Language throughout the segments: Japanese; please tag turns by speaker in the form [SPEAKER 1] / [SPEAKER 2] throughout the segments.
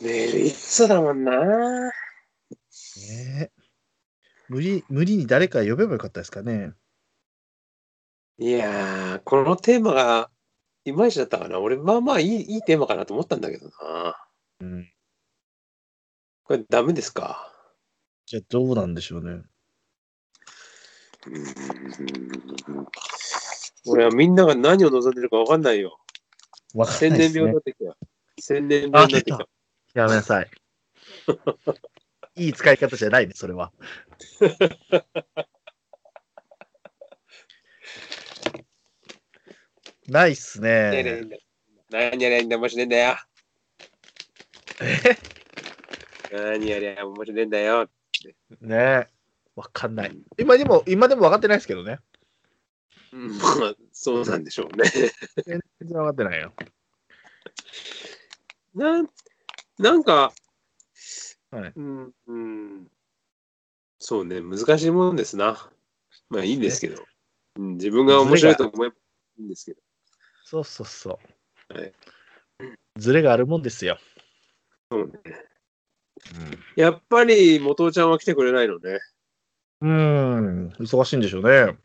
[SPEAKER 1] メール一通だもんな。
[SPEAKER 2] ねえ無理、無理に誰か呼べばよかったですかね。
[SPEAKER 1] いやー、このテーマがいまいちだったかな。俺、まあまあいいいいテーマかなと思ったんだけどな。
[SPEAKER 2] うん。
[SPEAKER 1] これダメですか
[SPEAKER 2] じゃあどうなんでしょうね。
[SPEAKER 1] 俺はみんなが何を望んでるかわかんないよ。
[SPEAKER 2] わかん
[SPEAKER 1] 千
[SPEAKER 2] ないで
[SPEAKER 1] 年
[SPEAKER 2] す
[SPEAKER 1] 病にな。
[SPEAKER 2] ね
[SPEAKER 1] ってきた。千年病になってき
[SPEAKER 2] あ出
[SPEAKER 1] た。
[SPEAKER 2] やめなさい。 いい使い方じゃないね、それは。 ないっす
[SPEAKER 1] 何やりゃいい
[SPEAKER 2] ね。
[SPEAKER 1] んだ何やりゃいいんだ、面白いんだよ。何やりゃ面白いんだよ。
[SPEAKER 2] ねわかんない。今でも、今でも分かってないですけどね。
[SPEAKER 1] うんまあ、 そうなんでしょうね。
[SPEAKER 2] 全然分かってないよ。
[SPEAKER 1] なん、なんか、
[SPEAKER 2] はい
[SPEAKER 1] うん、うん、そうね、難しいもんですな。まあいいんですけど、うん、自分が面白いと思えばいいんですけど。
[SPEAKER 2] そうそうそう。
[SPEAKER 1] はい
[SPEAKER 2] ズレがあるもんですよ。
[SPEAKER 1] そうねやっぱり元尾ちゃんは来てくれないのね。
[SPEAKER 2] うん、ん、忙しいんでしょうね。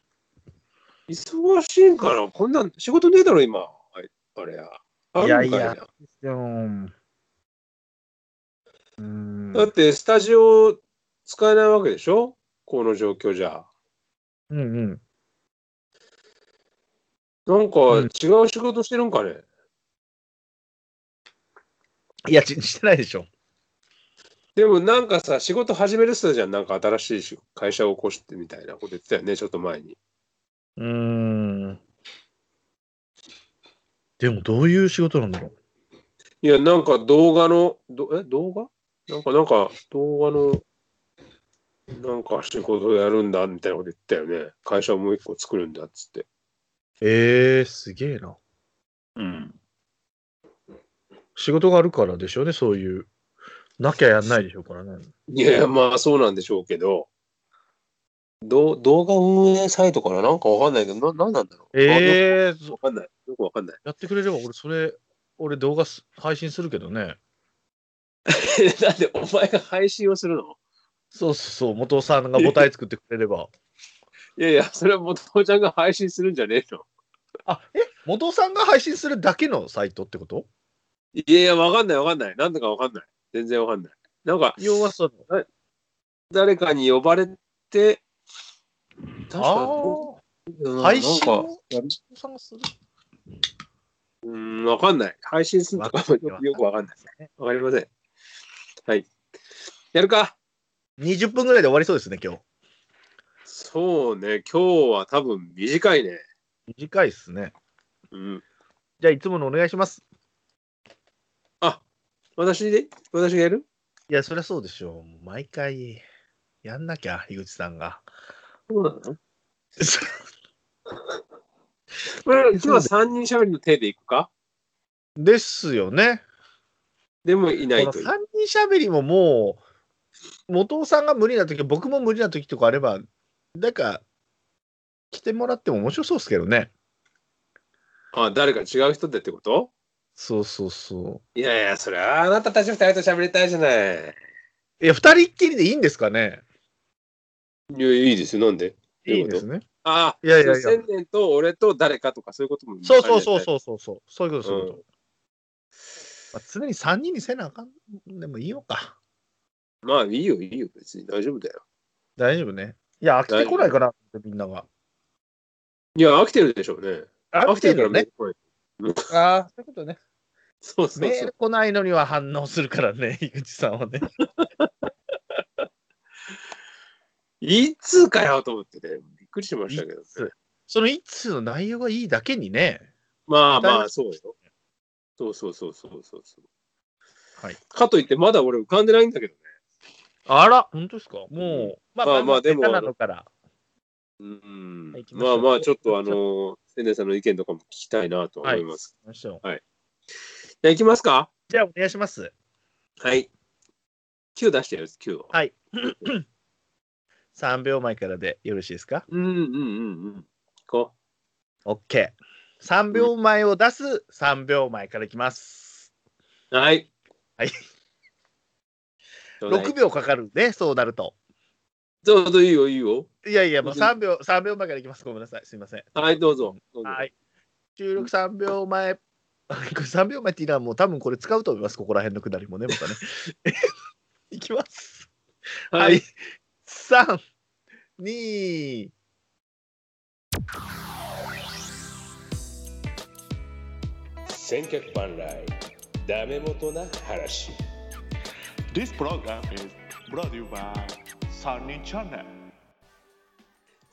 [SPEAKER 1] 忙しいんかなこんなん仕事ねえだろ、今。あいあれや。あるんか
[SPEAKER 2] いやいやでもうん
[SPEAKER 1] だってスタジオ使えないわけでしょこの状況じゃ。
[SPEAKER 2] うんうん。
[SPEAKER 1] なんか
[SPEAKER 2] う
[SPEAKER 1] 違
[SPEAKER 2] ん
[SPEAKER 1] う仕事してるんかね、
[SPEAKER 2] いや、ちしてないでしょ。
[SPEAKER 1] でもなんかさ、仕事始めるって言ってたじゃん。なんか新しい会社を起こしてみたいなこと言ってたよね、ちょっと前に。
[SPEAKER 2] うーん。でも、どういう仕事なんだろう。
[SPEAKER 1] いや、なんか動画の、どえ、動画なんか、なんか動画の、なんか仕事をやるんだみたいなこと言ってたよね。会社をもう一個作るんだっつって。
[SPEAKER 2] ええー、すげえな。
[SPEAKER 1] うん。
[SPEAKER 2] 仕事があるからでしょうね、そういう。なきゃやんないでしょうからね。
[SPEAKER 1] いやいや、まあそうなんでしょうけど、どう動画運営サイトからなんかわかんないけど、な、なんなんだろう。え
[SPEAKER 2] ええー、そ
[SPEAKER 1] わかんない。よくわかんない。
[SPEAKER 2] やってくれれば、俺、それ、俺、動画す配信するけどね。
[SPEAKER 1] なんでお前が配信をするの
[SPEAKER 2] そうそうそう、元尾さんが母体作ってくれれば。
[SPEAKER 1] いやいや、それは元尾ちゃんが配信するんじゃねえの。
[SPEAKER 2] あ、え元尾さんが配信するだけのサイトってこと
[SPEAKER 1] いやいや、わかんないわかんない。なんだかわかんない。全然わかんない。なんか、
[SPEAKER 2] 要はその、
[SPEAKER 1] 誰かに呼ばれて、確か
[SPEAKER 2] あ
[SPEAKER 1] うん
[SPEAKER 2] あ、配信
[SPEAKER 1] なんか
[SPEAKER 2] を元尾さんがする
[SPEAKER 1] うん、わかんない。配信するとかも
[SPEAKER 2] わかんない
[SPEAKER 1] よよくわかんない
[SPEAKER 2] ね。
[SPEAKER 1] わかりません。はい。やるか。
[SPEAKER 2] 20分ぐらいで終わりそうですね、今日。
[SPEAKER 1] そうね、今日は多分短いね。
[SPEAKER 2] 短いっすね。
[SPEAKER 1] うん。
[SPEAKER 2] じゃあ、いつものお願いします。
[SPEAKER 1] 私で、私がやる
[SPEAKER 2] いや、そりゃそうでしょう。毎回、やんなきゃ、井口さんが。
[SPEAKER 1] そうなのこれ今日は3人喋りの手でいくか
[SPEAKER 2] ですよね。
[SPEAKER 1] でもい
[SPEAKER 2] こ
[SPEAKER 1] ない
[SPEAKER 2] の
[SPEAKER 1] という。
[SPEAKER 2] 3人しゃべりももう、元尾さんが無理なとき、僕も無理なときとかあれば、なんか、来てもらっても面白そうですけどね。
[SPEAKER 1] あ、誰か違う人でってこと
[SPEAKER 2] そうそうそ
[SPEAKER 1] いやいや、それはあなたたち二人と喋りたいじゃない。
[SPEAKER 2] う。いや、2人っきりでいいんですかね
[SPEAKER 1] いや、いいですよ、なんで
[SPEAKER 2] いいですね。
[SPEAKER 1] ああ、
[SPEAKER 2] いやいやいや
[SPEAKER 1] 千年と俺と誰かとかそういうことも。
[SPEAKER 2] そうそうそう
[SPEAKER 1] う。
[SPEAKER 2] そうそうそう。そういうこと、そういうこと。
[SPEAKER 1] う
[SPEAKER 2] まあ、常に3人にせなあかんでもいいのか。
[SPEAKER 1] まあいいよ、いいよ、別に大丈夫だよ。
[SPEAKER 2] 大丈夫ね。いや、飽きてこないかな、みんなが。
[SPEAKER 1] いや、飽きてるでしょうね。
[SPEAKER 2] 飽きてる
[SPEAKER 1] 飽き
[SPEAKER 2] よ
[SPEAKER 1] て
[SPEAKER 2] ね
[SPEAKER 1] る。からね。
[SPEAKER 2] ああ、そういうことね。
[SPEAKER 1] そうそう
[SPEAKER 2] メ
[SPEAKER 1] そ
[SPEAKER 2] ー
[SPEAKER 1] う
[SPEAKER 2] ル。来ないのには反応するからね、井口さんはね。
[SPEAKER 1] いつかよと思ってね、びっくりしましたけどね。
[SPEAKER 2] その一通の内容がいいだけにね。
[SPEAKER 1] まあま
[SPEAKER 2] 大
[SPEAKER 1] あ、そうよ。そうそうそうそうそうそう。
[SPEAKER 2] はい。
[SPEAKER 1] かといって、まだ俺浮かんでないんだけどね。
[SPEAKER 2] あら、本当ですか。もう、まあ
[SPEAKER 1] まあまあでも
[SPEAKER 2] 下手なのから。
[SPEAKER 1] うん
[SPEAKER 2] はい行きまし
[SPEAKER 1] ま
[SPEAKER 2] ょ
[SPEAKER 1] あ
[SPEAKER 2] う
[SPEAKER 1] まあ、ちょっとあの、千年さんの意見とかも聞きたいなと思います。
[SPEAKER 2] 行きましょう
[SPEAKER 1] じゃあ、いきますか
[SPEAKER 2] じゃあ、お願いします。
[SPEAKER 1] はい。9出してよ、9を。
[SPEAKER 2] はい。3秒前からでよろしいですか
[SPEAKER 1] うんうんうんうん。こ
[SPEAKER 2] ?OK。3秒前を出す3秒前からいきます。
[SPEAKER 1] う。はい。
[SPEAKER 2] 6秒かかるね、そうなると。
[SPEAKER 1] どうぞいいよ、いいよ。
[SPEAKER 2] いやいや、もう3秒、3秒前からいきます。ごめんなさい。すいません。
[SPEAKER 1] はい、どうぞ。どうぞ
[SPEAKER 2] はい。収録3秒前。 これ3秒前っていうのはもう多分これ使うと思います。ここら辺のくだりもね、ま たね。いきます。は
[SPEAKER 1] はいい。
[SPEAKER 2] 3、2、
[SPEAKER 1] 千客万来、ダメ元な話。
[SPEAKER 3] This program is brought to you by Sunny Channel.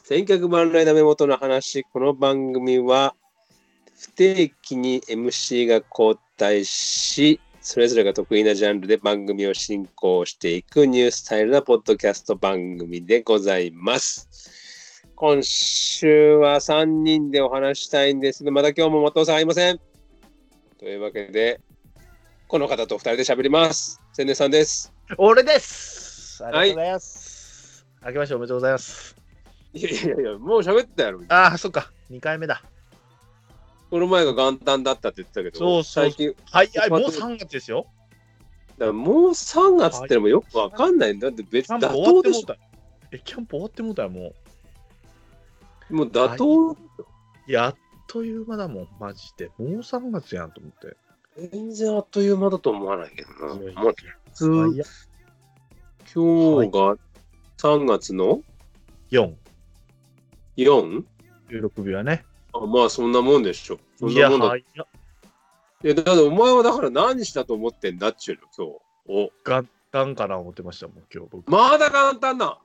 [SPEAKER 1] 千客万来ダメ元の話、この番組は、不定期に MC が交代し、それぞれが得意なジャンルで番組を進行していくニュースタイルなポッドキャスト番組でございます。今週は3人でお話したいんですけど、まだ今日も元さんいません。というわけで、この方と2人で喋ります。千年さんです。
[SPEAKER 2] 俺ですありが
[SPEAKER 1] い
[SPEAKER 2] とうございます。あけましておめでとうございます。
[SPEAKER 1] いやいやいや、もう喋ったやろ。
[SPEAKER 2] ああ、そっか。2回目だ。
[SPEAKER 1] この前が元旦だったって言ってたけど、
[SPEAKER 2] そうそう
[SPEAKER 1] 最近、
[SPEAKER 2] はい、はい、もう3月ですよ。
[SPEAKER 1] だからもう3月ってのもよくわかんないんだって別
[SPEAKER 2] キャ
[SPEAKER 1] に
[SPEAKER 2] ンプ
[SPEAKER 1] 妥
[SPEAKER 2] 終わっ
[SPEAKER 1] 当
[SPEAKER 2] て
[SPEAKER 1] で
[SPEAKER 2] も
[SPEAKER 1] し
[SPEAKER 2] うた。え、キャンプ終わってもうたよ、もう。
[SPEAKER 1] ょもう妥当
[SPEAKER 2] やっという間だもん、マジで。もう3月やんと思って。
[SPEAKER 1] 全然あっという間だと思わないけどな。
[SPEAKER 2] いやいや
[SPEAKER 1] もう普通、
[SPEAKER 2] はいや、
[SPEAKER 1] 今日が3月の
[SPEAKER 2] 4、
[SPEAKER 1] 4?
[SPEAKER 2] 16秒やね。
[SPEAKER 1] あまあそんなもんでしょ。そん
[SPEAKER 2] い
[SPEAKER 1] な
[SPEAKER 2] や、
[SPEAKER 1] もんだ。
[SPEAKER 2] はいや、
[SPEAKER 1] いやだからお前はだから何したと思ってんだっちゅうの今日。お
[SPEAKER 2] 元旦かな思ってましたもん、今日僕。い
[SPEAKER 1] まだ簡単な。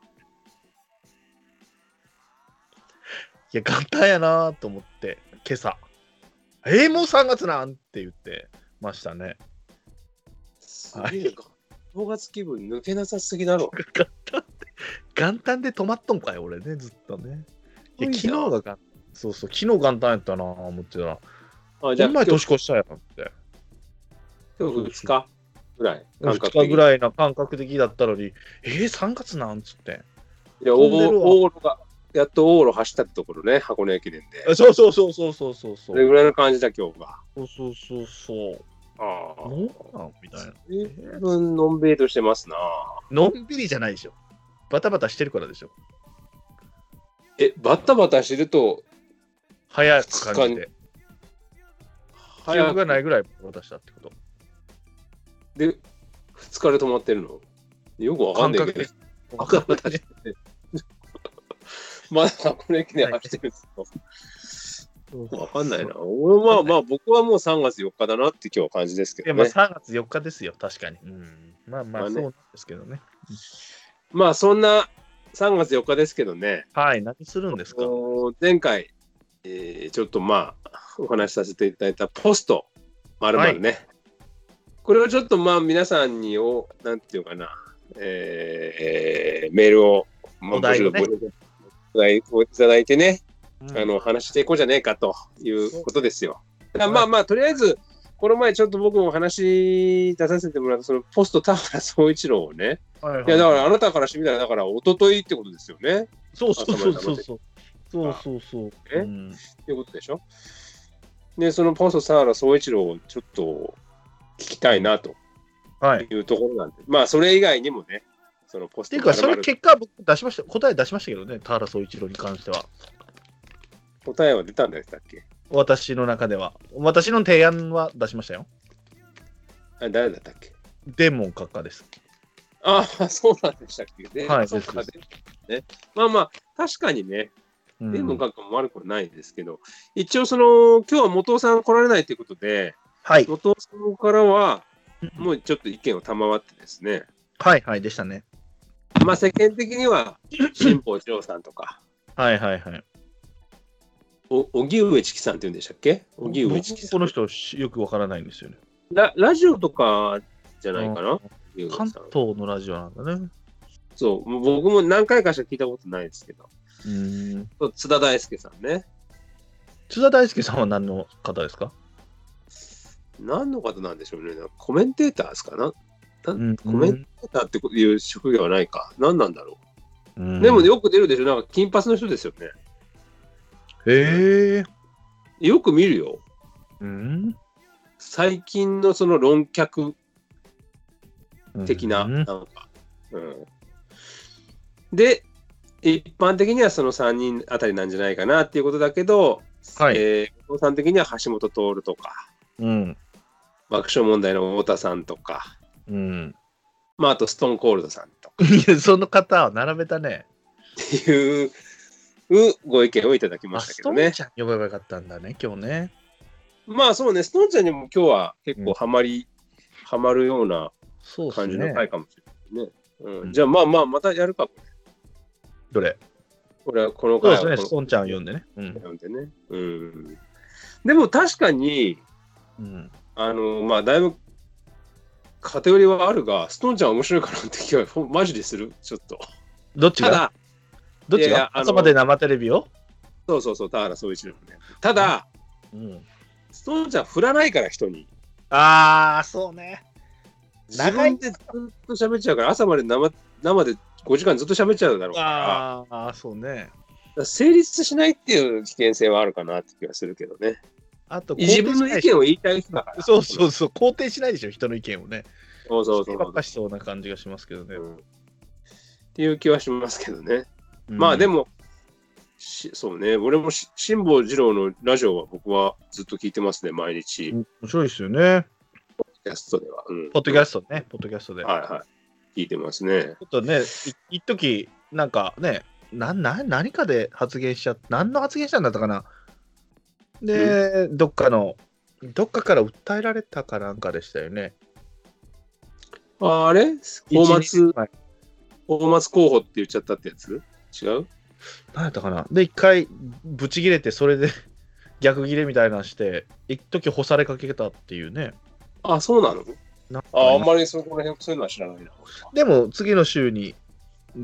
[SPEAKER 2] や、元旦やなと思って、今朝。えー、もう3月なんって言ってましたね。
[SPEAKER 1] すげえか。正月気分抜けなさすぎ だろ。
[SPEAKER 2] 元旦って、元旦で止まっとんかい、俺ね、ずっとね。いや、昨日が元旦。そうそう、昨日元旦やったなぁ思ってた。
[SPEAKER 1] あじゃあ
[SPEAKER 2] この
[SPEAKER 1] 今
[SPEAKER 2] 前
[SPEAKER 1] 日
[SPEAKER 2] 年越したやんって。
[SPEAKER 1] 今日2日ぐらい。感覚的
[SPEAKER 2] 2日
[SPEAKER 1] に
[SPEAKER 2] ぐらいな感覚的だったのに、えー、3月なんつって。
[SPEAKER 1] いや、オ
[SPEAKER 2] 飛んでるわ
[SPEAKER 1] ーロが、やっとオーロ走ったってところね、箱根駅伝で。
[SPEAKER 2] そうそうそうそうそうそうそ
[SPEAKER 1] それ
[SPEAKER 2] う。
[SPEAKER 1] ぐらいの感じだ、今日が。
[SPEAKER 2] そうそうそうそう。
[SPEAKER 1] ああ。
[SPEAKER 2] のなんみたいな。
[SPEAKER 1] 随分のんびりとしてますな。
[SPEAKER 2] のんびりじゃないでしょ。バタバタしてるからでしょ。
[SPEAKER 1] え、バタバタしてると、
[SPEAKER 2] 早く感じて。記
[SPEAKER 1] 早
[SPEAKER 2] 憶
[SPEAKER 1] く
[SPEAKER 2] がないぐらいバタバタしたってこと。
[SPEAKER 1] で、2日で止まってるのよくわかん
[SPEAKER 2] 感
[SPEAKER 1] ない
[SPEAKER 2] 覚
[SPEAKER 1] けど
[SPEAKER 2] 的。。
[SPEAKER 1] バタバタしてる。 まだ箱根駅伝走ってるんですよ。わかんないな。俺はまあまあ、僕はもう3月4日だなって今日は感じですけ
[SPEAKER 2] いや、
[SPEAKER 1] ど
[SPEAKER 2] まあ
[SPEAKER 1] ね。
[SPEAKER 2] 3月4日ですよ、確かに。うん。まあまあ、
[SPEAKER 1] まあ
[SPEAKER 2] そう
[SPEAKER 1] ね
[SPEAKER 2] なんですけどね。
[SPEAKER 1] まあ、そんな3月4日ですけどね。
[SPEAKER 2] はい、何するんですか
[SPEAKER 1] あのー前回、えーちょっとまあお話しさせていただいたポストまるまるね、これをちょっとまあ皆さんにをなんていうかな、えーえーメールをまあ
[SPEAKER 2] お題をね
[SPEAKER 1] 募集募集お題をいただいてね、
[SPEAKER 2] うん
[SPEAKER 1] あの話していこうじゃねえかということですよ。だからまあまあとりあえずこの前ちょっと僕もお話出させてもらったそのポスト田村総一郎をね
[SPEAKER 2] はいはい
[SPEAKER 1] いやだからあなたからしてみたらだから一昨日ってことですよね。
[SPEAKER 2] そうそうそうそうそう。そうそうそう。
[SPEAKER 1] え
[SPEAKER 2] うん
[SPEAKER 1] ということでしょで、そのポストサーラ総一郎をちょっと聞きたいなと
[SPEAKER 2] はい。っ
[SPEAKER 1] いうところなんで、まあ、それ以外にもね、そのポス
[SPEAKER 2] て
[SPEAKER 1] ト
[SPEAKER 2] いうか、そ
[SPEAKER 1] ま
[SPEAKER 2] れ
[SPEAKER 1] るまる
[SPEAKER 2] 結果、僕出しました、答え出しましたけどね、田原総一郎に関しては。
[SPEAKER 1] 答えは出たんだったっけ
[SPEAKER 2] 私の中では。私の提案は出しましたよ。
[SPEAKER 1] あ誰だったっけ
[SPEAKER 2] デーモン閣下です。
[SPEAKER 1] ああ、 そうなんでしたっけね。
[SPEAKER 2] はい
[SPEAKER 1] そうか
[SPEAKER 2] で
[SPEAKER 1] ねね。まあまあ、確かにね、
[SPEAKER 2] うん
[SPEAKER 1] でも学科も悪くはないですけど、一応、その、今日は元尾さん来られないということで、
[SPEAKER 2] はい。
[SPEAKER 1] 元尾さんからは、
[SPEAKER 2] うん
[SPEAKER 1] もうちょっと意見を賜ってですね、
[SPEAKER 2] はいはいでしたね。
[SPEAKER 1] まあ、世間的には、辛坊治郎さんとか、
[SPEAKER 2] はいはいはい。
[SPEAKER 1] お荻上チキさんって言うんでしたっけ荻上チキ
[SPEAKER 2] 僕
[SPEAKER 1] さ
[SPEAKER 2] こ
[SPEAKER 1] ん
[SPEAKER 2] の人しよくわからないんですよね。
[SPEAKER 1] ラ。ラジオとかじゃないかな荻上
[SPEAKER 2] 関
[SPEAKER 1] さん
[SPEAKER 2] 東のラジオなんだね。
[SPEAKER 1] そう、もう僕も何回かしか聞いたことないですけど。
[SPEAKER 2] うん。
[SPEAKER 1] そう津田大介さんね。
[SPEAKER 2] 津田大介さんは何の方ですか、
[SPEAKER 1] 何の方なんでしょうね。なんかコメンテーターですかな
[SPEAKER 2] うん、
[SPEAKER 1] コメンテーターっていう職業はないか。何なんだろ
[SPEAKER 2] うん
[SPEAKER 1] う。でも、よく出るでしょ。なんか金髪の人ですよね。
[SPEAKER 2] へえ。
[SPEAKER 1] よく見るよ。
[SPEAKER 2] うん。
[SPEAKER 1] 最近のその論客的な、
[SPEAKER 2] う
[SPEAKER 1] なん
[SPEAKER 2] ん
[SPEAKER 1] か、うん、で一般的にはその3人あたりなんじゃないかなっていうことだけど、
[SPEAKER 2] はい
[SPEAKER 1] えーお父さん的には橋本徹とか
[SPEAKER 2] うん。
[SPEAKER 1] 爆笑問題の太田さんとか、
[SPEAKER 2] うん。
[SPEAKER 1] まあ、あとストーンコールドさんとか
[SPEAKER 2] いや、その方を並べたね。
[SPEAKER 1] っていううご意見をいただきま
[SPEAKER 2] あ、
[SPEAKER 1] したけ
[SPEAKER 2] ス
[SPEAKER 1] ど
[SPEAKER 2] ト
[SPEAKER 1] ね
[SPEAKER 2] ン。ちゃん呼べばよかったんだね、今日ね。
[SPEAKER 1] まあそうね、ストーンちゃんにも今日は結構ハマり、ハマるような
[SPEAKER 2] そうです
[SPEAKER 1] 感じ
[SPEAKER 2] ね
[SPEAKER 1] の。回かもしれないね。うん
[SPEAKER 2] うん
[SPEAKER 1] じゃあまあまあまたやるか
[SPEAKER 2] どれ
[SPEAKER 1] これはこの
[SPEAKER 2] そう
[SPEAKER 1] 回
[SPEAKER 2] で
[SPEAKER 1] はこ
[SPEAKER 2] すね、
[SPEAKER 1] の
[SPEAKER 2] ストンちゃんを呼んでね。うん。
[SPEAKER 1] なんでね。うん。でも確かに、
[SPEAKER 2] うん、
[SPEAKER 1] あの、まあ、だいぶ、カテゴリーはあるが、ストーンちゃん面白いかなって気は、ほんマジでする、ちょっと。
[SPEAKER 2] どっち
[SPEAKER 1] た
[SPEAKER 2] が
[SPEAKER 1] だ、
[SPEAKER 2] どっち
[SPEAKER 1] いやい
[SPEAKER 2] が
[SPEAKER 1] やあの
[SPEAKER 2] 朝まで生テレビを
[SPEAKER 1] そうそうそう、田原総一郎ね。ただ、
[SPEAKER 2] うん。
[SPEAKER 1] ストーンちゃん振らないから、人に。
[SPEAKER 2] ああ、そうね。
[SPEAKER 1] 自
[SPEAKER 2] 長い
[SPEAKER 1] 分でずっと喋っちゃうから、朝まで生生で5時間ずっと喋っちゃうだろうから、だか
[SPEAKER 2] ああ、そうね。
[SPEAKER 1] ら成立しないっていう危険性はあるかなって気がするけどね。
[SPEAKER 2] あと、
[SPEAKER 1] 自分の意見を言いたい人だから。
[SPEAKER 2] そうそうそう、肯定しないでしょ、人の意見をね。
[SPEAKER 1] そうそうそ
[SPEAKER 2] 否定
[SPEAKER 1] う
[SPEAKER 2] ばっかしそうな感じがしますけどね。
[SPEAKER 1] うんっていう気はしますけどね。
[SPEAKER 2] うん
[SPEAKER 1] まあで、も、しそうね、俺もし辛坊二郎のラジオは僕はずっと聞いてますね、毎日、
[SPEAKER 2] 面白いですよね。
[SPEAKER 1] キャストでは。うん、
[SPEAKER 2] ポッドキャストね、ポッドキャストで。
[SPEAKER 1] はいはい。聞いてますね。
[SPEAKER 2] ちょっとね、い一時なんかね、なな何かで発言しちゃっ何の発言したんだったかな。で、どっかの、どっかから訴えられたかなんかでしたよね。
[SPEAKER 1] ああれ大
[SPEAKER 2] 一
[SPEAKER 1] 松
[SPEAKER 2] 日、前
[SPEAKER 1] 大松候補って言っちゃったってやつ違う
[SPEAKER 2] 何やったかな。で、一回、ブチ切れて、それで 逆切れみたいなのして、一時干されかけたっていうね。
[SPEAKER 1] あ、そうなの
[SPEAKER 2] なんか
[SPEAKER 1] ああんまりそこら辺そういうのは知らないな。
[SPEAKER 2] でも、次の週に、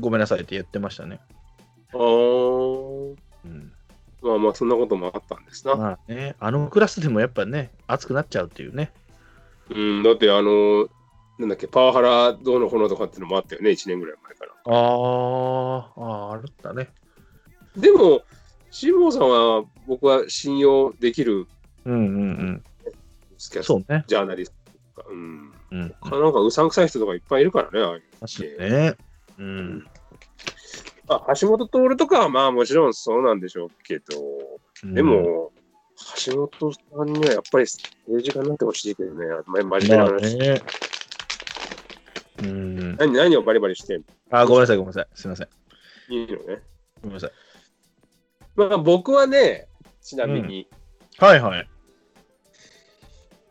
[SPEAKER 2] ごめんなさいって言ってましたね。
[SPEAKER 1] あー
[SPEAKER 2] うん、
[SPEAKER 1] まあまあ、そんなこともあったんですな。
[SPEAKER 2] まあね、あのクラスでもやっぱね、熱くなっちゃうっていうね。
[SPEAKER 1] うん、だってあの、なんだっけ、パワハラどうのこうのとかってのもあったよね、1年ぐらい前から。
[SPEAKER 2] あーあー、あるんだね。
[SPEAKER 1] でも、辛坊さんは僕は信用できる
[SPEAKER 2] うんうん
[SPEAKER 1] ス
[SPEAKER 2] う
[SPEAKER 1] キャ
[SPEAKER 2] ん。
[SPEAKER 1] ス
[SPEAKER 2] そうね。
[SPEAKER 1] ジャーナリストとか、うん、
[SPEAKER 2] うん。
[SPEAKER 1] かなんかうさんくさい人とかいっぱいいるからねああいう。
[SPEAKER 2] 確かにね。うん。
[SPEAKER 1] まあ、橋本徹とかはまあもちろんそうなんでしょうけど、で
[SPEAKER 2] うん、
[SPEAKER 1] も、橋本さんにはやっぱり政治家になってほしいけどね、まあ、真面目な
[SPEAKER 2] まあ
[SPEAKER 1] 話。
[SPEAKER 2] ね。うん。
[SPEAKER 1] 何何をバリバリしてん
[SPEAKER 2] あー、ごめんなさい、ごめんなさい。すみません。
[SPEAKER 1] のいいのね。
[SPEAKER 2] ごめんなさい。
[SPEAKER 1] まあ僕はね、ちなみに、
[SPEAKER 2] はいはい。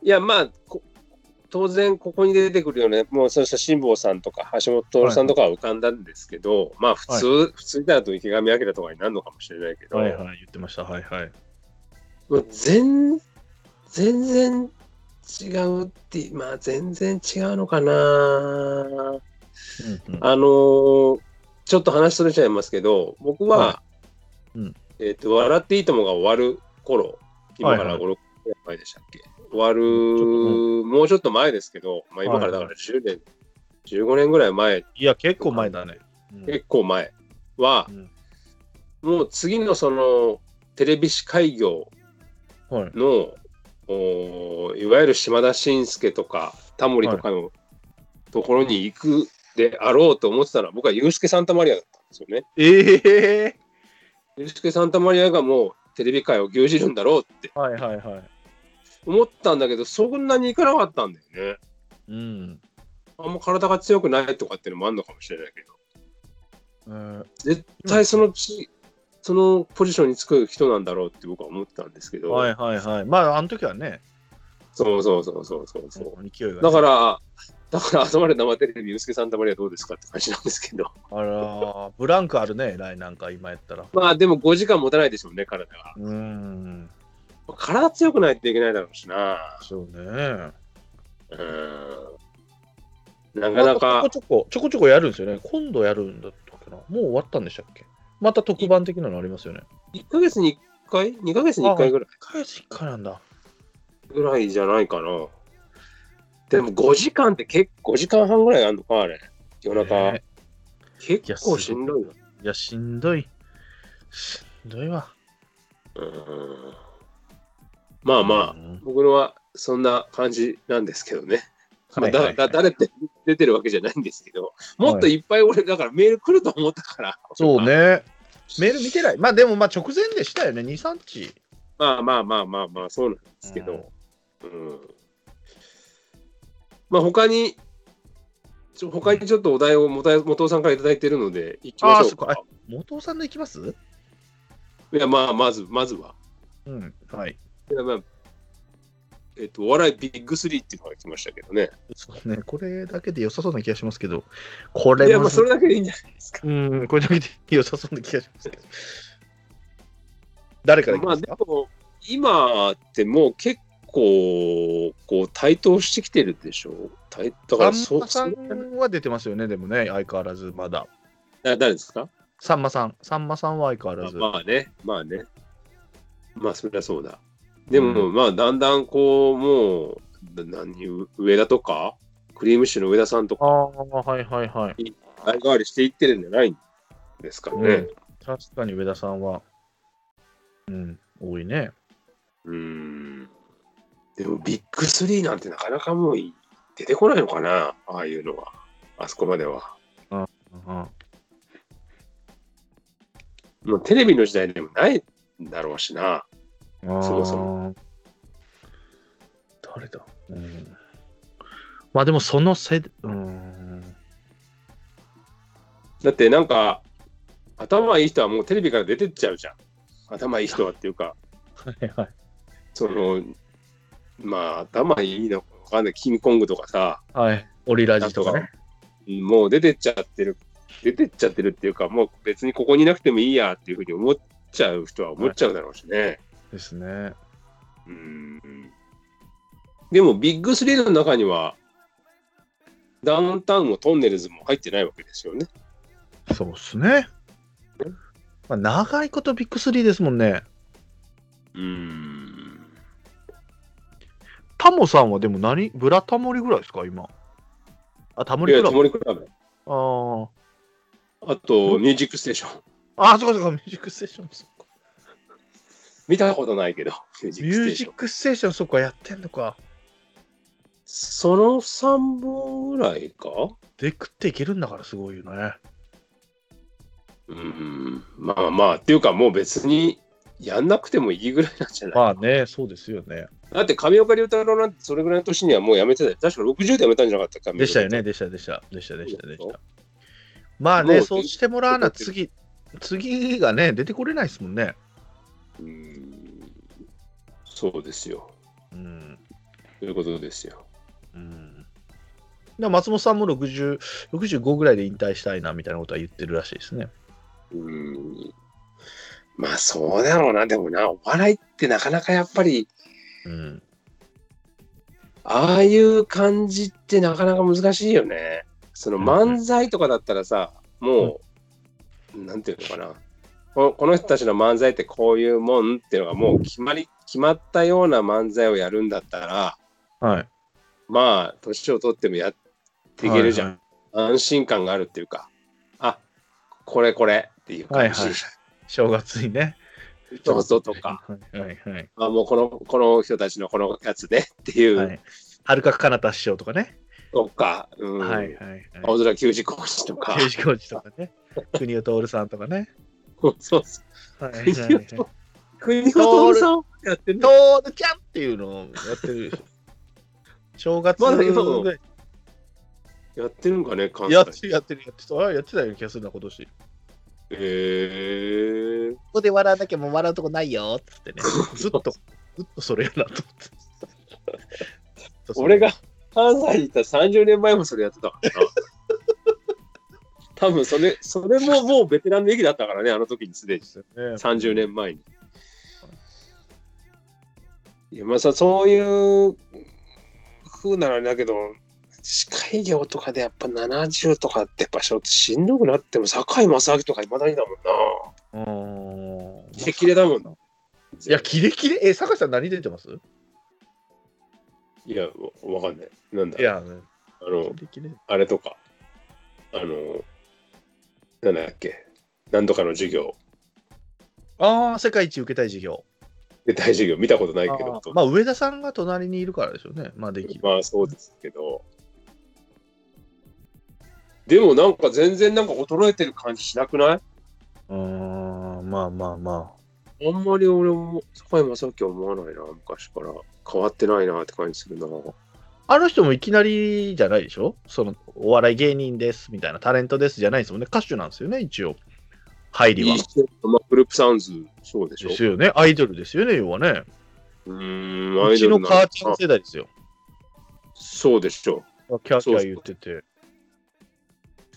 [SPEAKER 1] いやまあこ当然ここに出てくるよね、もうそうした辛坊さんとか橋本徹さんとかは浮かんだんですけど、まあ普通、普通だと池上彰とかになるのかもしれないけど、
[SPEAKER 2] はいはい。言ってました。はいはい。
[SPEAKER 1] もう全全然違うってまあ全然違うのかな
[SPEAKER 2] うんうん、
[SPEAKER 1] あのーちょっと話それちゃいますけど僕は、
[SPEAKER 2] はうん
[SPEAKER 1] えっと「笑っていいとも」が終わる頃今から
[SPEAKER 2] はい
[SPEAKER 1] 56年前でしたっけ、終
[SPEAKER 2] ち
[SPEAKER 1] わるもうちょっと前ですけど、まあ、今からだから10年、15年ぐらい前
[SPEAKER 2] いや、結構前だね。うん
[SPEAKER 1] 結構前は
[SPEAKER 2] う、ん
[SPEAKER 1] もう次のそのテレビ司会業
[SPEAKER 2] はい。
[SPEAKER 1] のおーいわゆる島田紳介とかタモリとかのところに行くであろうと思ってたのは、僕はユースケ・サンタマリアだったんですよね。
[SPEAKER 2] ええ
[SPEAKER 1] ユースケ・サンタマリアがもうテレビ界を牛耳るんだろうって
[SPEAKER 2] はいはいはい。
[SPEAKER 1] 思ったんだけどそんなに行かなかったんだよね。
[SPEAKER 2] うん。
[SPEAKER 1] あんま体が強くないとかっていうのもあるのかもしれないけど
[SPEAKER 2] えー
[SPEAKER 1] 絶対そのちそのポジションにつく人なんだろうって僕は思ったんですけど、
[SPEAKER 2] はいはいはい。まあ、あの時はね、
[SPEAKER 1] そうそうそうそうそうそう。
[SPEAKER 2] 勢いがね、
[SPEAKER 1] だから、だから、集まれ生テレビ、ユースケ・サンタマリアどうですかって感じなんですけど。
[SPEAKER 2] あらー、ブランクあるね、来なんか今やったら。
[SPEAKER 1] まあでも5時間持たないでしょうね、体が。
[SPEAKER 2] うーん、
[SPEAKER 1] 体強くないといけないだろうしな。
[SPEAKER 2] そうね。
[SPEAKER 1] うん。なかな
[SPEAKER 2] ま
[SPEAKER 1] か
[SPEAKER 2] た、ちょこちょこ、ちょこちょこやるんですよね。今度やるんだったっけな。もう終わったんでしたっけまた特番的なのありますよね。
[SPEAKER 1] 1ヶ月に1回 ?2 ヶ月に1回ぐらい
[SPEAKER 2] 1ヶ月1回なんだ。
[SPEAKER 1] ぐらいじゃないかな。でも5時間って結構、5時間半ぐらいあるのか、あれ。夜中。
[SPEAKER 2] ね
[SPEAKER 1] 結構しんどいよ。
[SPEAKER 2] いや、しんどい。しんどいわ。
[SPEAKER 1] うん。まあまあ、
[SPEAKER 2] うん
[SPEAKER 1] 僕のはそんな感じなんですけどね。まあ
[SPEAKER 2] はいはいはい
[SPEAKER 1] だだ誰って出てるわけじゃないんですけど、もっといっぱい俺、だからメール来ると思ったから。
[SPEAKER 2] そう。ね。メール見てない。まあでも、まあ直前でしたよね。2、3日。で
[SPEAKER 1] まあまあまあまあまあ、そうなんですけど。。うん。まあ他に、ちょ他にちょっとお題を元元尾さんからいただいてるので、いきま
[SPEAKER 2] ああ、
[SPEAKER 1] し
[SPEAKER 2] そ
[SPEAKER 1] ょう
[SPEAKER 2] っか。あ
[SPEAKER 1] か。
[SPEAKER 2] 元尾さんの行きます
[SPEAKER 1] いや、まあ、まず、まずは。
[SPEAKER 2] うん。はい。
[SPEAKER 1] いやまあえっと、お笑いビッグスリーっていうのが来ましたけどね。
[SPEAKER 2] そうね。これだけで良さそうな気がしますけど、これ
[SPEAKER 1] いや、ま
[SPEAKER 2] も
[SPEAKER 1] あ、それだけでいいんじゃないですか。
[SPEAKER 2] うん、これだけで良さそうな気がしますけど。誰から行き
[SPEAKER 1] まあ、
[SPEAKER 2] ます
[SPEAKER 1] で
[SPEAKER 2] か、
[SPEAKER 1] も、今ってもう結構、こう、台頭してきてるでしょう。台だから、
[SPEAKER 2] さん
[SPEAKER 1] そ
[SPEAKER 2] ま
[SPEAKER 1] そ
[SPEAKER 2] さんは出てますよね、でもね、相変わらずまだ。
[SPEAKER 1] だ誰ですか
[SPEAKER 2] さんまさん、さんまさんは相変わら
[SPEAKER 1] あ
[SPEAKER 2] ず。
[SPEAKER 1] まあね、まあね。まあ、そりゃそうだ。でも、
[SPEAKER 2] う
[SPEAKER 1] まあ、だんだんこう、もう、な何、上田とか、クリームシチューの上田さんとか、
[SPEAKER 2] ああ、はいはいはい。
[SPEAKER 1] 代替わりしていってるんじゃないんですかね。
[SPEAKER 2] 確かに上田さんは、うん、多いね。
[SPEAKER 1] うーんでもビッグスリーなんてなかなかもうい出てこないのかな、ああいうのは。あそこまでは。
[SPEAKER 2] うん
[SPEAKER 1] もうテレビの時代でもないんだろうしな。そもそ
[SPEAKER 2] も。誰だ、うん、まあでもそのせ、うん、
[SPEAKER 1] だってなんか、頭いい人はもうテレビから出てっちゃうじゃん。頭いい人はっていうか、
[SPEAKER 2] はいはい。
[SPEAKER 1] その、まあ頭いいのかわかんない、キングコングとかさ、
[SPEAKER 2] はい。オリラジとかね。
[SPEAKER 1] もう出てっちゃってる、出てっちゃってるっていうか、もう別にここにいなくてもいいやっていうふうに思っちゃう人は思っちゃうだろうしね。
[SPEAKER 2] ですね。
[SPEAKER 1] うんでもビッグスリーの中にはダウンタウンもトンネルズも入ってないわけですよね。
[SPEAKER 2] そうっすね。まあ、長いことビッグスリーですもんね。
[SPEAKER 1] うん。
[SPEAKER 2] タモさんはでも何ブラタモリぐらいですか今。あ、タモ
[SPEAKER 1] い
[SPEAKER 2] リ
[SPEAKER 1] や、
[SPEAKER 2] クラ
[SPEAKER 1] タ
[SPEAKER 2] ブ。
[SPEAKER 1] モリクラブ。
[SPEAKER 2] あー
[SPEAKER 1] あと、ミュージックステーション。
[SPEAKER 2] あー、そうかそうか、ミュージックステーション、そっか。
[SPEAKER 1] 見たことないけど、ミュージックス
[SPEAKER 2] ミュ
[SPEAKER 1] テ
[SPEAKER 2] ー
[SPEAKER 1] ー
[SPEAKER 2] ジ
[SPEAKER 1] シ
[SPEAKER 2] ッ
[SPEAKER 1] ョン。
[SPEAKER 2] クステーション、そっか、やってんのか。
[SPEAKER 1] その3本ぐらいか
[SPEAKER 2] で食っていけるんだからすごいよね。
[SPEAKER 1] うん。まあまあ、っていうかもう別にやんなくてもいいぐらいなんじゃない、
[SPEAKER 2] まあね、そうですよね。
[SPEAKER 1] だって上岡龍太郎なんてそれぐらいの年にはもうやめてたよ。確か60でやめたんじゃなかったか
[SPEAKER 2] でしたよね、でした、でした、でした、でした、で
[SPEAKER 1] そ
[SPEAKER 2] し
[SPEAKER 1] う
[SPEAKER 2] た。まあ
[SPEAKER 1] も
[SPEAKER 2] ね、
[SPEAKER 1] う
[SPEAKER 2] そうしてもらわな、次、次がね、出てこれないですもんね。
[SPEAKER 1] うん。そうですよ。
[SPEAKER 2] うん。
[SPEAKER 1] ということですよ。
[SPEAKER 2] うん。で松本さんも60 65ぐらいで引退したいなみたいなことは言ってるらしいですね。
[SPEAKER 1] うーんまあそうだろうな、でもな、お笑いってなかなかやっぱり、
[SPEAKER 2] うん。
[SPEAKER 1] ああいう感じってなかなか難しいよね。その
[SPEAKER 2] うん
[SPEAKER 1] 漫才とかだったらさ、もう、なんていうのかな。ここの人たちの漫才ってこういうもんっていうのがもう決まり、決まったような漫才をやるんだったら、
[SPEAKER 2] はい。
[SPEAKER 1] まあ、年を取ってもやっていけるじゃん。
[SPEAKER 2] はい
[SPEAKER 1] 安心感があるっていうか、あこれこれっていう感じ。
[SPEAKER 2] はいはい正月にね。
[SPEAKER 1] どうぞとか。
[SPEAKER 2] はいはいはい。
[SPEAKER 1] あもうこのこの人たちのこのやつねっていう、
[SPEAKER 2] はい。はるかかなた師匠とかね。
[SPEAKER 1] とか、うん
[SPEAKER 2] はいはいはい。
[SPEAKER 1] 青空球児コーチとか、
[SPEAKER 2] 刑事工事とかね。国を徹さんとかね。
[SPEAKER 1] そうそう
[SPEAKER 2] はいはい
[SPEAKER 1] 国を
[SPEAKER 2] はい。
[SPEAKER 1] 国を徹さんやってんの
[SPEAKER 2] トールちゃんっていうのをやってるでしょ。正月
[SPEAKER 1] まだ
[SPEAKER 2] ぐ
[SPEAKER 1] 今も
[SPEAKER 2] らい
[SPEAKER 1] やってるんかね、関
[SPEAKER 2] やっ
[SPEAKER 1] 西。
[SPEAKER 2] てるやってるやってた。あやってたような気がするな、今年。こ
[SPEAKER 1] へえ
[SPEAKER 2] こで笑わなきゃもう笑うとこないよっつってね。ずっと、ずっとそれやなと思って。ずっとそれ
[SPEAKER 1] 俺が関西に行った30年前もそれやってたから な。多分それ、それももうベテランの域だったからね、あの時にすでに
[SPEAKER 2] で。すよね。
[SPEAKER 1] 30年前に。いやまあさそういう風ならあれだけど司会業とかでやっぱ70とかってやっぱちょっとしんどくなっても堺正明とかいまだにだもんな。
[SPEAKER 2] うーん
[SPEAKER 1] キレキレだもんな。
[SPEAKER 2] いや、キレキレ。え、坂井さん何出てます
[SPEAKER 1] いやわわかんない。なんだ
[SPEAKER 2] いや、
[SPEAKER 1] あの
[SPEAKER 2] キレキレ。
[SPEAKER 1] あれとかあのなんだっけ何とかの授業
[SPEAKER 2] ああ、世界一受けたい授業。
[SPEAKER 1] で大授業見たことないけど
[SPEAKER 2] あーまあ、上田さんが隣にいるからでしょうね。まあ、できる。
[SPEAKER 1] まあそうですけど、でもなんか全然なんか衰えてる感じしなくないう
[SPEAKER 2] ーん、まあまあま
[SPEAKER 1] あんまり俺も堺正明は思わないな、昔から。変わってないなって感じするな。
[SPEAKER 2] あ。あの人もいきなりじゃないでしょその、お笑い芸人ですみたいな、タレントですじゃないですもんね。歌手なんですよね、一応。入り
[SPEAKER 1] い
[SPEAKER 2] は。
[SPEAKER 1] い人、まあ、グループサウンズ、そうでしょ
[SPEAKER 2] で。すよね。アイドルですよね、要はね。
[SPEAKER 1] うーん、ア
[SPEAKER 2] う
[SPEAKER 1] イ
[SPEAKER 2] ち
[SPEAKER 1] ドル
[SPEAKER 2] の
[SPEAKER 1] な
[SPEAKER 2] 母ちゃん世代ですよ。
[SPEAKER 1] そうでしょ。
[SPEAKER 2] キャーキャー言ってて、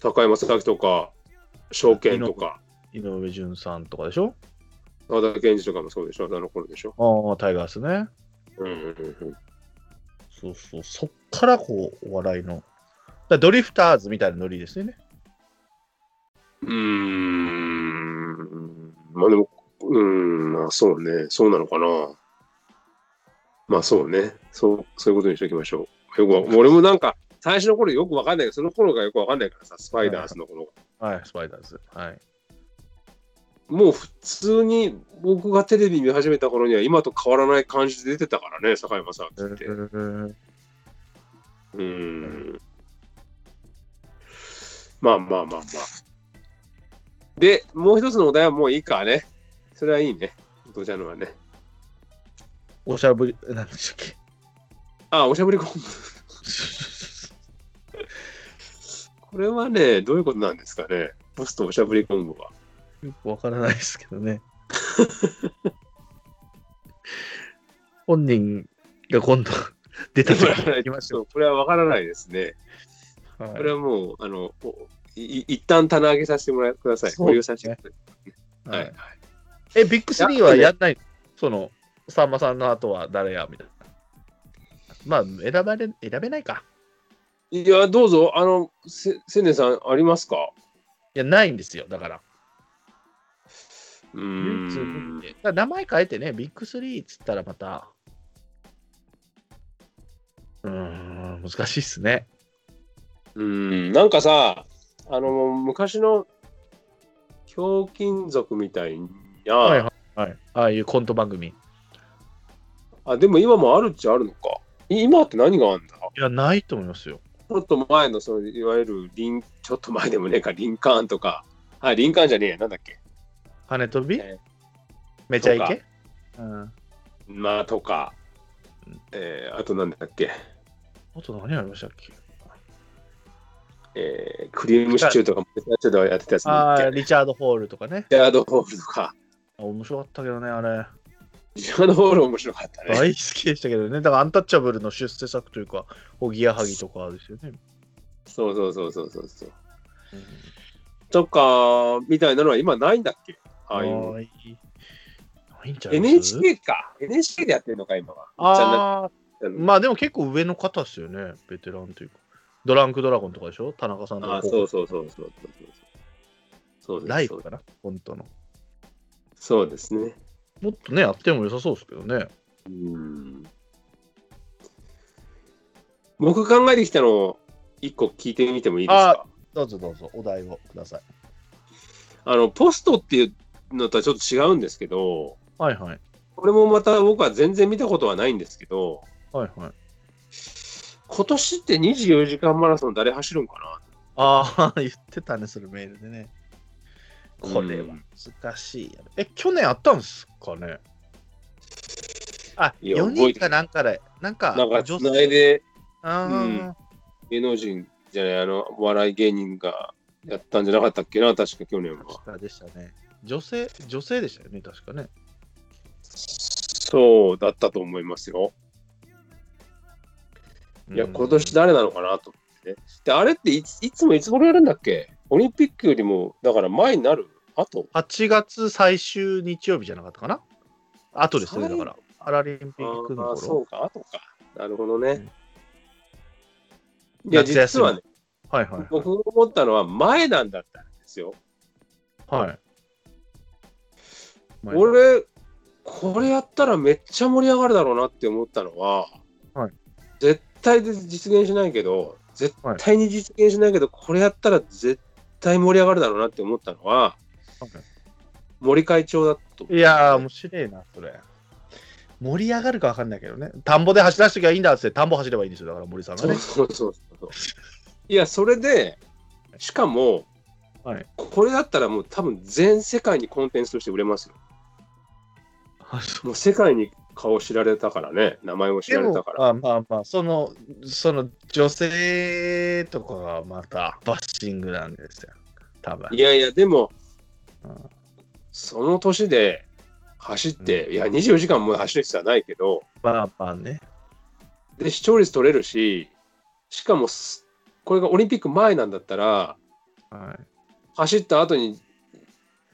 [SPEAKER 1] 堺正明とか、証券とか、
[SPEAKER 2] 井上潤さんとかでしょ
[SPEAKER 1] 和田健二とかもそうでしょ。あの頃でしょ。
[SPEAKER 2] ああ、タイガースね。
[SPEAKER 1] うんうんうん
[SPEAKER 2] そうそう、そっからこう、お笑いの。だからドリフターズみたいなノリですよね。
[SPEAKER 1] うん。うーん。まあでも、うーん、まあそうね。そうなのかな。まあそうね。そう、そういうことにしておきましょう。よくわ俺もなんか、最初の頃よくわかんないけど、その頃がよくわかんないからさ、スパイダースの頃。
[SPEAKER 2] はい、スパイダーズ。はい。
[SPEAKER 1] もう普通に僕がテレビ見始めた頃には今と変わらない感じで出てたからね、堺正明って。うーんまあまあまあまあ。で、もう一つのお題はもういいかね。それはいいね。ドジャヌはね。
[SPEAKER 2] おしゃぶり、なんでしたっけ。
[SPEAKER 1] あ、おしゃぶり昆布。これはね、どういうことなんですかね。ポストおしゃぶり昆布は。
[SPEAKER 2] よくわからないですけど ね。本人が今度 出てくる。きましょ
[SPEAKER 1] これはわからないですね。
[SPEAKER 2] う。はい
[SPEAKER 1] これはもう、あの、おいい一旦棚上げさせてもらってください。
[SPEAKER 2] そう
[SPEAKER 1] 保留させてください。は
[SPEAKER 2] は
[SPEAKER 1] い
[SPEAKER 2] い。え、ビッグスリーはやんないのその、さんまさんの後は誰やみたいな。まあ、選ばれ、選べないか。
[SPEAKER 1] いや、どうぞ、あの、せ、せんねさん、ありますか
[SPEAKER 2] いや、ないんですよ。だから。
[SPEAKER 1] う
[SPEAKER 2] 唯一
[SPEAKER 1] ー
[SPEAKER 2] 無
[SPEAKER 1] ん
[SPEAKER 2] 二でだから名前変えてね、ビッグスリーっつったらまた。うーん、難しいっすね。
[SPEAKER 1] うん、なんかさ、あの、昔の、ひょうきん族みたいな、
[SPEAKER 2] はいはいはい。ああいうコント番組。い
[SPEAKER 1] あ、でも今もあるっちゃあるのか。い今って何があるんだ
[SPEAKER 2] や、ないと思いますよ。
[SPEAKER 1] ちょっと前の、そのいわゆるリン、ちょっと前でもねえか、リンカーンとか、あ、リンカーンじゃねえや、なんだっけ。
[SPEAKER 2] 羽飛び、
[SPEAKER 1] え
[SPEAKER 2] めちゃイ
[SPEAKER 1] と
[SPEAKER 2] ケうん。
[SPEAKER 1] まあ、とか、えーあとなんだっけ、
[SPEAKER 2] あと何ありましたっけ
[SPEAKER 1] えークリームシチューとかも、ちょっとやってたやつ
[SPEAKER 2] あ
[SPEAKER 1] なんだ
[SPEAKER 2] あ、
[SPEAKER 1] っけ。
[SPEAKER 2] リチャード・ホールとかね。
[SPEAKER 1] リチャードホールとか、
[SPEAKER 2] あ面白かったけどね、あれ。
[SPEAKER 1] リチャードホール面白かったね。
[SPEAKER 2] 大好きでしたけどね。だからアンタッチャブルの出世作というか、おぎやはぎとかですよね。
[SPEAKER 1] そうそうそうそうそうそう。とか、みたいなのは今ないんだっけああいうの。
[SPEAKER 2] い。ないんちゃいます
[SPEAKER 1] NHK か。NHK でやってるのか、今は。
[SPEAKER 2] ああ、
[SPEAKER 1] じゃな
[SPEAKER 2] まあでも結構上の方ですよね。ベテランというか。ドランクドラゴンとかでしょ田中さんと
[SPEAKER 1] あ
[SPEAKER 2] か
[SPEAKER 1] あ、。そうそうそうそうそうそうそう。そうです
[SPEAKER 2] ライブかな本当の。
[SPEAKER 1] そうですね。
[SPEAKER 2] もっとね、やっても良さそうですけどね。
[SPEAKER 1] うん。僕考えてきたのを一個聞いてみてもいいですか
[SPEAKER 2] どうぞどうぞ、お題をください。
[SPEAKER 1] あの、ポストっていうのとはちょっと違うんですけど、
[SPEAKER 2] はいはい。
[SPEAKER 1] これもまた僕は全然見たことはないんですけど、
[SPEAKER 2] はいはい。
[SPEAKER 1] 今年って24時間マラソン誰走るんかな
[SPEAKER 2] ああ、言ってたね、それメールでね。これ
[SPEAKER 1] う
[SPEAKER 2] は
[SPEAKER 1] ん
[SPEAKER 2] 難しいやろ。え、去年あったんすかねあ、
[SPEAKER 1] いや
[SPEAKER 2] 4
[SPEAKER 1] 覚え
[SPEAKER 2] 人
[SPEAKER 1] て
[SPEAKER 2] かなんかで、なんか、
[SPEAKER 1] なんか、
[SPEAKER 2] 女
[SPEAKER 1] つ
[SPEAKER 2] 性
[SPEAKER 1] ないで
[SPEAKER 2] あー
[SPEAKER 1] 芸能人じゃない、あの、お笑い芸人がやったんじゃなかったっけな、確か去年は。
[SPEAKER 2] 確かでしたね。女性、女性でしたよね、確かね。
[SPEAKER 1] そうだったと思いますよ。いや、
[SPEAKER 2] うん
[SPEAKER 1] 今年誰なのかなと思ってね。で、あれっていついつもいつ頃やるんだっけオリンピックよりも、だから前になるあと
[SPEAKER 2] 8月最終日曜日じゃなかったかなあとですね、だ
[SPEAKER 1] 最
[SPEAKER 2] から。パラリンピック
[SPEAKER 1] あ
[SPEAKER 2] の
[SPEAKER 1] ーそ
[SPEAKER 2] 頃。
[SPEAKER 1] うか、あとか。なるほどね。
[SPEAKER 2] うん
[SPEAKER 1] いや、
[SPEAKER 2] 夏休
[SPEAKER 1] 実
[SPEAKER 2] み
[SPEAKER 1] はね、
[SPEAKER 2] はいはい、
[SPEAKER 1] 僕が思ったのは前なんだったんですよ。
[SPEAKER 2] はい。はい。前の
[SPEAKER 1] 俺、これやったらめっちゃ盛り上がるだろうなって思ったのは、
[SPEAKER 2] はい
[SPEAKER 1] 絶対で実現しないけど、絶対に実現しないけど、これやったら絶対盛り上がるだろうなって思ったのは、
[SPEAKER 2] はい
[SPEAKER 1] 森会長だと思う。
[SPEAKER 2] いやー、面白いな、それ。盛り上がるか分かんないけどね。田んぼで走らせときゃいいんだっつって、田んぼ走ればいいんですよ、だから森さんが
[SPEAKER 1] そう
[SPEAKER 2] ね。
[SPEAKER 1] そうそうそう。いや、それで、しかも、
[SPEAKER 2] はい
[SPEAKER 1] これだったらもう多分全世界にコンテンツとして売れますよ。
[SPEAKER 2] あそう
[SPEAKER 1] もう世界に顔知られたからね、名前を知
[SPEAKER 2] で
[SPEAKER 1] られ
[SPEAKER 2] も
[SPEAKER 1] たから。
[SPEAKER 2] まあまあまあそのその女性とかはまたバッシングなんですよ多分
[SPEAKER 1] いやいや、でも、
[SPEAKER 2] うん
[SPEAKER 1] その年で走って、
[SPEAKER 2] うん
[SPEAKER 1] いや、24時間も走る必要はないけど、
[SPEAKER 2] まあまあね
[SPEAKER 1] で、視聴率取れるし、しかもす、これがオリンピック前なんだったら、
[SPEAKER 2] は
[SPEAKER 1] 走った後に、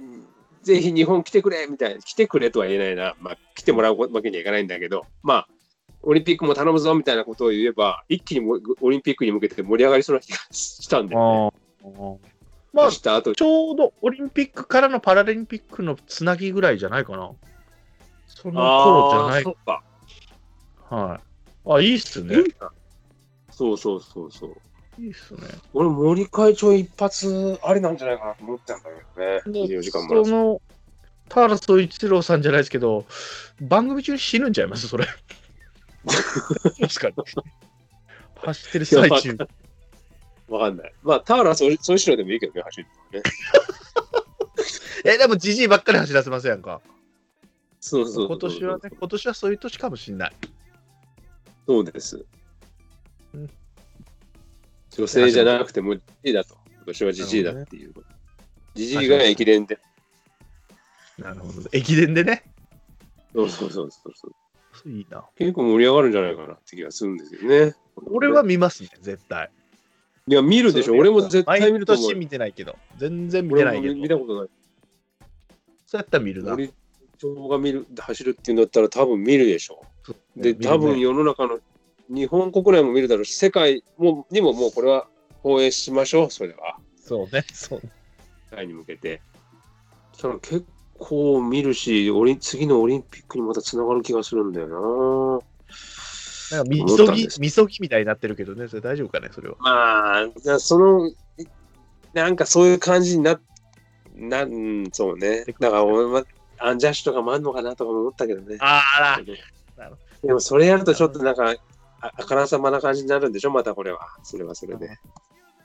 [SPEAKER 1] うんぜひ日本来てくれみたいな、来てくれとは言えないな、まあ、来てもらうわけにはいかないんだけど、まあ、オリンピックも頼むぞみたいなことを言えば、一気にもオリンピックに向けて盛り上がりそうな気がしたん
[SPEAKER 2] い
[SPEAKER 1] で、ね、
[SPEAKER 2] まあ
[SPEAKER 1] 走った後に
[SPEAKER 2] ちょうどオリンピックからのパラリンピックのつなぎぐらいじゃないかな。その頃じゃ
[SPEAKER 1] あ
[SPEAKER 2] ない
[SPEAKER 1] ー。そうか
[SPEAKER 2] はい。あ、いいっすね。
[SPEAKER 1] そうそうそうそう。
[SPEAKER 2] いいっすね。
[SPEAKER 1] 俺、森会長一発ありなんじゃないかなと思ったんだけどね。24時間もら
[SPEAKER 2] その、田原総一郎さんじゃないですけど、番組中に死ぬんちゃいます それ。確かに。走ってる最中。
[SPEAKER 1] わかんない。まあ、田原総総一郎でもいいけどね、走るのはね。
[SPEAKER 2] え、でもじじいばっかり走らせませんか。
[SPEAKER 1] そうそうそう
[SPEAKER 2] 今年はね、今年はそういう年かもしんない。
[SPEAKER 1] そうです
[SPEAKER 2] うん。
[SPEAKER 1] 女性じゃなくてもじじいだと。今年はじじいだっていうこと。じじいが駅伝で。
[SPEAKER 2] なるほど。駅伝でね。
[SPEAKER 1] そうそうそうそうそう。
[SPEAKER 2] いいな。
[SPEAKER 1] 結構盛り上がるんじゃないかなって気がするんですよね。
[SPEAKER 2] 俺は見ますね、絶対。
[SPEAKER 1] いや、見るでしょ。俺も絶対見ると思
[SPEAKER 2] 毎
[SPEAKER 1] う
[SPEAKER 2] 年。見てないけど、全然見て
[SPEAKER 1] 俺
[SPEAKER 2] な
[SPEAKER 1] も
[SPEAKER 2] いけど、
[SPEAKER 1] 見たことない。
[SPEAKER 2] そうやったら見るな。
[SPEAKER 1] 森長が見る走るっていうんだったら多分見るでしょ。で、
[SPEAKER 2] 見るね
[SPEAKER 1] 多分世の中の日本国内も見るだろうし、世界もにももうこれは放映しましょう、それは。
[SPEAKER 2] そうね、そう。
[SPEAKER 1] 世界に向けて。その結構見るし、オリン次のオリンピックにまたつながる気がするんだよな。
[SPEAKER 2] なんかみ
[SPEAKER 1] 思っ
[SPEAKER 2] そ
[SPEAKER 1] たん
[SPEAKER 2] ぎ
[SPEAKER 1] で、す
[SPEAKER 2] みそぎみたいになってるけどね、それ大丈夫かね、それは。
[SPEAKER 1] まあ、じゃあその、いなんかそういう感じになっなん、そうね。だから俺は、アンジャッシュとかもあんのかなとかも思ったけどね。
[SPEAKER 2] あら、
[SPEAKER 1] でもそれやるとちょっとなんか、ああからさまな感じになるんでしょ、またこれは。それはそれで。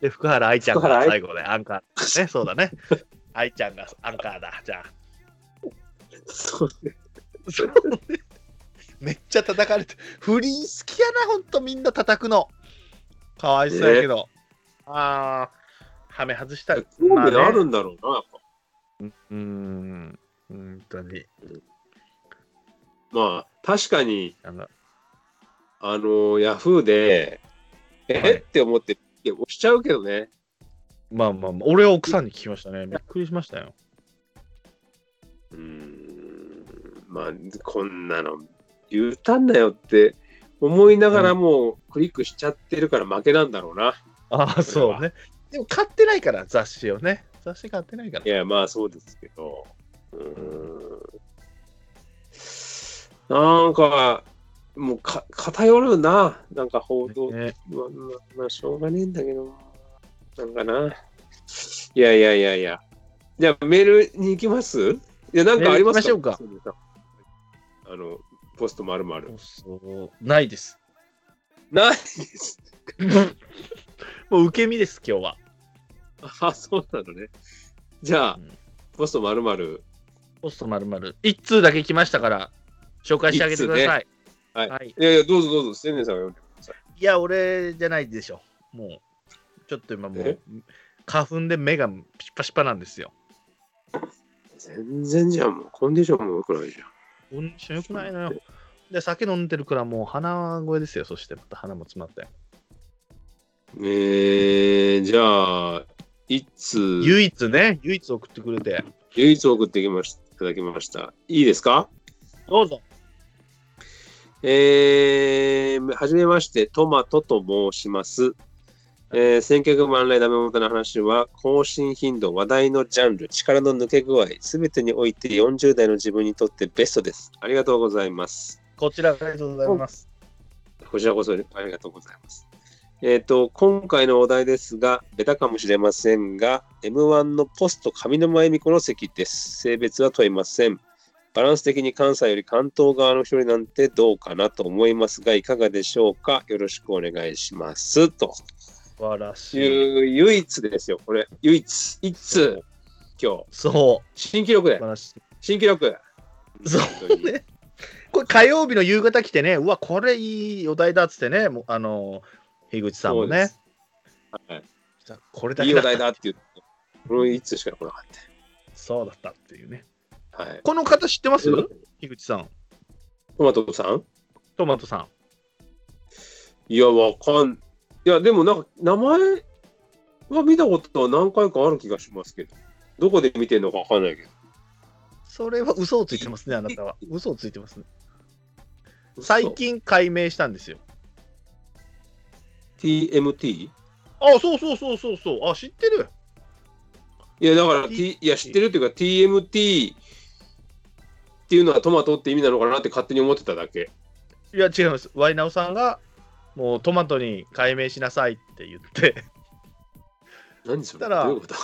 [SPEAKER 2] で、福原愛ちゃん
[SPEAKER 1] 福原
[SPEAKER 2] が
[SPEAKER 1] 愛
[SPEAKER 2] 最後でアンカー。ね、そうだね。 愛ちゃんがアンカーだ、じゃあ。
[SPEAKER 1] そうね
[SPEAKER 2] めっちゃ叩かれて、不倫好きやな、ほんとみんな叩くの。かわいそうやけど。ああ、はめ外し
[SPEAKER 1] 興
[SPEAKER 2] た。
[SPEAKER 1] 味
[SPEAKER 2] ま
[SPEAKER 1] あ
[SPEAKER 2] あね
[SPEAKER 1] るんだろうな、やっぱ。
[SPEAKER 2] うーん、本当に。
[SPEAKER 1] まあ、確かに、
[SPEAKER 2] あの
[SPEAKER 1] あの、ヤフーで、え、
[SPEAKER 2] はい
[SPEAKER 1] って思って、いや押しちゃうけどね。
[SPEAKER 2] まあまあまあ、俺は奥さんに聞きましたね。びっくりしましたよ。
[SPEAKER 1] うーん、まあ、こんなの、言うたんなよって思いながらもうクリックしちゃってるから負けなんだろうな。
[SPEAKER 2] あ
[SPEAKER 1] そ
[SPEAKER 2] あ、
[SPEAKER 1] れ
[SPEAKER 2] そう
[SPEAKER 1] は
[SPEAKER 2] ね。でも買ってないから、雑誌をね。雑誌買ってないから
[SPEAKER 1] い。や、まあそうですけど。うーん。なんか、もうか偏るな。なんか報道、
[SPEAKER 2] ね、
[SPEAKER 1] まあまあまあ、しょうがねえんだけど。なんかな。いやいやいやいや。じゃあメールに行きますいや、なんかあります
[SPEAKER 2] メール行きまし
[SPEAKER 1] あの、ポストまるま
[SPEAKER 2] そ
[SPEAKER 1] る。
[SPEAKER 2] うそうないです。
[SPEAKER 1] ないです。
[SPEAKER 2] もう受け身です、今日は。
[SPEAKER 1] あ、そうなのね。じゃあ、
[SPEAKER 2] うん
[SPEAKER 1] ポストまるまる。
[SPEAKER 2] ポストまるまる一通だけ来ましたから、紹介してあげてくださ
[SPEAKER 1] 通
[SPEAKER 2] い。
[SPEAKER 1] ねはい
[SPEAKER 2] はい。
[SPEAKER 1] いやいや、どうぞどうぞ、千年さんが読んでください。
[SPEAKER 2] いや、俺じゃないでしょ。もう、ちょっと今もう
[SPEAKER 1] え、
[SPEAKER 2] 花粉で目がピッパシパなんですよ。
[SPEAKER 1] 全然じゃん、もうコンディションも良くないじゃん。
[SPEAKER 2] コンディション良くないのよ。で、酒飲んでるからもう鼻声ですよ。そしてまた鼻も詰まって。
[SPEAKER 1] えー、じゃあ、一通、
[SPEAKER 2] 唯一ね、唯一送ってくれて。
[SPEAKER 1] 唯一送ってきましいただきました。いいですか
[SPEAKER 2] どうぞ。
[SPEAKER 1] えー、はじめまして、トマトと申します。えー、千脚万来ダメ元の話は、更新頻度、話題のジャンル、力の抜け具合、すべてにおいて40代の自分にとってベストです。ありがとうございます。
[SPEAKER 2] こちら、ありがとうございます。
[SPEAKER 1] こちらこそありがとうございます。えっ、と、今回のお題ですが、ベタかもしれませんが、M1 のポスト上沼恵美子の席です。性別は問いません。バランス的に関西より関東側の一人なんてどうかなと思いますが、いかがでしょうかよろしくお願いします。と。
[SPEAKER 2] 晴らしい。
[SPEAKER 1] ゆ唯一ですよ、これ。唯一。いつ、今日。
[SPEAKER 2] そう。
[SPEAKER 1] 新記録
[SPEAKER 2] 素
[SPEAKER 1] で
[SPEAKER 2] 晴。らし
[SPEAKER 1] 新記録。
[SPEAKER 2] い。そうね。これ火曜日の夕方来てね、うわ、これいいお題だっつってね、もうあの、樋口さんもね、
[SPEAKER 1] 本当に。
[SPEAKER 2] これ
[SPEAKER 1] は
[SPEAKER 2] だ
[SPEAKER 1] い、い
[SPEAKER 2] け
[SPEAKER 1] い
[SPEAKER 2] だ
[SPEAKER 1] お
[SPEAKER 2] っ
[SPEAKER 1] 題
[SPEAKER 2] た
[SPEAKER 1] だって言って、このいつしか来なかっ
[SPEAKER 2] そうだったっていうね。
[SPEAKER 1] た。はい。
[SPEAKER 2] この方知ってます樋口さん、
[SPEAKER 1] トマトさん
[SPEAKER 2] トマトさん。
[SPEAKER 1] いや、わかん。いや、でもなんか、名前は見たことは何回かある気がしますけど、どこで見てるのかわかんないけど。
[SPEAKER 2] それは嘘をついてますね、あなたは。嘘をついてますね。最近解明したんですよ。
[SPEAKER 1] TMT?
[SPEAKER 2] あ、そうそうそうそうそう。あ、知ってる。
[SPEAKER 1] いや、だから、T、いや、知ってるっていうか、TMT っていうのはトマトって意味なのかなって勝手に思ってただけ。
[SPEAKER 2] いや、違います。ワイナオさんが、もうトマトに解明しなさいって言って、
[SPEAKER 1] 何それ
[SPEAKER 2] たら
[SPEAKER 1] どういうこと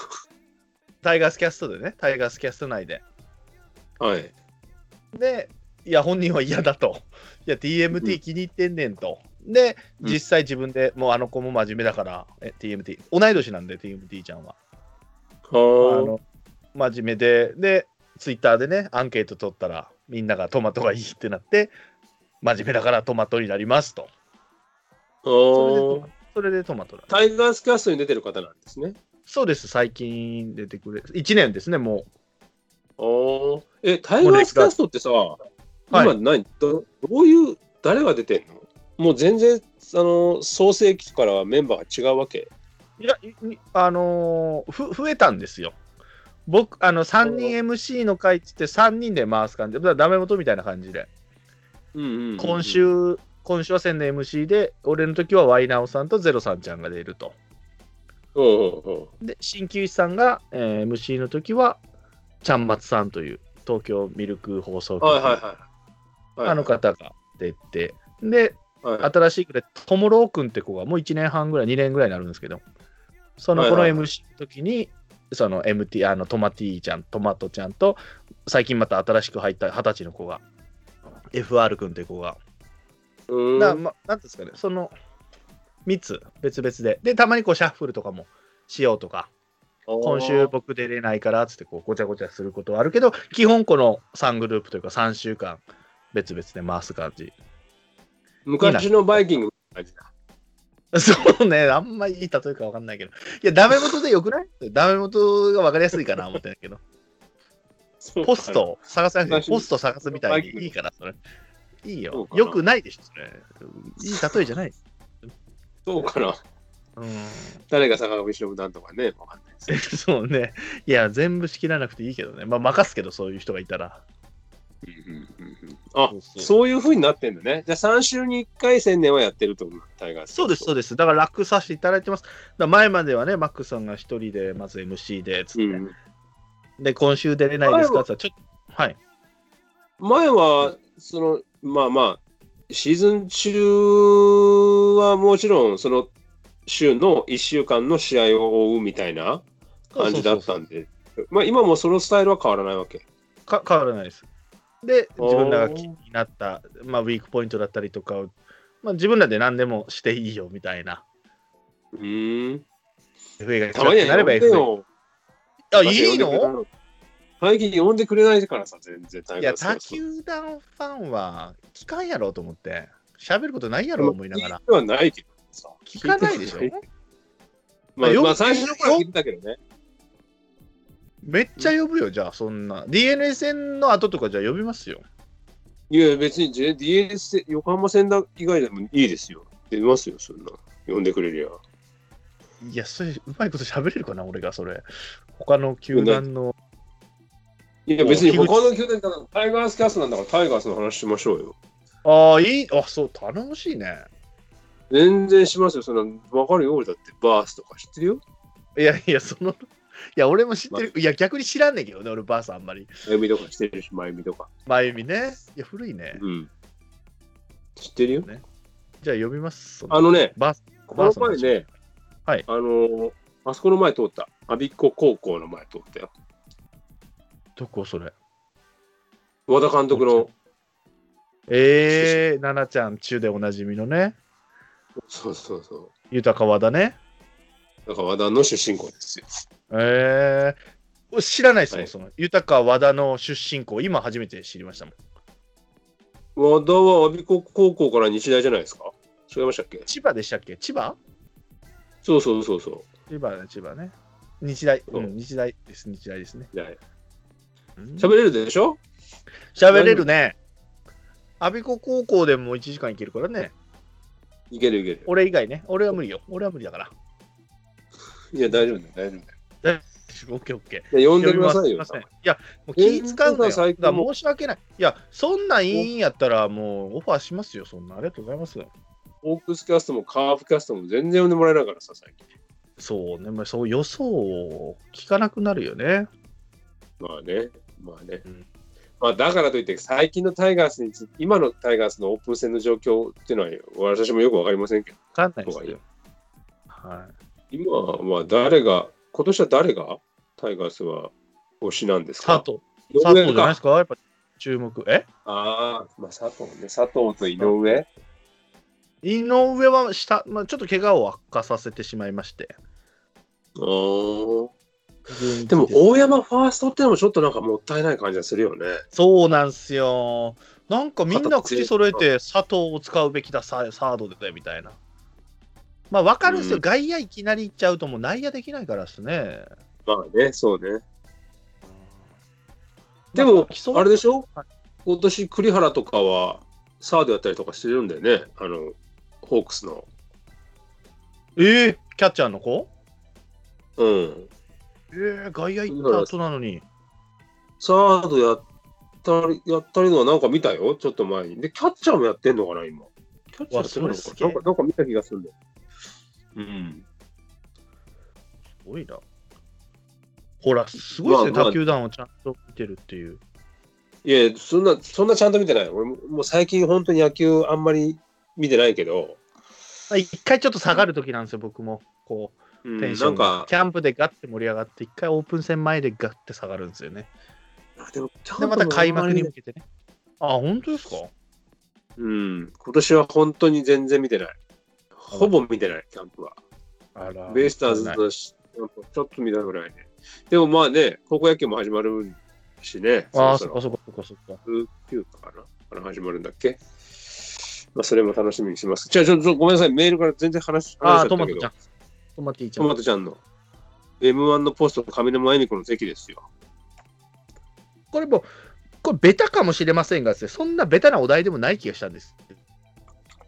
[SPEAKER 2] タイガースキャストでね、タイガースキャスト内で。
[SPEAKER 1] はい。
[SPEAKER 2] で、いや、本人は嫌だと。いや、
[SPEAKER 1] うん
[SPEAKER 2] TMT 気に入ってんねんと。で、
[SPEAKER 1] うん
[SPEAKER 2] 実際自分でもうあの子も真面目だから、え TMT、同い年なんで、TMT ちゃんは。
[SPEAKER 1] あ
[SPEAKER 2] あ
[SPEAKER 1] ー
[SPEAKER 2] の真面目で、で、ツイッターでね、アンケート取ったら、みんながトマトがいいってなって、真面目だからトマトになりますと。
[SPEAKER 1] あ
[SPEAKER 2] それでト
[SPEAKER 1] ー
[SPEAKER 2] マ、それでトマトだ。
[SPEAKER 1] タイガースキャストに出てる方なんですね。
[SPEAKER 2] そうです、最近出てくれ、1年ですね、も
[SPEAKER 1] あ
[SPEAKER 2] う。
[SPEAKER 1] ーえ、タイガースキャストってさ、
[SPEAKER 2] い
[SPEAKER 1] 今何どどういう、誰が出てんのもう全然、あの、創世期からはメンバーが違うわけ。
[SPEAKER 2] いや、いいあのーふ増えたんですよ。僕、あの、3人 MC の回っつって3人で回す感じ。だからダメ元みたいな感じで。
[SPEAKER 1] うんうんうんうん
[SPEAKER 2] 今。週、今週は1000の MC で、俺の時はワイナオさんとゼロさんちゃんが出ると。
[SPEAKER 1] うんうんうん
[SPEAKER 2] で、鍼灸師さんが、えー MC の時は、ちゃんまつさんという東京ミルク放送局、
[SPEAKER 1] はいはいはい。はい
[SPEAKER 2] あの、方が出て、で、
[SPEAKER 1] はい、
[SPEAKER 2] 新しいくで、ともろうくんって子がもう1年半ぐらい、2年ぐらいになるんですけど、その子の
[SPEAKER 1] はいはいは
[SPEAKER 2] MC の時に、その MT、あのトマティちゃん、トマトちゃんと、最近また新しく入った20歳の子が、FR くんって子が、
[SPEAKER 1] うーん
[SPEAKER 2] なま、なんていうんですかね、その3つ、別々で、で、たまにこうシャッフルとかもしようとか、今週僕出れないからっつってこうごちゃごちゃすることはあるけど、基本この3グループというか3週間、別々で回す感じ。
[SPEAKER 1] 昔のバイキングみたいな感じだ。
[SPEAKER 2] そうね、あんまいい例えか分かんないけど。いや、ダメ元でよくないダメ元が分かりやすいかな、思ってんだ けど。
[SPEAKER 1] そう
[SPEAKER 2] ポストを探さなく
[SPEAKER 1] 昔
[SPEAKER 2] て、ポスト探すみたいにいいから、それ。い
[SPEAKER 1] そう
[SPEAKER 2] いよ
[SPEAKER 1] か。な
[SPEAKER 2] よくないでしょ、それ。いい例えじゃない。
[SPEAKER 1] そうかな。
[SPEAKER 2] うん。
[SPEAKER 1] 誰が坂上忍なんとかね、わかんないですけど。
[SPEAKER 2] そうね。いや、全部仕切らなくていいけどね。まあ、任すけど、そういう人がいたら。
[SPEAKER 1] うんうんうんうんあ
[SPEAKER 2] そうそう
[SPEAKER 1] そういうふうになってんだね。じゃあ3週に1回宣伝はやってると思う、タイガース。
[SPEAKER 2] そうです、そうです。だから楽させていただいてます。だから前まではね、マックさんが一人で、まず MC で、つって、
[SPEAKER 1] うん
[SPEAKER 2] で、今週出れないですかって言ったらちょっと、はい。
[SPEAKER 1] 前は、その、まあまあ、シーズン中はもちろん、その週の1週間の試合を追うみたいな感じだったんで、まあ今もそのスタイルは変わらないわけ。
[SPEAKER 2] か変わらないです。で、
[SPEAKER 1] おー
[SPEAKER 2] 自分らが気になった、まあ、ウィークポイントだったりとかを、まあ、自分らで何でもしていいよみたいな。
[SPEAKER 1] うーん。
[SPEAKER 2] FA が
[SPEAKER 1] たまには
[SPEAKER 2] な
[SPEAKER 1] 呼
[SPEAKER 2] れ
[SPEAKER 1] ん
[SPEAKER 2] ば
[SPEAKER 1] で
[SPEAKER 2] FA。
[SPEAKER 1] よ。
[SPEAKER 2] あ、いいの
[SPEAKER 1] 最近呼んでくれないからさ、全然タイ
[SPEAKER 2] い
[SPEAKER 1] ガ
[SPEAKER 2] や、
[SPEAKER 1] ースは
[SPEAKER 2] 他球団ファンは聞かんやろと思って、喋ることないやろ思いながら。
[SPEAKER 1] 聞いてはないけどさ。
[SPEAKER 2] 聞かないでしょ
[SPEAKER 1] 聞てはまあ、
[SPEAKER 2] よ
[SPEAKER 1] まあ、最初の頃は聞いてたけどね。
[SPEAKER 2] めっちゃ呼ぶよ、じゃあ、そんな。DNA 戦の後とかじゃあ呼びますよ。
[SPEAKER 1] いや、別に JDS、横浜戦だ以外でもいいですよ。出ますよ、そんな。呼んでくれりゃ。
[SPEAKER 2] いや、それ、うまいこと喋れるかな、俺がそれ。他の球団の。
[SPEAKER 1] いや、別に他の球団からタイガースキャストなんだからタイガースの話しましょうよ。
[SPEAKER 2] ああ、いい。あ、そう、頼もしいね。
[SPEAKER 1] 全然しますよ、そんな。わかるよ、俺だって。バースとか知ってるよ。
[SPEAKER 2] いやいや、その、いや、俺も知ってる。いや、逆に知らんねんけどね、俺、ばあさんあんまり。
[SPEAKER 1] まゆみとかしてるし、まゆみとか。
[SPEAKER 2] まゆみね。いや、古いね。
[SPEAKER 1] うん。知ってるよ。
[SPEAKER 2] じゃあ、読みます。その
[SPEAKER 1] あのね、
[SPEAKER 2] ばあさん
[SPEAKER 1] この前ね、
[SPEAKER 2] はい
[SPEAKER 1] あのーあそこの前通った。我孫子高校の前通ったよ。
[SPEAKER 2] どこそれ。
[SPEAKER 1] 和田監督の、
[SPEAKER 2] えー、ななちゃん、中でおなじみのね、
[SPEAKER 1] そうそうそう。
[SPEAKER 2] 豊川だね。
[SPEAKER 1] だから和田の出身校ですよ。
[SPEAKER 2] えー、知らないですもん、
[SPEAKER 1] はい
[SPEAKER 2] その豊か和田の出身校、今初めて知りましたもん。
[SPEAKER 1] 和田は阿鼻子高校から日大じゃないですか違いましたっけ
[SPEAKER 2] 千葉でしたっけ千葉
[SPEAKER 1] そうそうそうそう。
[SPEAKER 2] 千葉ね、千葉ね。日大、
[SPEAKER 1] そう
[SPEAKER 2] うん、日大です、日大ですね。
[SPEAKER 1] じゃあ
[SPEAKER 2] うん
[SPEAKER 1] 喋れるでしょ
[SPEAKER 2] 喋れるね。阿鼻子高校でも1時間いけるからね。
[SPEAKER 1] いけるいける。
[SPEAKER 2] 俺以外ね。俺は無理よ。俺は無理だから。
[SPEAKER 1] いや、大丈夫だよ、大丈夫だよ
[SPEAKER 2] オッケーオッケー。
[SPEAKER 1] いや。呼ん
[SPEAKER 2] 呼
[SPEAKER 1] で
[SPEAKER 2] び
[SPEAKER 1] くだ
[SPEAKER 2] ます
[SPEAKER 1] さ
[SPEAKER 2] す
[SPEAKER 1] い
[SPEAKER 2] い
[SPEAKER 1] よ
[SPEAKER 2] ま。せん。いや、もう気使うの
[SPEAKER 1] え
[SPEAKER 2] よ。
[SPEAKER 1] 最
[SPEAKER 2] だ
[SPEAKER 1] 近
[SPEAKER 2] から
[SPEAKER 1] も
[SPEAKER 2] 申し訳ない。いや、そんなんいいんやったら、もうオファーしますよ。そんな。ありがとうございます。
[SPEAKER 1] ホークスキャストもカーフキャストも全然呼んでもらえないからさ、最近。
[SPEAKER 2] そうね。まあ、そう予想を聞かなくなるよね。
[SPEAKER 1] まあね、まあね。
[SPEAKER 2] うん
[SPEAKER 1] まあだからといって、最近のタイガースにつ、今のタイガースのオープン戦の状況っていうのは、私もよくわかりませんけど、
[SPEAKER 2] わかんないで
[SPEAKER 1] と
[SPEAKER 2] す
[SPEAKER 1] はいえ
[SPEAKER 2] よ。はい。
[SPEAKER 1] 今はまあ誰が、今年は誰がタイガースは推しなんです
[SPEAKER 2] 佐
[SPEAKER 1] か
[SPEAKER 2] 藤。
[SPEAKER 1] 井
[SPEAKER 2] 佐藤
[SPEAKER 1] 上
[SPEAKER 2] じゃないで
[SPEAKER 1] か。
[SPEAKER 2] すかやっぱ注目。え
[SPEAKER 1] ああ、まあ佐藤ね、佐藤と井上。
[SPEAKER 2] 井上は下、まあ、ちょっと怪我を悪化させてしまいまして。
[SPEAKER 1] ああ。でも大山ファーストってのもちょっとなんかもったいない感じがするよね。
[SPEAKER 2] そうなんすよ。なんかみん
[SPEAKER 1] 肩
[SPEAKER 2] な
[SPEAKER 1] 強い
[SPEAKER 2] 口揃えて佐藤を使うべきだササードでみたいな。まあわかるんですよ、
[SPEAKER 1] うん
[SPEAKER 2] 外野いきなり行っちゃうともう内野できないからですね。
[SPEAKER 1] まあね、そうね。でも、あれでしょ
[SPEAKER 2] はい
[SPEAKER 1] 今年栗原とかはサードやったりとかしてるんだよね。あの、ホークスの。
[SPEAKER 2] えー、キャッチャーの子
[SPEAKER 1] うん。
[SPEAKER 2] えー、外野行った後なのに。
[SPEAKER 1] サードやったり、やったりのはなんか見たよ、ちょっと前に。で、キャッチャーもやってんのかな、今。キャッチャーやってるの
[SPEAKER 2] わ
[SPEAKER 1] か
[SPEAKER 2] それすげ
[SPEAKER 1] な
[SPEAKER 2] え
[SPEAKER 1] なんかなんか見た気がするんだよ。うん。
[SPEAKER 2] すごいな。ほら、すごいですね、
[SPEAKER 1] まあまあ
[SPEAKER 2] 他球団をちゃんと見てるっていう。
[SPEAKER 1] いや、そんな、そんなちゃんと見てない。俺ももう最近本当に野球あんまり見てないけど、
[SPEAKER 2] まあ一回ちょっと下がる時なんですよ、僕も。こ
[SPEAKER 1] う
[SPEAKER 2] う、
[SPEAKER 1] ん、
[SPEAKER 2] テンシ
[SPEAKER 1] な
[SPEAKER 2] ョ
[SPEAKER 1] ん
[SPEAKER 2] ンが
[SPEAKER 1] か。、
[SPEAKER 2] キャンプでガッて盛り上がって、一回オープン戦前でガッて下がるんですよね。
[SPEAKER 1] でもキャンプ
[SPEAKER 2] で、また
[SPEAKER 1] も
[SPEAKER 2] 開
[SPEAKER 1] あ
[SPEAKER 2] 幕に
[SPEAKER 1] んま
[SPEAKER 2] 向けてね。あ、本当ですか
[SPEAKER 1] りうん。今年は本当に全然見てない。ほぼ見てない、キャンプは。
[SPEAKER 2] あら
[SPEAKER 1] ベイスターズとしちょっと見たぐらいね。でもまあね、高校野球も始まるしね。
[SPEAKER 2] ああ、
[SPEAKER 1] そ
[SPEAKER 2] そっ
[SPEAKER 1] ろそ
[SPEAKER 2] かそっかそっかそっか。
[SPEAKER 1] ろ19かなから始まるんだっけまあそれも楽しみにします。じゃあちょっとごめんなさい、メールから全然話
[SPEAKER 2] あ
[SPEAKER 1] 話し
[SPEAKER 2] あ、
[SPEAKER 1] ちゃ
[SPEAKER 2] ト
[SPEAKER 1] った
[SPEAKER 2] マ
[SPEAKER 1] け
[SPEAKER 2] トちゃ
[SPEAKER 1] ど
[SPEAKER 2] ん、。トマトいいちゃ
[SPEAKER 1] トマ
[SPEAKER 2] ん。
[SPEAKER 1] トちゃんの M1 のポスト、上沼恵美子の席ですよ。
[SPEAKER 2] これもう、これベタかもしれませんがですね、そんなベタなお題でもない気がしたんです。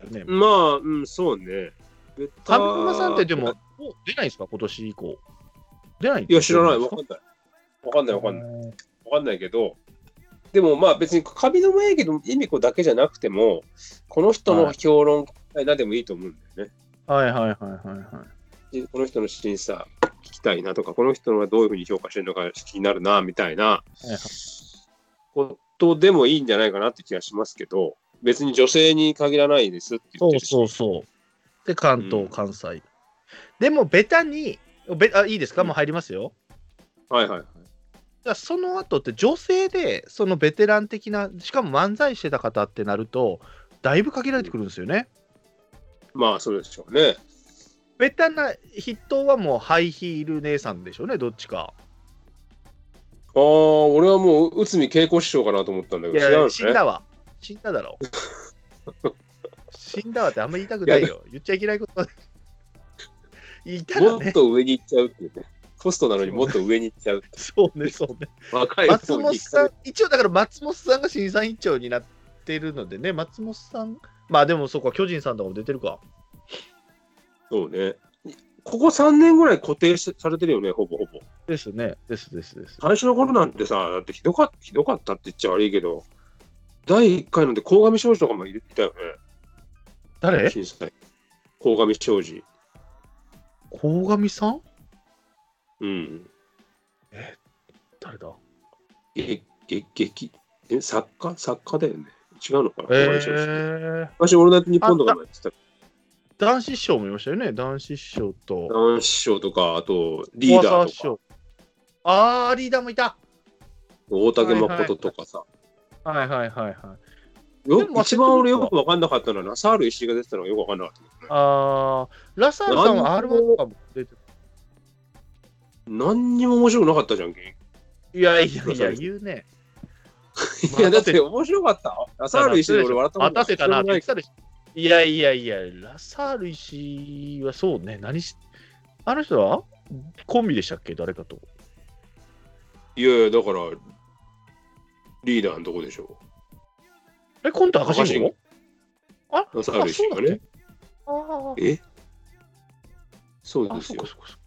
[SPEAKER 2] ね、
[SPEAKER 1] まあ、うん、そうね。上
[SPEAKER 2] 上沼さんってでも、もう出ないんですか、今年以降。出ない
[SPEAKER 1] いや、知らない、わ
[SPEAKER 2] わ
[SPEAKER 1] かんない。わかんない、わかんない。
[SPEAKER 2] ない。
[SPEAKER 1] わかんないけど、でもまあ別に上沼恵美子だけじゃなくても、この人の評論家なでもいいと思うんだよね。
[SPEAKER 2] はいはいはいはいはい。
[SPEAKER 1] この人の審査聞きたいなとか、この人はどういうふうに評価してるのか気になるなみたいなことでもいいんじゃないかなって気がしますけど、別に女性に限らないですって言っ
[SPEAKER 2] そ
[SPEAKER 1] てる
[SPEAKER 2] う
[SPEAKER 1] し
[SPEAKER 2] そうそう。で、関東、
[SPEAKER 1] うん
[SPEAKER 2] 関西。でも、ベタに、べあいいですか、もう入りますよ。
[SPEAKER 1] はいはいはい。
[SPEAKER 2] だからその後って女性でそのベテラン的なしかも漫才してた方ってなるとだいぶ限られてくるんですよね。
[SPEAKER 1] まあそうでしょうね。
[SPEAKER 2] ベタな筆頭はもうハイヒール姉さんでしょうねどっちか。
[SPEAKER 1] ああ、俺はもう内海恵子師匠かなと思ったんだ
[SPEAKER 2] い
[SPEAKER 1] けど、
[SPEAKER 2] や
[SPEAKER 1] 違うの
[SPEAKER 2] 死ん
[SPEAKER 1] ね。
[SPEAKER 2] だわ死んだだろ。死んだわってあんまり言いたくな
[SPEAKER 1] い
[SPEAKER 2] いよ。言っちゃいけないこと。言いたら
[SPEAKER 1] もっ
[SPEAKER 2] ね。
[SPEAKER 1] と上に行っちゃうっていうね。ホストなのにもっと上に行っちゃう。
[SPEAKER 2] そうねそうね。
[SPEAKER 1] 若い
[SPEAKER 2] 松
[SPEAKER 1] 人
[SPEAKER 2] 本
[SPEAKER 1] に
[SPEAKER 2] さん一応だから松本さんが審査委員長になってるのでね松本さんまあでもそうか巨人さんとかも出てるか。
[SPEAKER 1] そうね。ここ3年ぐらい固定しされてるよね、ほぼほぼ。
[SPEAKER 2] ですねですですです。
[SPEAKER 1] 最初の頃なんてさ、だってひどかひどかったって言っちゃ悪いけど、第1回なんて、鴻上庄司とかもいたよね、
[SPEAKER 2] 誰
[SPEAKER 1] 審査員。鴻上庄司。
[SPEAKER 2] 鴻上さん
[SPEAKER 1] うん。
[SPEAKER 2] 誰だ
[SPEAKER 1] げげ劇え、作家作家だよね。違うのかな、鴻上庄司。
[SPEAKER 2] えー、
[SPEAKER 1] 昔、俺だって日本とかもやってたけ
[SPEAKER 2] 男子師匠もいましたよね。男子師匠
[SPEAKER 1] ど。
[SPEAKER 2] と。
[SPEAKER 1] 男子師匠とか、あと、リー
[SPEAKER 2] 小
[SPEAKER 1] ダ
[SPEAKER 2] 朝
[SPEAKER 1] ー
[SPEAKER 2] 師
[SPEAKER 1] とか、
[SPEAKER 2] 匠。あー、リーダーもいた。
[SPEAKER 1] 大竹誠とかさ。
[SPEAKER 2] はいはいはいはい。で
[SPEAKER 1] よ
[SPEAKER 2] も忘れてる
[SPEAKER 1] 一番俺よく分かんなかったのは、ラサール石井が出てたのがよく分かんなかったけどね。
[SPEAKER 2] あー、ラサールさんは
[SPEAKER 1] なんで
[SPEAKER 2] R1 とかも出て
[SPEAKER 1] 何にも面白くなかったじゃんけ。
[SPEAKER 2] いやいやいや、言うね。
[SPEAKER 1] いや、だって面白かった。朝の石で俺笑ったも
[SPEAKER 2] あ
[SPEAKER 1] ん
[SPEAKER 2] たせたなって言
[SPEAKER 1] な
[SPEAKER 2] っ
[SPEAKER 1] い
[SPEAKER 2] てたでしょ。いやいやいや、ラサール石はそうね、何し、あの人はコンビでしたっけ、誰かと。
[SPEAKER 1] いやいや、だから、リーダーのとこでしょ。
[SPEAKER 2] え、コント赤信号あ、
[SPEAKER 1] 朝の石が
[SPEAKER 2] あそうだっ
[SPEAKER 1] ね
[SPEAKER 2] け。あ
[SPEAKER 1] えそう
[SPEAKER 2] あ、あ、
[SPEAKER 1] で
[SPEAKER 2] そ
[SPEAKER 1] す
[SPEAKER 2] う
[SPEAKER 1] よ
[SPEAKER 2] か。そうかそうか。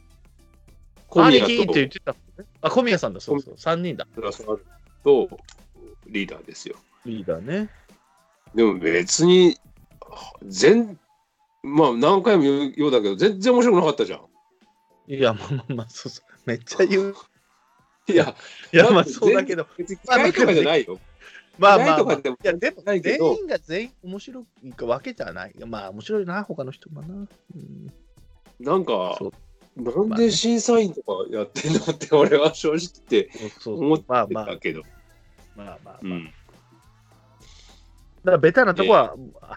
[SPEAKER 1] 小宮
[SPEAKER 2] 兄貴って言ってたもんね。あ、小宮さんだ、そうそう、3人だ。
[SPEAKER 1] と、朝の石とリーダーですよ。
[SPEAKER 2] リーダーね。
[SPEAKER 1] でも別に、全、まあ何回も言うようだけど、全然面白くなかったじゃん。
[SPEAKER 2] いや、まあまあまあ、そうそう。めっちゃ言う。
[SPEAKER 1] いや、
[SPEAKER 2] いや、ま
[SPEAKER 1] だっ
[SPEAKER 2] あ
[SPEAKER 1] て
[SPEAKER 2] そうだけど、
[SPEAKER 1] 別に嫌いとかじゃないよ。
[SPEAKER 2] まあ
[SPEAKER 1] 嫌
[SPEAKER 2] ま
[SPEAKER 1] い
[SPEAKER 2] あ、
[SPEAKER 1] と
[SPEAKER 2] まあ
[SPEAKER 1] か。でも
[SPEAKER 2] いや、でも、
[SPEAKER 1] ないけど
[SPEAKER 2] 全員が全員面白いわけじゃない。まあ、面白いな、他の人もな。うん、
[SPEAKER 1] なんか
[SPEAKER 2] そう、
[SPEAKER 1] なんで審査員とかやってんのって俺は正直言って
[SPEAKER 2] そう
[SPEAKER 1] 思って
[SPEAKER 2] まあまあ
[SPEAKER 1] た、けど。
[SPEAKER 2] まあまあ。
[SPEAKER 1] うん
[SPEAKER 2] だから、ベタなとこは、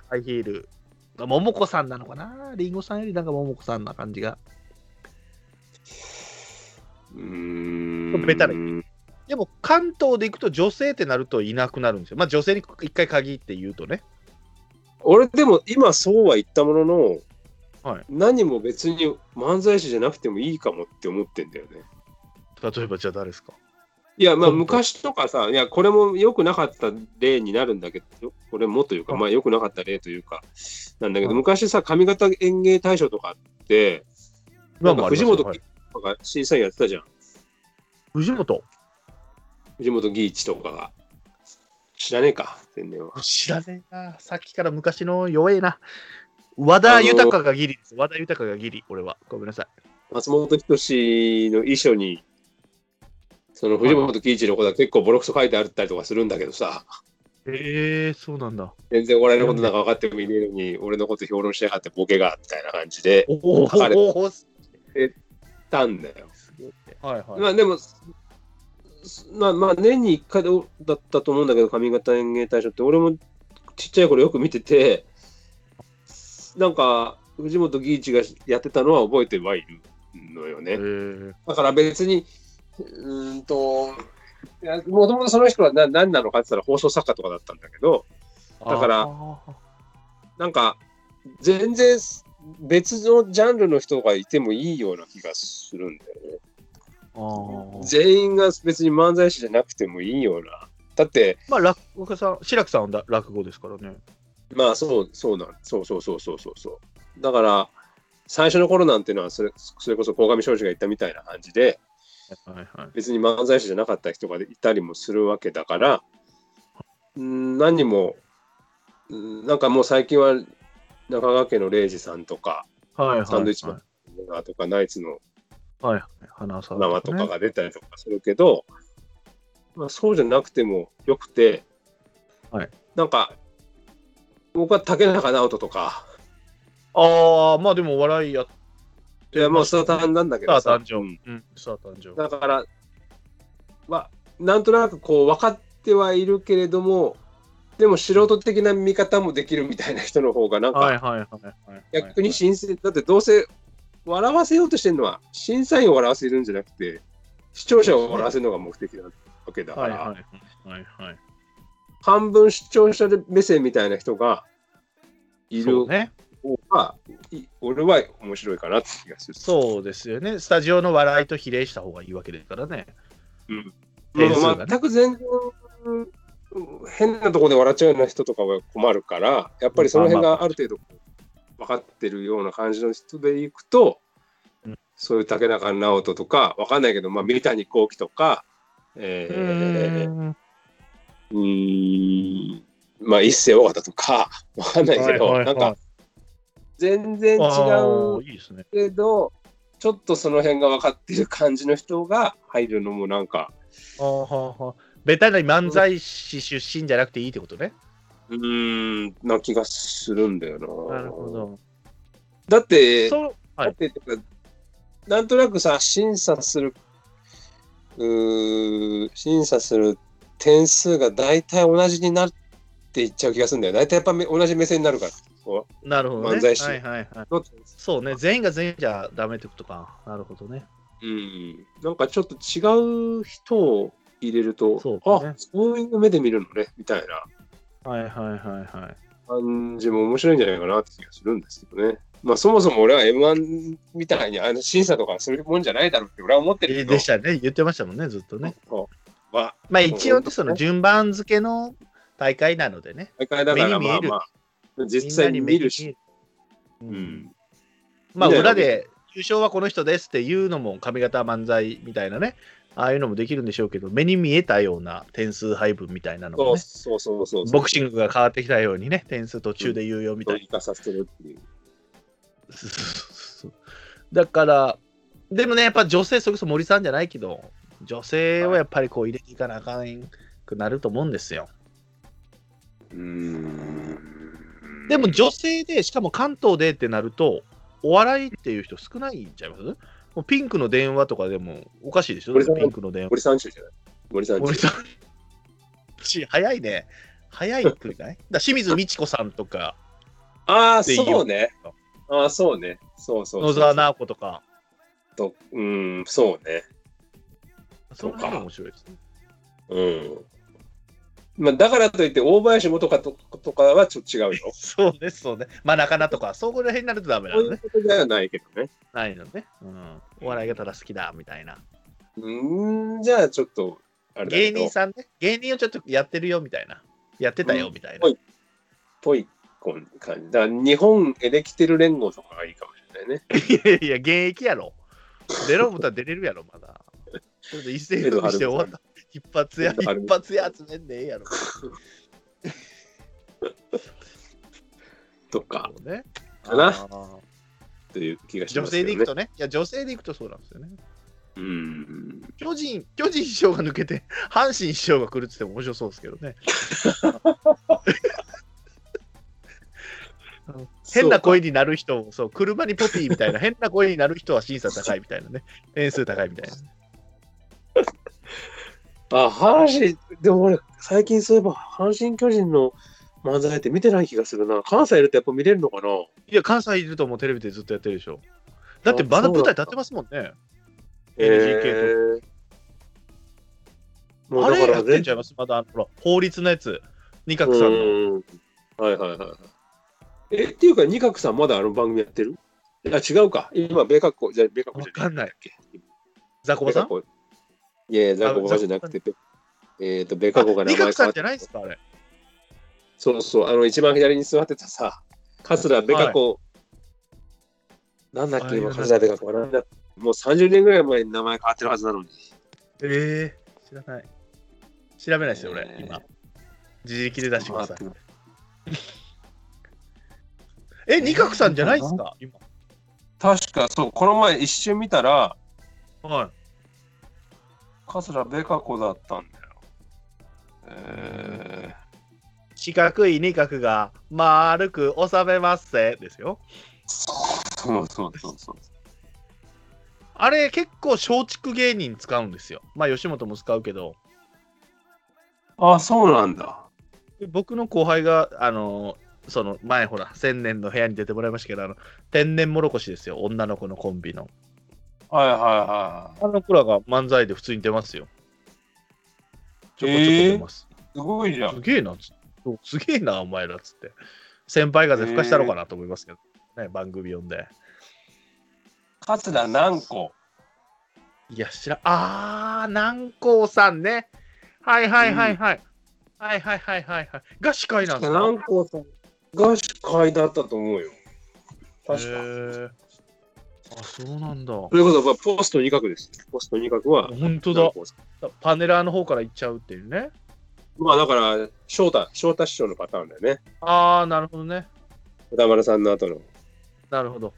[SPEAKER 2] ハイヒール。ももこさんなのかなリンゴさんよりなんかももこさんな感じが。
[SPEAKER 1] うーん。
[SPEAKER 2] ベタだでも、関東で行くと女性ってなるといなくなるんですよ。まあ、女性に一回限って言うとね。
[SPEAKER 1] 俺でも今そうは言ったものの、
[SPEAKER 2] はい
[SPEAKER 1] 何も別に漫才師じゃなくてもいいかもって思ってんだよね。
[SPEAKER 2] 例えば、じゃあ誰ですか
[SPEAKER 1] いやまあ
[SPEAKER 2] 本当
[SPEAKER 1] 昔とかさ、いやこれも良くなかった例になるんだけど、これもというか、
[SPEAKER 2] はい
[SPEAKER 1] まあ良くなかった例というか、なんだけど、
[SPEAKER 2] はい
[SPEAKER 1] 昔さ、上方演芸大賞とかあって、なんか藤本
[SPEAKER 2] はい
[SPEAKER 1] とか審査員やってたじゃん。
[SPEAKER 2] 藤本
[SPEAKER 1] 藤本義一とかが。知らねえか、全然は。
[SPEAKER 2] 知らねえな。さっきから昔の弱えな。和田豊がギリです。和田豊がギリ、俺は。ごめんなさい。
[SPEAKER 1] 松本人志の遺書に、その藤本義一のことは結構ボロクソ書いてあったりとかするんだけどさ、
[SPEAKER 2] ええそうなんだ。
[SPEAKER 1] 全然俺のことなんか分かってもいねえのに、俺のこと評論しやがってボケが、みたいな感じで、
[SPEAKER 2] おお
[SPEAKER 1] 書かれ
[SPEAKER 2] おおす
[SPEAKER 1] たんだよ。
[SPEAKER 2] ごい。はいはい。
[SPEAKER 1] まあでも、まあまあ年に1回だったと思うんだけど、上方演芸大賞って、俺もちっちゃい頃よく見てて、なんか藤本義一がやってたのは覚えてはいるのよ
[SPEAKER 2] え
[SPEAKER 1] ね。
[SPEAKER 2] ー、
[SPEAKER 1] だから別に、うーんと、もともとその人はな何なのかって言ったら放送作家とかだったんだけど、だから
[SPEAKER 2] あー
[SPEAKER 1] なんか全然別のジャンルの人がいてもいいような気がするんだよね。
[SPEAKER 2] あー
[SPEAKER 1] 全員が別に漫才師じゃなくてもいいような。だって、
[SPEAKER 2] まあ落語家さん、志らくさんはだ落語ですからね。
[SPEAKER 1] まあそう、そうなん、そうそうそうそうそうそう。だから、最初の頃なんていうのはそれ、それこそ鴻上尚史が言ったみたいな感じで、
[SPEAKER 2] はいはい。
[SPEAKER 1] 別に漫才師じゃなかった人がいたりもするわけだから、うん何も、うんなんかもう最近は中川家の礼二さんとか、
[SPEAKER 2] はいはい、はい。
[SPEAKER 1] サンドイッチマンとかナイツの
[SPEAKER 2] はいはい。花さん、
[SPEAKER 1] 生とか。が出たりとかするけど、まあ、そうじゃなくてもよくて、
[SPEAKER 2] はい
[SPEAKER 1] なんか僕は竹中直人とか、
[SPEAKER 2] ああ、まあでもお笑いやっ
[SPEAKER 1] いやもうスタータンなんだけど
[SPEAKER 2] た
[SPEAKER 1] さ
[SPEAKER 2] 誕、生。うん、スター誕生。
[SPEAKER 1] だから、まあ、なんとなくこう分かってはいるけれども、でも素人的な見方もできるみたいな人の方が、なん
[SPEAKER 2] はい
[SPEAKER 1] か
[SPEAKER 2] はいはいはい。
[SPEAKER 1] 逆に新鮮、だってどうせ笑わせようとしてるのは、審査員を笑わせるんじゃなくて、視聴者を笑わせるのが目的なわけだか
[SPEAKER 2] はいは
[SPEAKER 1] ら。
[SPEAKER 2] いはいはい。
[SPEAKER 1] 半分視聴者目線みたいな人がい
[SPEAKER 2] そ
[SPEAKER 1] る
[SPEAKER 2] うね。
[SPEAKER 1] 方が、い俺は面白いかなって気がする。
[SPEAKER 2] そうですよね。スタジオの笑いと比例した方がいいわけですからね。
[SPEAKER 1] もう
[SPEAKER 2] 点数がね
[SPEAKER 1] 全く全然変なところで笑っちゃうような人とかは困るから、やっぱりその辺がある程度分かってるような感じの人でいくと、
[SPEAKER 2] うん
[SPEAKER 1] そういう竹中直人とか、分かんないけど、まあ、三谷幸喜とか、えー
[SPEAKER 2] うん
[SPEAKER 1] うーん、まあ、一世尾形とか、 分かんないけど、
[SPEAKER 2] はいはいはい
[SPEAKER 1] なんか、全然違う
[SPEAKER 2] あーいいですね。
[SPEAKER 1] けど、ちょっとその辺が分かってる感じの人が入るのもなんか、
[SPEAKER 2] あーはーはーベタな漫才師出身じゃなくていいってことね。
[SPEAKER 1] うーん、な気がするんだよな。
[SPEAKER 2] なるほ。ど。
[SPEAKER 1] だって、
[SPEAKER 2] そうは
[SPEAKER 1] だ
[SPEAKER 2] い
[SPEAKER 1] ってとかなんとなくさ、審査する、うー審査する点数が大体同じになっていっちゃう気がするんだよ。大体やっぱめ同じ目線になるから、こ
[SPEAKER 2] なるほどね。
[SPEAKER 1] 漫才師
[SPEAKER 2] はいはいはい。
[SPEAKER 1] うの点数
[SPEAKER 2] そうね。全員が全員じゃダメってことか。なるほどね。
[SPEAKER 1] うん、なんかちょっと違う人を入れると、
[SPEAKER 2] そうですね
[SPEAKER 1] あそういう目で見るのねみたいな
[SPEAKER 2] はいはいはいはい。
[SPEAKER 1] 感じも面白いんじゃないかなって気がするんですけどね。まあそもそも俺は M1 みたいにあの審査とかそういうもんじゃないだろうって俺は思ってるけど。
[SPEAKER 2] でしたね、言ってましたもんね、ずっとね。
[SPEAKER 1] そうまあ、
[SPEAKER 2] まあ一応ね、その順番付けの大会なのでね。
[SPEAKER 1] 大会だから
[SPEAKER 2] 目
[SPEAKER 1] ま
[SPEAKER 2] に見え
[SPEAKER 1] あ
[SPEAKER 2] る
[SPEAKER 1] まあ、実際に見るし。
[SPEAKER 2] みん
[SPEAKER 1] う
[SPEAKER 2] なに目に見える。うん
[SPEAKER 1] ん。
[SPEAKER 2] まあ
[SPEAKER 1] ね
[SPEAKER 2] 裏で優勝はこの人ですっていうのも髪型漫才みたいなね、ああいうのもできるんでしょうけど、目に見えたような点数配分みたいなの
[SPEAKER 1] そ
[SPEAKER 2] も、
[SPEAKER 1] う
[SPEAKER 2] ね、
[SPEAKER 1] そうそうそうそう。
[SPEAKER 2] ボクシングが変わってきたようにね、点数途中で言うよみたい
[SPEAKER 1] 生かさせてるっていう。
[SPEAKER 2] な。だから、でもね、やっぱ女性、それこそ森さんじゃないけど、女性をやっぱりこう入れていかなあかんくなると思うんですよ。
[SPEAKER 1] うーん。
[SPEAKER 2] でも女性で、しかも関東でってなると、お笑いっていう人少ないんちゃいますもうピンクの電話とかでもおかしいでしょ
[SPEAKER 1] 森さん
[SPEAKER 2] ピンクの電話。
[SPEAKER 1] 森三中じゃない森三
[SPEAKER 2] 森
[SPEAKER 1] 中。
[SPEAKER 2] さん。し 早いね。早いくないだ清水美智子さんとか、
[SPEAKER 1] ああ、
[SPEAKER 2] っていう
[SPEAKER 1] そうね。ああ、そうね。そうそうそう
[SPEAKER 2] 野沢直子とか、
[SPEAKER 1] と、うん、そうね。そ
[SPEAKER 2] そ
[SPEAKER 1] うう
[SPEAKER 2] か
[SPEAKER 1] か
[SPEAKER 2] 面白いですね。
[SPEAKER 1] うん。まあ、だからといって、大林元かととかはちょっと違う よ。
[SPEAKER 2] そうです、そうね。まあ、なかなとか、そこら辺になるとダメな
[SPEAKER 1] そう
[SPEAKER 2] の
[SPEAKER 1] いう
[SPEAKER 2] ね。
[SPEAKER 1] ことではないけどね。
[SPEAKER 2] ないのね。うん。お笑いがただ好きだ、みたいな。
[SPEAKER 1] うーん、じゃあちょっと、あれだ
[SPEAKER 2] 芸
[SPEAKER 1] けど、
[SPEAKER 2] 人さんね。芸人をちょっとやってるよ、みたいな。やってたよ、みたいな。
[SPEAKER 1] うんぽいこん感じ。だから日本エレキテル連合とかがいいかもしれないね。
[SPEAKER 2] いやいや、現役やろ。出ろ思ったら出れるやろ、まだ。それで一斉にして終 わった。一発や、
[SPEAKER 1] 江戸春
[SPEAKER 2] 一
[SPEAKER 1] 美
[SPEAKER 2] 発や集めんでええやろ。
[SPEAKER 1] とか、
[SPEAKER 2] そうね。
[SPEAKER 1] かな
[SPEAKER 2] あー
[SPEAKER 1] という気がし
[SPEAKER 2] 女
[SPEAKER 1] ますけ
[SPEAKER 2] 性
[SPEAKER 1] ど、
[SPEAKER 2] で
[SPEAKER 1] ね。
[SPEAKER 2] いくとね、いや、女性でいくとそうなんですよね。
[SPEAKER 1] うん。
[SPEAKER 2] 巨人、巨人師匠が抜けて、阪神師匠が来るって言っても面白そうですけどね。変な声になる人を、そう、車にポピーみ たいな、変な声になる人は審査高いみたいなね、点数高いみたいな。
[SPEAKER 1] あ、阪神、でも俺、最近そういえば、阪神巨人の漫才って見てない気がするな。関西いるとやっぱ見れるのかない
[SPEAKER 2] や、関西いるともうテレビでずっとやってるでしょ。だって、
[SPEAKER 1] あ
[SPEAKER 2] まだ
[SPEAKER 1] そうな
[SPEAKER 2] 舞
[SPEAKER 1] んだ
[SPEAKER 2] 台立ってますもんね。NGK
[SPEAKER 1] えー、も
[SPEAKER 2] あ
[SPEAKER 1] うだ
[SPEAKER 2] れ
[SPEAKER 1] か
[SPEAKER 2] や
[SPEAKER 1] ら
[SPEAKER 2] ってん
[SPEAKER 1] 全
[SPEAKER 2] ちゃいますまだ、あのほら、法律のやつ。二角さんの。
[SPEAKER 1] うんはいはいはい。え、っていうか、二角さんまだあの番組やってるあ、違うか。今、米格好、じゃあ米格好じゃ
[SPEAKER 2] わかんない
[SPEAKER 1] っけ。
[SPEAKER 2] ザコ
[SPEAKER 1] 米
[SPEAKER 2] バさ
[SPEAKER 1] 格
[SPEAKER 2] ん
[SPEAKER 1] 好。いやいや、ザコバじゃなくて、えっ、と、米格好が名前
[SPEAKER 2] 二
[SPEAKER 1] 変わっ
[SPEAKER 2] 角
[SPEAKER 1] た
[SPEAKER 2] さんじゃないですか、あれ。
[SPEAKER 1] そうそう、あの、一番左に座ってたさ、桂米格好、なんだっ
[SPEAKER 2] は
[SPEAKER 1] け、
[SPEAKER 2] い
[SPEAKER 1] 今、桂米格好はなんだもう30年ぐらい前に名前変わってるはずなのに。
[SPEAKER 2] ええ知らない。調べないですよ、俺、
[SPEAKER 1] えー
[SPEAKER 2] 今。自力で出してください。え、二角さんじゃないですか今。
[SPEAKER 1] 確か、そう、この前一瞬見たら、
[SPEAKER 2] は
[SPEAKER 1] 桂米格好だったんだよ。え
[SPEAKER 2] い。四角い二角が丸く収めますせですよ。
[SPEAKER 1] ー、そうそうそうそう。
[SPEAKER 2] あれ、結構松竹芸人使うんですよ。まあ、吉本も使うけど、
[SPEAKER 1] あ、そうなんだ。
[SPEAKER 2] 僕の後輩が、あの、その前ほら、千年の部屋に出てもらいましたけど、あの天然もろこしですよ、女の子のコンビの。
[SPEAKER 1] はいはいはい。
[SPEAKER 2] あの子らが漫才で普通に出ますよ。ちょこちょこ出ます。
[SPEAKER 1] すごいじゃ
[SPEAKER 2] す。げえなつそうすげえな、お前らっつって。先輩風吹かしたのかなと思いますけど、ね、番組読んで。
[SPEAKER 1] 桂南光。
[SPEAKER 2] いや、知らん。あー、南光さんね。はいはいはいはい。はいはいはいはいはい。が司会なんですか
[SPEAKER 1] 南光さんが司会だったと思うよ。確か。
[SPEAKER 2] か。あ、そうなんだ。
[SPEAKER 1] ということは、ポスト2角です。ポスト2角は、
[SPEAKER 2] 本当
[SPEAKER 1] 南
[SPEAKER 2] だ
[SPEAKER 1] 光さん。
[SPEAKER 2] パネラーの方から行っちゃうっていうね。
[SPEAKER 1] まあだから、翔太、翔太師匠のパターンだよね。
[SPEAKER 2] あー、なるほどね。
[SPEAKER 1] 歌丸さんの後の
[SPEAKER 2] なるほど。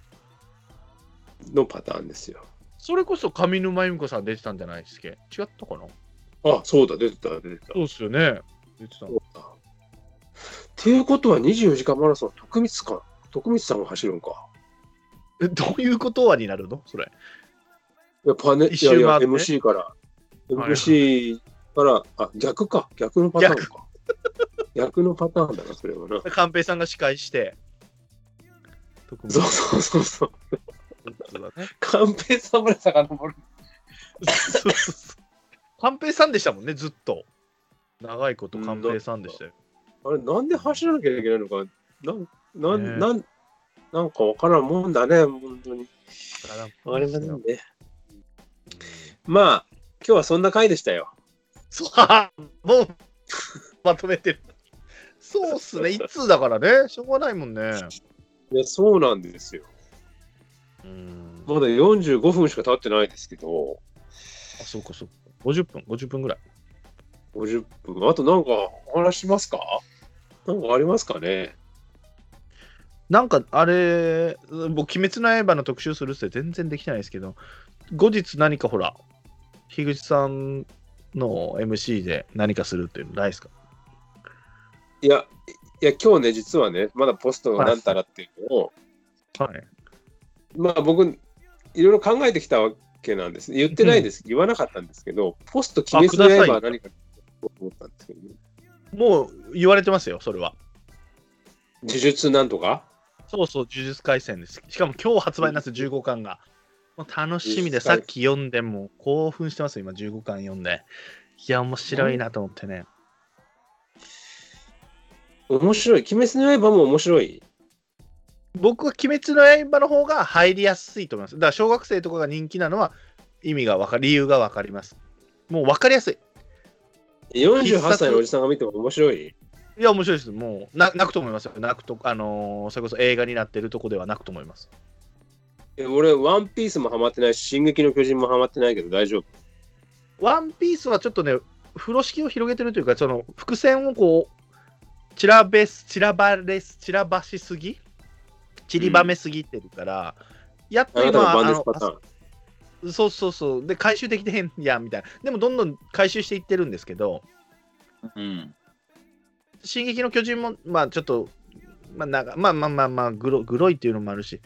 [SPEAKER 1] のパターンですよ。
[SPEAKER 2] それこそ上沼恵美子さん出てたんじゃないですっけ違ったかな
[SPEAKER 1] あ、そうだ、出てた、出てた。
[SPEAKER 2] そうっすよね。出てた
[SPEAKER 1] そうか。っていうことは24時間マラソン、徳光か。徳光さんが走るんか。
[SPEAKER 2] えどういうことはになるのそれ。
[SPEAKER 1] いや、パネ、
[SPEAKER 2] 一
[SPEAKER 1] いや
[SPEAKER 2] 周
[SPEAKER 1] い
[SPEAKER 2] 回っ
[SPEAKER 1] や、
[SPEAKER 2] て
[SPEAKER 1] MC から。
[SPEAKER 2] はい
[SPEAKER 1] MC から、あ、逆か。逆のパターンか。逆のパターンだな、それはな。
[SPEAKER 2] 寛平さんが司会して。特
[SPEAKER 1] そうそうそうそう。
[SPEAKER 2] そうだね。
[SPEAKER 1] 寛平さんまで遡る。
[SPEAKER 2] そうそうそう寛平さんでしたもんね、ずっと。長いこと寛平さんでしたよ。
[SPEAKER 1] あれ、なんで走らなきゃいけないのか、なん、なん、
[SPEAKER 2] ね
[SPEAKER 1] なん、なんかわからんもんだね、本当に。わかりませんね。まあ、今日はそんな回でしたよ。
[SPEAKER 2] そう、あもう、まとめてる。そうっすね、一通だからね、しょうがないもんね。
[SPEAKER 1] いや、そうなんですよ。
[SPEAKER 2] うん
[SPEAKER 1] まだ45分しか経ってないですけど、
[SPEAKER 2] あ、そうか、そうか。50分、50分ぐらい。
[SPEAKER 1] 50分。あとなんかお話しますかなんかありますかね
[SPEAKER 2] なんか、あれ、僕、鬼滅の刃の特集するって全然できてないですけど、後日何かほら、樋口さんの MC で何かするっていうのないですか
[SPEAKER 1] いや、いや、今日ね、実はね、まだポストがなんたらっていうのを、
[SPEAKER 2] はい。
[SPEAKER 1] まあ僕、いろいろ考えてきたわけなんです。言ってないです。言わなかったんですけど、ポスト鬼滅の刃は何かと思ったんですけど、ね、
[SPEAKER 2] もう言われてますよ、それは。
[SPEAKER 1] 呪術なんとか
[SPEAKER 2] そうそう、呪術廻戦です。しかも今日発売なんです、15巻が。もう楽しみ
[SPEAKER 1] 呪
[SPEAKER 2] で、
[SPEAKER 1] 術廻
[SPEAKER 2] さっき読んで、もう興奮してますよ、今15巻読んで。いや、面白いなと思ってね。
[SPEAKER 1] 面白い。鬼滅の刃も面白い。
[SPEAKER 2] 僕は鬼滅の刃の方が入りやすいと思います。だから小学生とかが人気なのは意味がわか理由がわかります。もうわかりやすい。
[SPEAKER 1] 48歳のおじさんが見ても面白い。
[SPEAKER 2] いや、面白いです。もうな、泣くと思いますよ。泣くと、あのーそれこそ映画になってるとこでは泣くと思います。
[SPEAKER 1] え俺、ワンピースもハマってないし、進撃の巨人もハマってないけど大丈夫。
[SPEAKER 2] ワンピースはちょっとね、風呂敷を広げてるというか、その伏線をこう、散らべす、散らばれす、散らばしすぎ散りばめすぎてるから、やっ
[SPEAKER 1] あ
[SPEAKER 2] と
[SPEAKER 1] なたの
[SPEAKER 2] 今、
[SPEAKER 1] バンデ
[SPEAKER 2] あ
[SPEAKER 1] ス
[SPEAKER 2] の
[SPEAKER 1] パターン。
[SPEAKER 2] そうそうそう、で、回収できてへんやんみたいな。でも、どんどん回収していってるんですけど、
[SPEAKER 1] うん。
[SPEAKER 2] 進撃の巨人も、まあちょっと、まあなんか、まあまあまあまあ、グログロいっていうのもあるし、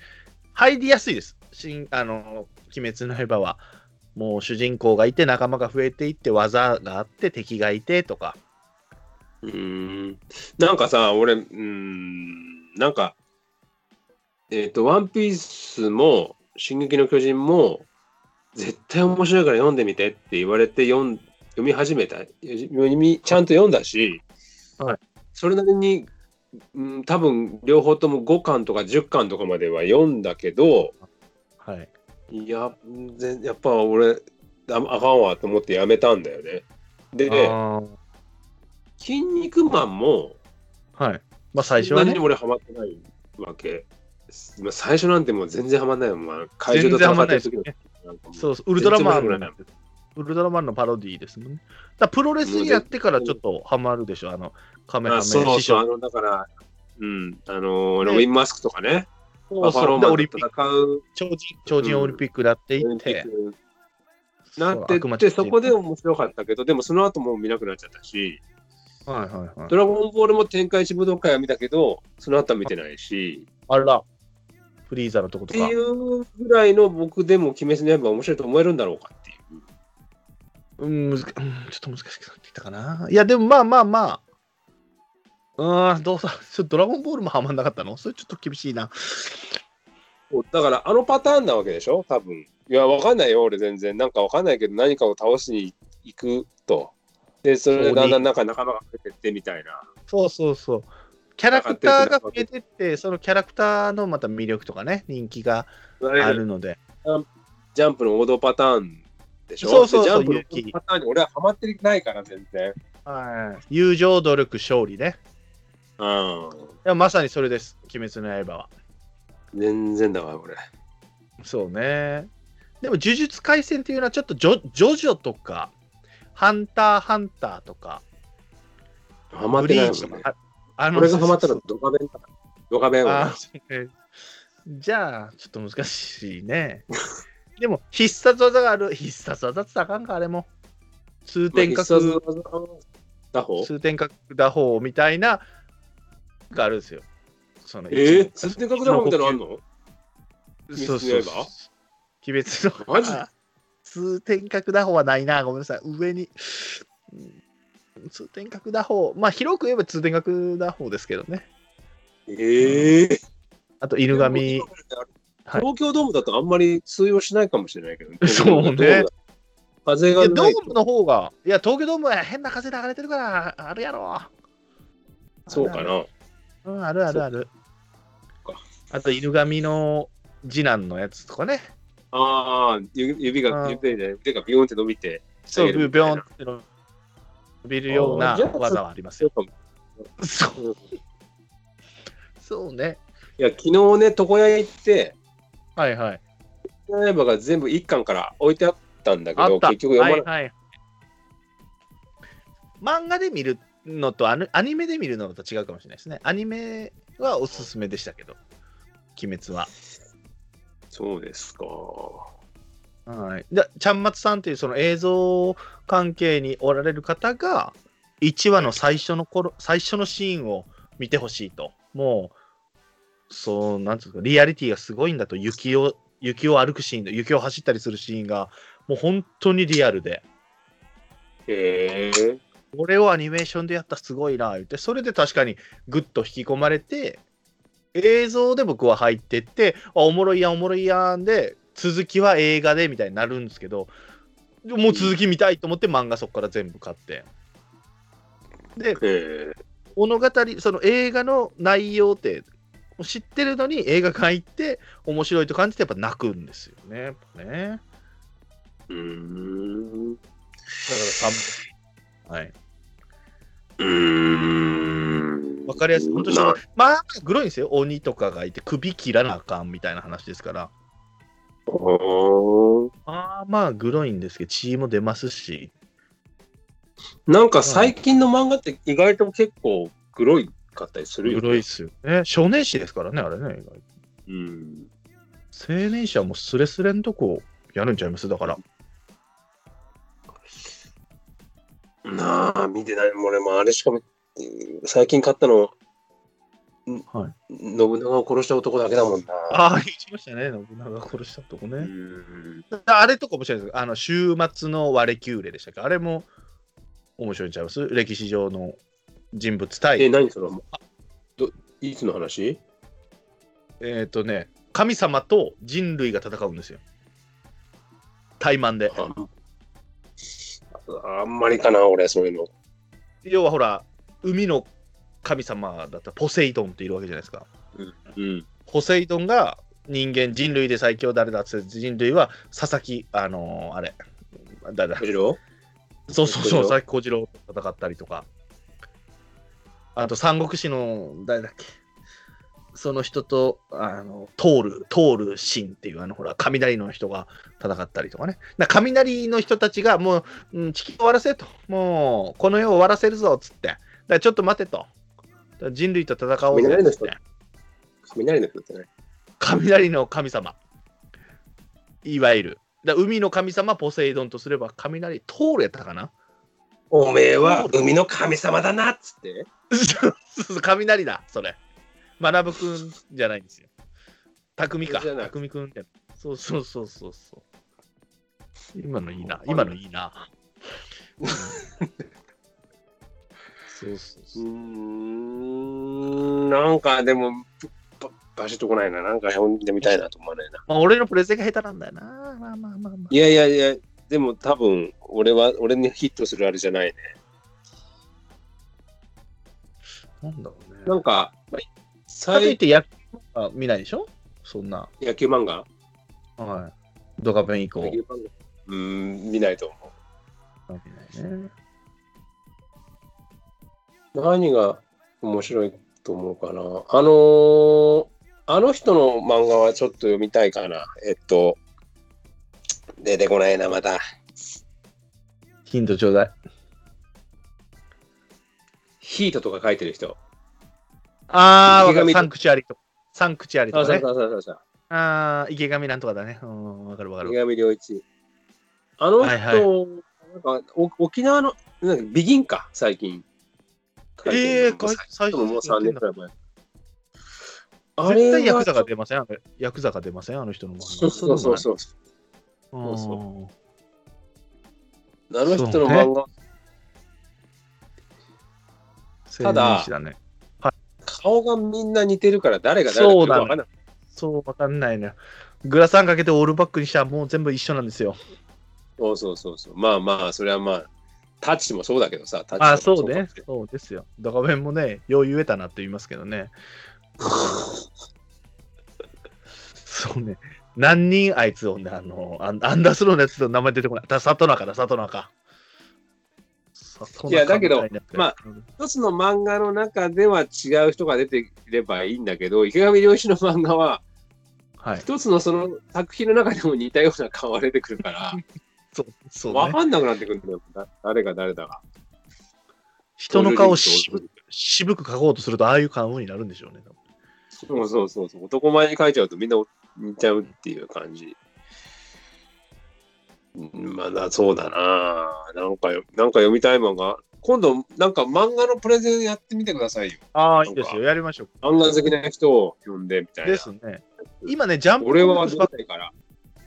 [SPEAKER 2] 入りやすいです。新あの、鬼滅の刃は。もう主人公がいて、仲間が増えていって、技があって、敵がいてとか。
[SPEAKER 1] うーんなんかさ、俺、うーん、なんか、えっ、と、ワンピースも、進撃の巨人も、絶対面白いから読んでみてって言われて読ん読み始めた。読み、ちゃんと読んだし、
[SPEAKER 2] はい
[SPEAKER 1] それなりに、うん、多分、両方とも5巻とか10巻とかまでは読んだけど、
[SPEAKER 2] はい。
[SPEAKER 1] いや、ぜやっぱ俺、ああかんわと思ってやめたんだよね。で、
[SPEAKER 2] あー
[SPEAKER 1] 筋肉マンも、
[SPEAKER 2] はい。まあ最初は
[SPEAKER 1] そんなに、
[SPEAKER 2] ね
[SPEAKER 1] 俺ハマってないわけ。まあ最初なんてもう全然ハマんないもん。まあ、会場
[SPEAKER 2] 全
[SPEAKER 1] と
[SPEAKER 2] 然
[SPEAKER 1] 戦
[SPEAKER 2] ハマ
[SPEAKER 1] っ
[SPEAKER 2] んな
[SPEAKER 1] て
[SPEAKER 2] い
[SPEAKER 1] る
[SPEAKER 2] です
[SPEAKER 1] 時
[SPEAKER 2] よ
[SPEAKER 1] のな
[SPEAKER 2] ね。
[SPEAKER 1] んかもう
[SPEAKER 2] そうそう、ウルトラマン
[SPEAKER 1] 全然面白くない
[SPEAKER 2] の、ウルトラマンのパロディーですもんね。だからプロレスにやってからちょっとハマるでしょ、あの、カメハメ
[SPEAKER 1] あそう
[SPEAKER 2] 師
[SPEAKER 1] そう、あ
[SPEAKER 2] 匠。
[SPEAKER 1] の、だから、うん、あの、ロビン・マスクとかね、
[SPEAKER 2] そ
[SPEAKER 1] バ
[SPEAKER 2] う
[SPEAKER 1] ファロ
[SPEAKER 2] そ
[SPEAKER 1] ー
[SPEAKER 2] うで
[SPEAKER 1] マンと
[SPEAKER 2] オリンピック
[SPEAKER 1] 戦う
[SPEAKER 2] 超人、超人オリンピックだってい
[SPEAKER 1] オリン
[SPEAKER 2] っ
[SPEAKER 1] ピッ
[SPEAKER 2] て、
[SPEAKER 1] クなっ
[SPEAKER 2] そう
[SPEAKER 1] て
[SPEAKER 2] 悪魔
[SPEAKER 1] っ
[SPEAKER 2] ちゃ
[SPEAKER 1] て、そ
[SPEAKER 2] ん
[SPEAKER 1] こで面白かったけど、でもその後もう見なくなっちゃったし、
[SPEAKER 2] はいはいはい
[SPEAKER 1] ド。ラゴンボールも天下一武道会は見たけど、その後は見てないし、
[SPEAKER 2] あら、フリーザのとこ
[SPEAKER 1] っ
[SPEAKER 2] と
[SPEAKER 1] て
[SPEAKER 2] か
[SPEAKER 1] い。うぐらいの僕でも、鬼滅の刃は面白いと思えるんだろうかっていう。
[SPEAKER 2] うん、むずかうんちょっと難しくなってきたかな。いや、でもまあまあまあ。うーん、どうさ、ちょっとドラゴンボールもハマんなかったのそれちょっと厳しいな。
[SPEAKER 1] だからあのパターンなわけでしょ多分いやわかんないよ俺全然なんかわかんないけど何かを倒しに行くとでそれでだんだんなんか仲間が増えてってみたいな
[SPEAKER 2] そうそうそう。キャラクターが増えてって、そのキャラクターのまた魅力とかね、人気があるので。
[SPEAKER 1] ジャンプの王道パターンでしょ
[SPEAKER 2] そうそうそう
[SPEAKER 1] でジャンプの王道パターンに俺はハマってないから全然
[SPEAKER 2] はい。友情、努力、勝利ね。
[SPEAKER 1] うん
[SPEAKER 2] いやまさにそれです、鬼滅の刃は。
[SPEAKER 1] 全然だわ俺
[SPEAKER 2] そうね。でも、呪術廻戦っていうのは、ちょっとジョジョジョとか、ハンターハンターとか、
[SPEAKER 1] ハマっ
[SPEAKER 2] ブ
[SPEAKER 1] て
[SPEAKER 2] リ
[SPEAKER 1] ない
[SPEAKER 2] ー
[SPEAKER 1] も
[SPEAKER 2] チと
[SPEAKER 1] ん
[SPEAKER 2] か
[SPEAKER 1] ね、
[SPEAKER 2] ああ
[SPEAKER 1] 俺がハマったら
[SPEAKER 2] そう
[SPEAKER 1] ドカベンだからドカベン
[SPEAKER 2] あ
[SPEAKER 1] は
[SPEAKER 2] そうねじゃあ、ちょっと難しいね。でも、必殺技がある。必殺技ってあかんか、あれも。通天
[SPEAKER 1] 必殺
[SPEAKER 2] 閣、
[SPEAKER 1] 技だほ
[SPEAKER 2] 通天閣打法みたいな、があるんですよ。その
[SPEAKER 1] えー、通天閣だほみたいなのあんの
[SPEAKER 2] そうそうそう。鬼滅の。
[SPEAKER 1] マジ
[SPEAKER 2] あ通天閣打法はないな。ごめんなさい。上に。うん通天閣打法。まあ、広く言えば通天閣打法ですけどね。
[SPEAKER 1] ええー
[SPEAKER 2] あと、犬神。
[SPEAKER 1] 東京ドームだとあんまり通用しないかもしれないけど、
[SPEAKER 2] そう
[SPEAKER 1] 東京
[SPEAKER 2] ね
[SPEAKER 1] ドームだと風
[SPEAKER 2] いや
[SPEAKER 1] が
[SPEAKER 2] ド
[SPEAKER 1] ない
[SPEAKER 2] ームの方が、いや、東京ドームは変な風流れてるから、あるやろ。
[SPEAKER 1] そうかな。
[SPEAKER 2] うん、あるあるある
[SPEAKER 1] そっか。
[SPEAKER 2] あと、犬神の次男のやつとかね。
[SPEAKER 1] ああ、ゆ指が、
[SPEAKER 2] うん
[SPEAKER 1] 指で、手がビヨーンって伸びて、
[SPEAKER 2] そう、
[SPEAKER 1] 下げ
[SPEAKER 2] ビ
[SPEAKER 1] るみたい
[SPEAKER 2] ョ
[SPEAKER 1] な
[SPEAKER 2] ンって伸びるよう
[SPEAKER 1] あ
[SPEAKER 2] な
[SPEAKER 1] ーじゃあ
[SPEAKER 2] 技はあります
[SPEAKER 1] そ
[SPEAKER 2] よ
[SPEAKER 1] う。かも。
[SPEAKER 2] そ
[SPEAKER 1] う
[SPEAKER 2] う
[SPEAKER 1] んい
[SPEAKER 2] そうね。
[SPEAKER 1] や、昨日ね、床屋行って、
[SPEAKER 2] はいはい。
[SPEAKER 1] ライバが全部一巻から置いてあったんだけ
[SPEAKER 2] あ
[SPEAKER 1] ど、
[SPEAKER 2] った。
[SPEAKER 1] 結局読まな。
[SPEAKER 2] はいはい。漫画で見るのとアニアニメで見るのと違うかもしれないですね。アニメはおすすめでしたけど、鬼滅は。
[SPEAKER 1] そうですか。
[SPEAKER 2] はい、でちゃんまつさんっていうその映像関係におられる方が1話の最初の頃最初のシーンを見てほしいともうそうなんつうかリアリティがすごいんだと雪を雪を歩くシーンで雪を走ったりするシーンがもう本当にリアルで
[SPEAKER 1] へえ。
[SPEAKER 2] これをアニメーションでやったらすごいな言ってそれで確かにグッと引き込まれて映像で僕は入ってってあおもろいやんおもろいやんで続きは映画でみたいになるんですけどもう続き見たいと思って漫画そこから全部買ってで
[SPEAKER 1] へ
[SPEAKER 2] 物語その映画の内容って知ってるのに映画館行って面白いと感じてやっぱ泣くんですよねやっぱねだから
[SPEAKER 1] え。うーん。うーん。
[SPEAKER 2] 3本はいわかりやすい。本当にその
[SPEAKER 1] な
[SPEAKER 2] まあ、グロいんですよ。鬼とかがいて、首切らなあかんみたいな話ですから。
[SPEAKER 1] おー
[SPEAKER 2] あーまあ、グロいんですけど、血も出ますし。
[SPEAKER 1] なんか最近の漫画って意外と結構黒いかったりするよ
[SPEAKER 2] グ
[SPEAKER 1] ね。
[SPEAKER 2] ロいっすよね。少年誌ですからね、あれね。意外
[SPEAKER 1] うん。
[SPEAKER 2] 青年誌はもうスレスレのとこやるんちゃいますだから。
[SPEAKER 1] なあ、見てない。俺もあれしか見最近買ったの、
[SPEAKER 2] はい
[SPEAKER 1] 信長を殺した男だけだもんな。
[SPEAKER 2] ああ、言いましたね。信長殺したとこ
[SPEAKER 1] う
[SPEAKER 2] ね。
[SPEAKER 1] ん。
[SPEAKER 2] あれとか面白いですあの、週末の割れキューレでしたっけあれも面白いんちゃいます歴史上の人物対。
[SPEAKER 1] え、何それどいつの話
[SPEAKER 2] えっ、とね、神様と人類が戦うんですよ。対マンで。
[SPEAKER 1] ああんまりかな、俺、そういうの。
[SPEAKER 2] 要はほら、海の神様だったらポセイドンっているわけじゃないですか。
[SPEAKER 1] うん。
[SPEAKER 2] ポセイドンが人間、人類で最強誰だっつって人類は佐々木、あのーあれ、誰だ
[SPEAKER 1] むしろ
[SPEAKER 2] そうそうそう、
[SPEAKER 1] 小次郎
[SPEAKER 2] 佐々木小次郎と戦ったりとか。あと、三国志の誰だっけ。その人と、あの、通る、通る神っていう、あの、ほら、雷の人が戦ったりとかね。だから雷の人たちが、もう、うん、地球を終わらせと。もう、この世を終わらせるぞ、っつって。だからちょっと待てと。だから人類と戦おうぜ、
[SPEAKER 1] 雷
[SPEAKER 2] っ
[SPEAKER 1] の
[SPEAKER 2] つっ
[SPEAKER 1] 人
[SPEAKER 2] て。
[SPEAKER 1] 雷の人ってね。
[SPEAKER 2] 雷の神様。いわゆる。だから海の神様、ポセイドンとすれば、雷、通るやったかな
[SPEAKER 1] おめえは海の神様だなっつって。
[SPEAKER 2] そうそう雷だ、それ。学ぶくんじゃないんですよ。匠か。
[SPEAKER 1] じゃなく
[SPEAKER 2] 匠くんって。そうそうそうそうそう。今のいいな。今のいいな。うんそうそう
[SPEAKER 1] う
[SPEAKER 2] そ
[SPEAKER 1] ー
[SPEAKER 2] う。
[SPEAKER 1] ん、なんかでも、ばバシッとこないな。なんか読んでみたいなと思わないな。
[SPEAKER 2] まあ、俺のプレゼンが下手なんだよな。まあまあまあま
[SPEAKER 1] いやいやいや、でも多分、俺は、俺にヒットするあれじゃないね。
[SPEAKER 2] あ。なんだろう
[SPEAKER 1] な
[SPEAKER 2] ね。
[SPEAKER 1] んか、
[SPEAKER 2] かといっ
[SPEAKER 1] 最
[SPEAKER 2] て野球は見ないでしょそんな。
[SPEAKER 1] 野球漫画
[SPEAKER 2] はい。ドカベン以降。
[SPEAKER 1] 野球漫画うーん、見ないと思
[SPEAKER 2] 見ないね
[SPEAKER 1] う。何が面白いと思うかな。あのーあの人の漫画はちょっと読みたいかな。えっと、出てこないな、また。
[SPEAKER 2] ヒントちょうだい。
[SPEAKER 1] ヒートとか書いてる人。
[SPEAKER 2] ああ、わか
[SPEAKER 1] 池上
[SPEAKER 2] るサンクチュアリと。サンクチュアリと
[SPEAKER 1] そう
[SPEAKER 2] か
[SPEAKER 1] そう
[SPEAKER 2] ね
[SPEAKER 1] そ。うそうそう。
[SPEAKER 2] ああ、池上なんとかだね。うん、わかるわか
[SPEAKER 1] 池
[SPEAKER 2] る。
[SPEAKER 1] 上良一。あの人、
[SPEAKER 2] はいはい
[SPEAKER 1] なんかお沖縄のなんかビギンか、最近。
[SPEAKER 2] ええ
[SPEAKER 1] 書いてるのもう多分もう
[SPEAKER 2] 最
[SPEAKER 1] 3年くらい前。あ
[SPEAKER 2] 絶対ヤク
[SPEAKER 1] は
[SPEAKER 2] ザが出ません。あのヤクザが出ません、あの人の漫画。
[SPEAKER 1] そうそうそうそう。
[SPEAKER 2] うん
[SPEAKER 1] そうあの人の
[SPEAKER 2] そうね
[SPEAKER 1] 漫画、ただ
[SPEAKER 2] 青年誌だね。
[SPEAKER 1] 顔がみんな似てるから誰が誰だかよくわかんない。
[SPEAKER 2] そう、わかんないね。グラサンかけてオールバックにしたらもう全部一緒なんですよ。
[SPEAKER 1] そうそうそうそう。まあまあ、それはまあ、タッチもそうだけどさ、タッチも
[SPEAKER 2] あ、そうね
[SPEAKER 1] か。
[SPEAKER 2] そうですよ。ドカベンもね、よう言えたなって言いますけどね。そうね。何人あいつをね、あの、アンアンダースローのやつの名前出てこない。だ、里中だ、里中。里中
[SPEAKER 1] いやだけど
[SPEAKER 2] みたいな
[SPEAKER 1] ま
[SPEAKER 2] やつ、
[SPEAKER 1] 一つの漫画の中では違う人が出ていればいいんだけど、池上良一の漫画は、
[SPEAKER 2] はい。
[SPEAKER 1] 一つのその作品の中でも似たような顔が出てくるから、
[SPEAKER 2] そう、そう、
[SPEAKER 1] わ
[SPEAKER 2] ね。
[SPEAKER 1] かんなくなってくるんだよ。だ誰が誰だか。
[SPEAKER 2] 人の顔をし
[SPEAKER 1] そう
[SPEAKER 2] 渋く描こうとすると、ああいう顔になるんでしょうね。
[SPEAKER 1] そうそうそう。男前に描いちゃうとみんな似ちゃうっていう感じ。うんまあな、そうだな。なんかよ、なんか読みたい漫画。今度、なんか漫画のプレゼンやってみてくださいよ。
[SPEAKER 2] ああ、
[SPEAKER 1] ないん
[SPEAKER 2] い
[SPEAKER 1] か
[SPEAKER 2] ですよ。やりましょう。
[SPEAKER 1] 漫画好きな人を呼んでみたい
[SPEAKER 2] で
[SPEAKER 1] な。
[SPEAKER 2] すね。今ね、ジャンプ
[SPEAKER 1] 俺は出ないから。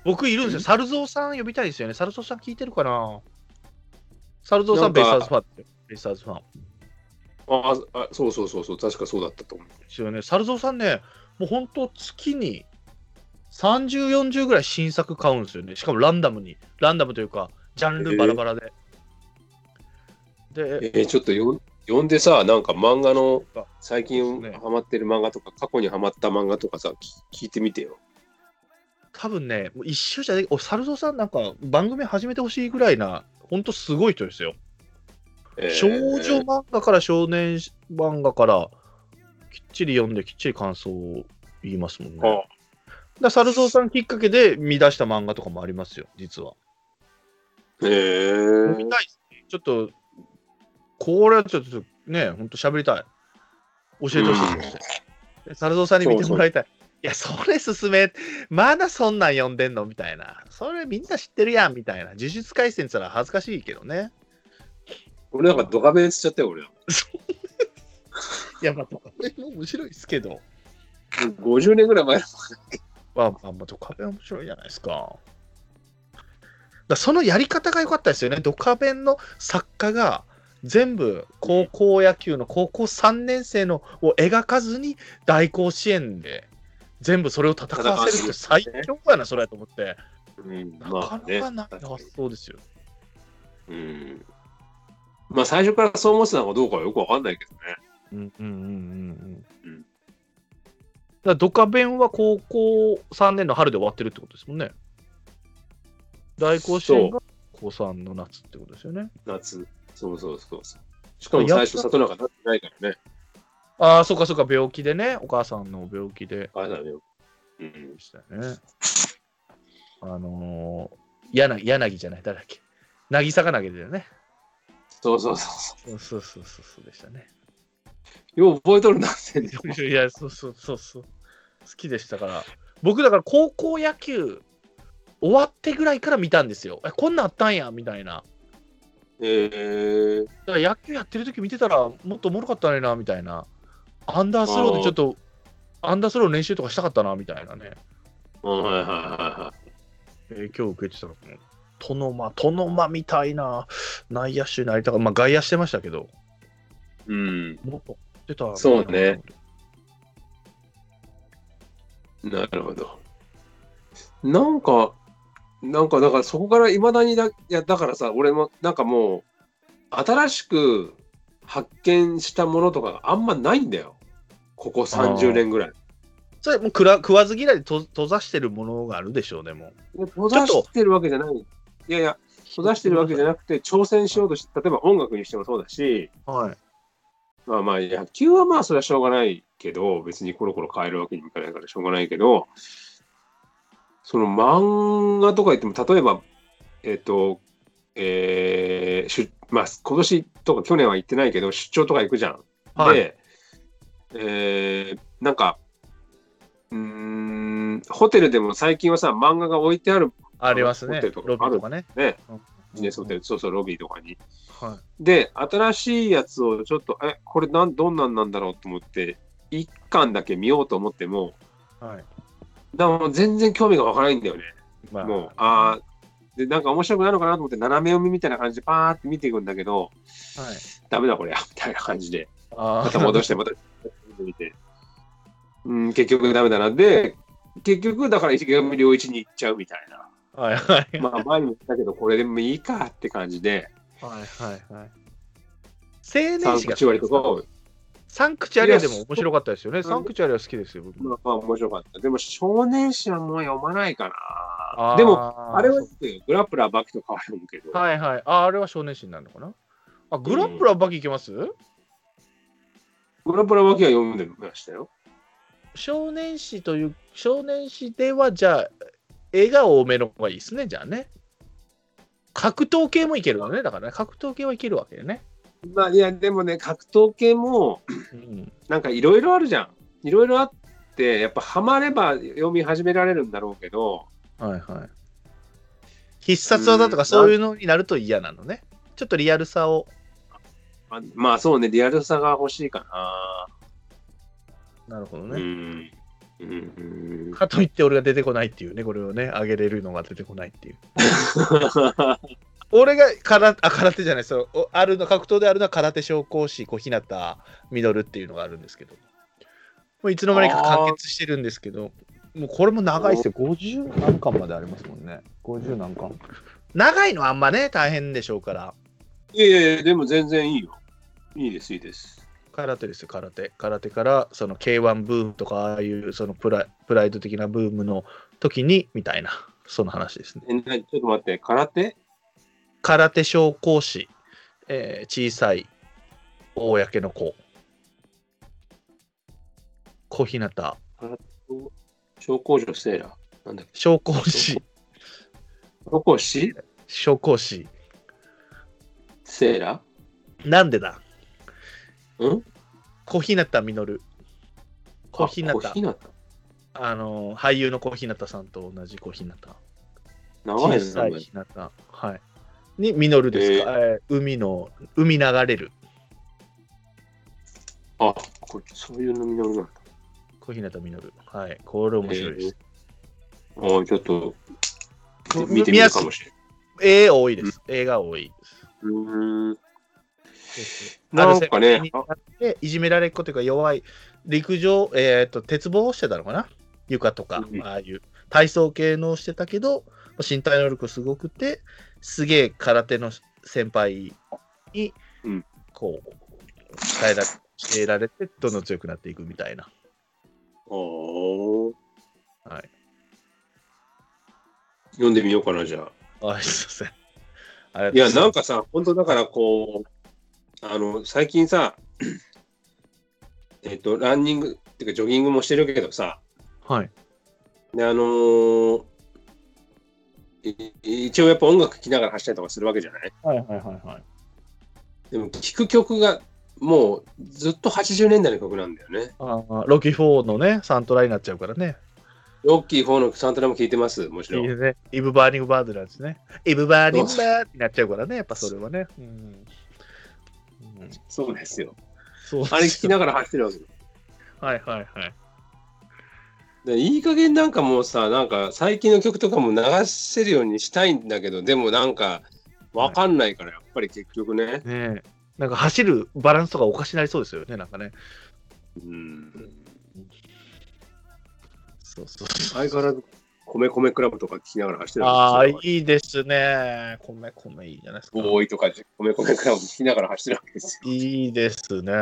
[SPEAKER 2] 僕いるんですよ。
[SPEAKER 1] ん
[SPEAKER 2] 猿蔵さん呼びたいですよね。猿蔵さん聞いてるかな猿蔵さ
[SPEAKER 1] な
[SPEAKER 2] ん、ベ
[SPEAKER 1] ん
[SPEAKER 2] イス
[SPEAKER 1] か
[SPEAKER 2] ターズファンですよ。ベイスターズファン。
[SPEAKER 1] ああ、そうそうそうそう、確かそうだったと思う。
[SPEAKER 2] ですよね。猿蔵さんね、もう本当月に30、40ぐらい新作買うんですよね。しかもランダムに。ランダムというか、ジャンルバラバラで。で、
[SPEAKER 1] えーちょっとよん読んでさ、なんか漫画の
[SPEAKER 2] あ
[SPEAKER 1] 最
[SPEAKER 2] そ
[SPEAKER 1] 近
[SPEAKER 2] うですね
[SPEAKER 1] ハマってる漫画とか、過去にハマった漫画とかさ、き聞いてみてよ。
[SPEAKER 2] 多分ね、もう一周じゃね、お猿蔵さんなんか番組始めてほしいぐらいな、本当すごい人ですよ。
[SPEAKER 1] えー
[SPEAKER 2] 少女漫画から少年漫画からきっちり読んできっちり感想を言いますもんね。だか
[SPEAKER 1] あ
[SPEAKER 2] ら猿蔵さんきっかけで見出した漫画とかもありますよ、実は。
[SPEAKER 1] えー
[SPEAKER 2] 見たいですね。ちょっと、これはちょっとね、ほんと喋りたい。教えてほしいですね。猿蔵さんに見てもらいたい。いや、それ進め、まだそんなん読んでんのみたいな。それみんな知ってるやんみたいな。呪術廻戦って言ったら恥ずかしいけどね。
[SPEAKER 1] 俺なんかドカベンしちゃったよ、俺は。
[SPEAKER 2] いや、まあ、とか、これも面白いですけど。
[SPEAKER 1] 50年ぐらい前の
[SPEAKER 2] まあまあまあ、ドカベン面白いじゃないですか。だからそのやり方が良かったですよね。ドカベンの作家が全部高校野球の高校3年生のを描かずに大甲子園で全部それを戦わせるって最強やな、それやと思って。
[SPEAKER 1] うん、
[SPEAKER 2] なか
[SPEAKER 1] まあ
[SPEAKER 2] な
[SPEAKER 1] ね
[SPEAKER 2] かない
[SPEAKER 1] 確かに
[SPEAKER 2] 発想ですよ。
[SPEAKER 1] うん。まあ最初からそう思ってたのかどうかはよくわかんないけどね。
[SPEAKER 2] うんうんうんうんう。
[SPEAKER 1] うんん
[SPEAKER 2] だからドカベンは高校3年の春で終わってるってことですもんね。大甲子園が高3の夏ってことですよね。
[SPEAKER 1] 夏。そうそうそうそう。しかも最初、里中なってないからね。
[SPEAKER 2] ああ、そうかそうか、病気でね、お母さんの病気で。
[SPEAKER 1] あれだね。うん
[SPEAKER 2] でしたよね。あのー、柳柳じゃない、誰だっけ。渚が投げてよね。
[SPEAKER 1] そうそうそうそ
[SPEAKER 2] そうそうそうそうそうでしたね。
[SPEAKER 1] う。よう覚えとるなって。
[SPEAKER 2] いや、そうそうそうそう。好きでしたから。僕、だから高校野球終わってぐらいから見たんですよ。え、こんなんあったんや、みたいな。
[SPEAKER 1] えー、
[SPEAKER 2] だから野球やってる時見てたら、もっとおもろかったのにな、みたいな。アンダースローでちょっと、アンダースローの練習とかしたかったな、みたいなね。
[SPEAKER 1] うんはいはいはいはい。
[SPEAKER 2] 影響を受けてたのかな。トノマ、トノマみたいな内野手になりたかった。まあ外野してましたけど、
[SPEAKER 1] うん、
[SPEAKER 2] もっと出た。
[SPEAKER 1] そうね。なるほど。なんか、なんか、だからそこからいまだにだ、いや、だからさ、俺も、なんかもう、新しく発見したものとかがあんまないんだよ。ここ30年ぐらい。
[SPEAKER 2] それもう食ら食わず嫌いでと閉ざしてるものがあるでしょうね、もう。
[SPEAKER 1] で閉ざしてるわけじゃない。いやいや、閉ざしてるわけじゃなくて、挑戦しようとして、例えば音楽にしてもそうだし、
[SPEAKER 2] はい。
[SPEAKER 1] まあまあ、野球はまあ、それはしょうがないけど、別にコロコロ変えるわけにもいかないからしょうがないけど、その漫画とか言っても、例えば、えっ、と、えー、出まあ、今年とか去年は行ってないけど、出張とか行くじゃん。
[SPEAKER 2] はい。
[SPEAKER 1] で、えーなんか、うーん、ホテルでも最近はさ、漫画が置いてある
[SPEAKER 2] あります
[SPEAKER 1] ホ
[SPEAKER 2] ね。
[SPEAKER 1] テ
[SPEAKER 2] ロ
[SPEAKER 1] ルとか
[SPEAKER 2] ビーとかね。
[SPEAKER 1] ね、
[SPEAKER 2] うん
[SPEAKER 1] ビジネスホテル、そうそう、ロビーとかに。
[SPEAKER 2] はい。
[SPEAKER 1] で、新しいやつをちょっと、え、これなん、どんなんなんだろうと思って、一巻だけ見ようと思っても、
[SPEAKER 2] はい。
[SPEAKER 1] だもう全然興味がわからないんだよね。
[SPEAKER 2] ま
[SPEAKER 1] もう、あーで、なんか面白くなるのかなと思って、斜め読みみたいな感じでパーって見ていくんだけど、
[SPEAKER 2] はい。
[SPEAKER 1] ダメだこれ、みたいな感じで、
[SPEAKER 2] あ
[SPEAKER 1] また
[SPEAKER 2] ー
[SPEAKER 1] 戻して、また見て、うん、結局ダメだな。で、結局、だから池上良一に行っちゃうみたいな。
[SPEAKER 2] はいはい。
[SPEAKER 1] まあ前にも言ったけど、これでもいいかって感じ で、
[SPEAKER 2] はいはいはい。
[SPEAKER 1] サ
[SPEAKER 2] 青年
[SPEAKER 1] ン
[SPEAKER 2] 誌が
[SPEAKER 1] クチュアリとかを、
[SPEAKER 2] サンクチュアリはでも面白かったですよね。サンクチュアリは好きですよ、僕も。
[SPEAKER 1] まあまあ面白かった。でも少年誌はもう読まないか
[SPEAKER 2] あ
[SPEAKER 1] な。
[SPEAKER 2] ー
[SPEAKER 1] でも、あれは、グラップラーバキとかは読むけど、
[SPEAKER 2] はいはい。ああれは少年誌になるのかなあ、グラップラーバキいけます、
[SPEAKER 1] グラップラーバキは読んでましたよ。
[SPEAKER 2] 少年誌という、少年誌では、じゃあ、絵が多めの方がいいですね、じゃあね。格闘系もいけるのね、だからね。格闘系はいけるわけよね。
[SPEAKER 1] まあいや、でもね、格闘系も、
[SPEAKER 2] うん。
[SPEAKER 1] なんかいろいろあるじゃん。いろいろあって、やっぱハマれば読み始められるんだろうけど、
[SPEAKER 2] はいはい。必殺技とかそういうのになると嫌なのね。ちょっとリアルさを。
[SPEAKER 1] まあ、まあそうね、リアルさが欲しいかな。
[SPEAKER 2] なるほど
[SPEAKER 1] う
[SPEAKER 2] ね。
[SPEAKER 1] ん。うん、
[SPEAKER 2] かといって俺が出てこないっていうね、これをね、上げれるのが出てこない っていう。俺が空あ空手じゃないそうおあるの格闘であるのは空手昇降師小日向実っていうのがあるんですけどもういつの間にか完結してるんですけどもうこれも長いですよ50何巻までありますもんね50何巻長いのはあんまね大変でしょうから
[SPEAKER 1] いやいやいや、でも全然いいよ。いいです、いいです。
[SPEAKER 2] 空手ですよ空手空手からその K1 ブームとかああいうそのプライプライド的なブームの時にみたいなその話ですね
[SPEAKER 1] えなちょっと待って、空手
[SPEAKER 2] 空手昇降師、えー小さい公の子小日向
[SPEAKER 1] 小工場セーラー。なんだっけ
[SPEAKER 2] 昇降師
[SPEAKER 1] 小工師
[SPEAKER 2] 昇降師
[SPEAKER 1] セーラ
[SPEAKER 2] なんでだ
[SPEAKER 1] ーん
[SPEAKER 2] 小日向実小日向
[SPEAKER 1] あ小日向。
[SPEAKER 2] あのー俳優の小日向さんと同じ小日向
[SPEAKER 1] 長い
[SPEAKER 2] 小
[SPEAKER 1] ね
[SPEAKER 2] さ
[SPEAKER 1] 名
[SPEAKER 2] い
[SPEAKER 1] 前
[SPEAKER 2] 日向はいに実ですか、えー海の海流れる
[SPEAKER 1] あ、これそういうのみのるな。
[SPEAKER 2] 小日向実はいこれ面白いです、
[SPEAKER 1] あーちょっと
[SPEAKER 2] うん
[SPEAKER 1] 見てみるかもしれない。
[SPEAKER 2] 絵多いです絵が多い
[SPEAKER 1] うん。
[SPEAKER 2] なん
[SPEAKER 1] なん
[SPEAKER 2] か
[SPEAKER 1] かね
[SPEAKER 2] ね、でいじめられっ子というか弱い陸上、えー、と鉄棒をしてたのかな床とか、
[SPEAKER 1] うん
[SPEAKER 2] ああいう体操系のをしてたけど身体能力すごくてすげえ空手の先輩に
[SPEAKER 1] うん
[SPEAKER 2] こう鍛えら教えられてどんどん強くなっていくみたいな、
[SPEAKER 1] おー
[SPEAKER 2] はい、
[SPEAKER 1] 読んでみようかな、じゃあ。
[SPEAKER 2] あすいませんあり
[SPEAKER 1] いや、
[SPEAKER 2] がと
[SPEAKER 1] なん
[SPEAKER 2] うござま
[SPEAKER 1] かさ、本当だからこう、あの、最近さ、えっと、ランニングっていうか、ジョギングもしてるけどさ、
[SPEAKER 2] すはい
[SPEAKER 1] で、あのーい一応やっぱ音楽聴きながら走ったりとかするわけじゃない
[SPEAKER 2] はいはいはいはい
[SPEAKER 1] でも聴く曲がもうずっと80年代の曲なんだよね。
[SPEAKER 2] あーロキ4のねサントラになっちゃうからね
[SPEAKER 1] ロッキー4のサントラも聴いてます、もち
[SPEAKER 2] い
[SPEAKER 1] ろ
[SPEAKER 2] い
[SPEAKER 1] ん。
[SPEAKER 2] ね。イブ・バーニング・バードなんですね。イブ・バーニング・バーになっちゃうからね、やっぱそれはね。うん。うん
[SPEAKER 1] そうですよ。
[SPEAKER 2] そう
[SPEAKER 1] あれ聴きながら走ってるわけ。
[SPEAKER 2] はいはいはい。
[SPEAKER 1] でいい加減なんかもうさなんか最近の曲とかも流せるようにしたいんだけどでもなんかわかんないからやっぱり結局ね、
[SPEAKER 2] ねえなんか走るバランスとかおかしなりそうですよね、なんかね。
[SPEAKER 1] うん、
[SPEAKER 2] そうそう。
[SPEAKER 1] 相変わらず米米クラブとか聴きながら走ってる
[SPEAKER 2] あ
[SPEAKER 1] わ
[SPEAKER 2] あ、
[SPEAKER 1] け
[SPEAKER 2] い
[SPEAKER 1] ですよ
[SPEAKER 2] いですね。米米いいじゃないですか。
[SPEAKER 1] ボーイとか米米クラブ聴きながら走ってるわけですよ
[SPEAKER 2] いいですね。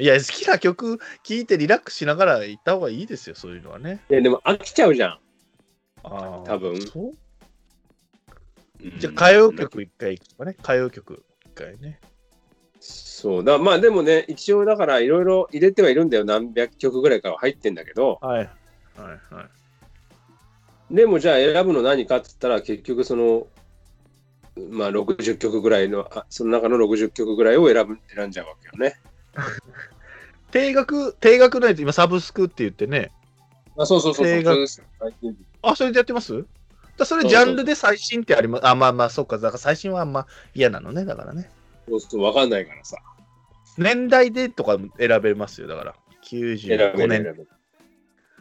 [SPEAKER 2] いや、好きな曲聴いてリラックスしながら行った方がいいですよ、そういうのはね。
[SPEAKER 1] いやでも飽きちゃうじゃん、
[SPEAKER 2] ああ
[SPEAKER 1] 多分
[SPEAKER 2] そう
[SPEAKER 1] うん
[SPEAKER 2] じゃあ、歌謡曲一回行くとかね。歌謡曲一回ね。
[SPEAKER 1] そうだまあでもね一応だからいろいろ入れてはいるんだよ何百曲ぐらいかは入ってんだけど
[SPEAKER 2] はい。はいはい。
[SPEAKER 1] でもじゃあ選ぶの何かって言ったら結局そのまあ60曲ぐらいのあその中の60曲ぐらいを選ぶ選んじゃうわけよね。
[SPEAKER 2] 定額、定額のやつ、今サブスクって言ってね。
[SPEAKER 1] あそうそうそうそう
[SPEAKER 2] 映画
[SPEAKER 1] そうですよ最近
[SPEAKER 2] あ、それでやってますだそれ
[SPEAKER 1] そう
[SPEAKER 2] ジ
[SPEAKER 1] そう
[SPEAKER 2] ャンルで最新ってあります。あ、まあまあ、そっか。だから最新はあんま嫌なのね。だからね。
[SPEAKER 1] そうすると分かんないからさ
[SPEAKER 2] 年代でとかも選べますよ。だから。
[SPEAKER 1] 選べ
[SPEAKER 2] 95
[SPEAKER 1] る選べ
[SPEAKER 2] 年。
[SPEAKER 1] る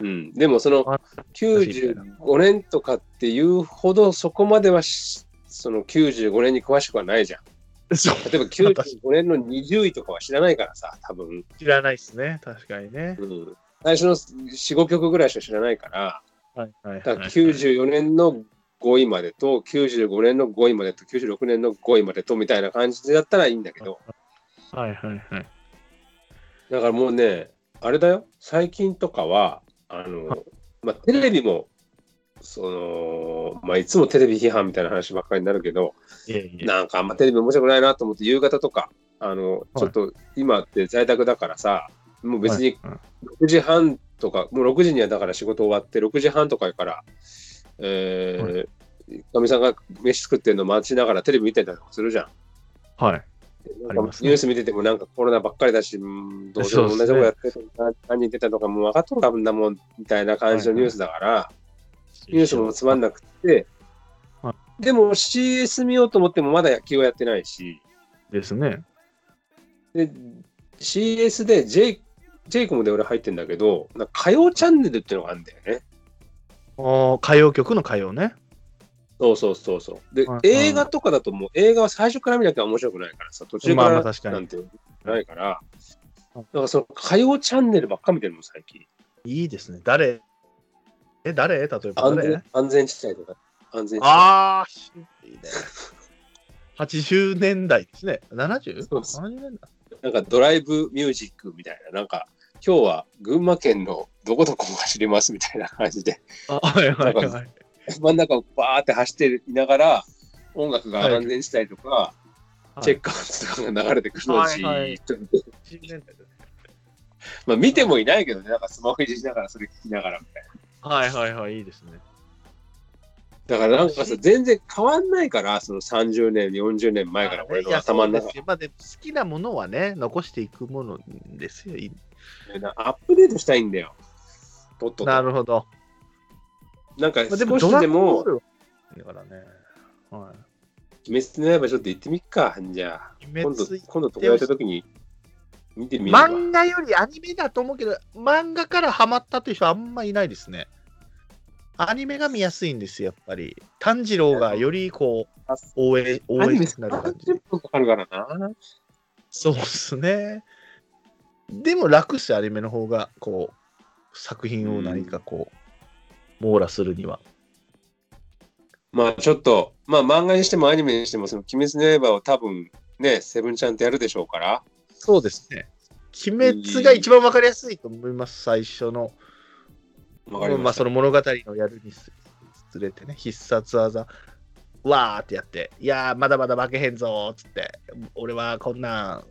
[SPEAKER 1] うん、でもその
[SPEAKER 2] あ
[SPEAKER 1] 95年とかっていうほどそこまではしその95年に詳しくはないじゃん。
[SPEAKER 2] そう
[SPEAKER 1] 例えば95年の20位とかは知らないからさ多分、
[SPEAKER 2] 知らないですね。確かにね。
[SPEAKER 1] うん、最初の45曲ぐらいしか知らないから
[SPEAKER 2] はいはい、
[SPEAKER 1] だか
[SPEAKER 2] は
[SPEAKER 1] ら
[SPEAKER 2] い。
[SPEAKER 1] 94年の5位までと、95年の5位までと、96年の5位までとみたいな感じだったらいいんだけど、
[SPEAKER 2] はいはいはい。
[SPEAKER 1] だからもうね、あれだよ、最近とかは、あ
[SPEAKER 2] は
[SPEAKER 1] の、まあ、テレビも、その、まあ、いつもテレビ批判みたいな話ばっかりになるけど、
[SPEAKER 2] いえいえ
[SPEAKER 1] なんかあんまテレビ面白くないなと思って、夕方とか、あの、ちょっと今って在宅だからさ、もう別に
[SPEAKER 2] はい
[SPEAKER 1] 6時半とか、もう6時にはだから仕事終わって、6時半とかから、えー、かみさんが飯作ってるの待ちながらテレビ見てたりとかするじゃん。
[SPEAKER 2] はい。
[SPEAKER 1] な
[SPEAKER 2] あ
[SPEAKER 1] ん
[SPEAKER 2] り
[SPEAKER 1] か
[SPEAKER 2] ますね
[SPEAKER 1] ニュース見ててもなんかコロナばっかりだし、うんどうしようも同じことやってるな、何人出たとかもう分かっとるかもんなもんみたいな感じのニュースだから、ニュースもつまんなくて
[SPEAKER 2] は、
[SPEAKER 1] でも CS 見ようと思ってもまだ野球はやってないし、
[SPEAKER 2] ですね。
[SPEAKER 1] で CS で J, J コムで俺入ってんだけど、なんか歌謡チャンネルっていうのがあるんだよね。
[SPEAKER 2] お歌謡曲の歌謡ね。
[SPEAKER 1] そうそうそうそう。で
[SPEAKER 2] はい、
[SPEAKER 1] 映画とかだともう映画は最初から見なきゃ面白くないからさ、途中か
[SPEAKER 2] まあま
[SPEAKER 1] ら
[SPEAKER 2] あ確かに
[SPEAKER 1] なんてないから、
[SPEAKER 2] う
[SPEAKER 1] だ
[SPEAKER 2] ん
[SPEAKER 1] からその歌謡チャンネルばっか見てるもん、最近。
[SPEAKER 2] いいですね。誰え、誰例えば
[SPEAKER 1] 安
[SPEAKER 2] 誰
[SPEAKER 1] 全安全地帯とか、安全地帯。
[SPEAKER 2] ああ、いいね。80年代ですね。70?70
[SPEAKER 1] そうそ
[SPEAKER 2] 年代。
[SPEAKER 1] なんかドライブミュージックみたいな、なんか今日は群馬県のどこどこを走りますみたいな感じで、
[SPEAKER 2] あ、はいはい
[SPEAKER 1] なん
[SPEAKER 2] はい。
[SPEAKER 1] 真ん中をバーって走っていながら、音楽が安全地帯とか、チェッカーズとかが流れてくるのをじーっと見て
[SPEAKER 2] 80年代ですね
[SPEAKER 1] まあ見てもいないけどね、なんかスマホいじりながら、それ聞きながらみたいな。
[SPEAKER 2] はいはいはい、いいですね。
[SPEAKER 1] だからなんかさ、全然変わんないから、その30年、40年前から俺
[SPEAKER 2] い
[SPEAKER 1] の
[SPEAKER 2] やそう
[SPEAKER 1] 頭の
[SPEAKER 2] で
[SPEAKER 1] 中
[SPEAKER 2] すよまあでも好きなものはね、残していくものですよ。いい
[SPEAKER 1] で、アップデートしたいんだよ。とっとと。
[SPEAKER 2] なるほど。
[SPEAKER 1] なんか
[SPEAKER 2] まあ、
[SPEAKER 1] 少しでも、
[SPEAKER 2] ドラゴンボールはいいからね。は
[SPEAKER 1] 鬼滅の刃ちょっと行ってみっか、じゃあ。
[SPEAKER 2] い。
[SPEAKER 1] 今度
[SPEAKER 2] 鬼滅、
[SPEAKER 1] 今度とかやった時に見てみれば。
[SPEAKER 2] 漫画よりアニメだと思うけど、漫画からハマったという人はあんまいないですね。アニメが見やすいんですよ、やっぱり。炭治郎がよりこう、応援、応
[SPEAKER 1] アニ
[SPEAKER 2] 援
[SPEAKER 1] メ
[SPEAKER 2] になる感じ
[SPEAKER 1] 30。分かかるからな。
[SPEAKER 2] そうっすね。でも楽っすよ、アニメの方が、こう、作品を何かこう、網羅するには。
[SPEAKER 1] まあちょっと、まあ漫画にしてもアニメにしても、その鬼滅の刃を多分ね、セブンちゃんとやるでしょうから。
[SPEAKER 2] そうですね。鬼滅が一番わかりやすいと思います、最初の。
[SPEAKER 1] わかり
[SPEAKER 2] うん
[SPEAKER 1] ま
[SPEAKER 2] まあ
[SPEAKER 1] した
[SPEAKER 2] そ。の物語をやるにつつれてね、必殺技、わーってやって、いやー、まだまだ負けへんぞーっつって、俺はこんなん、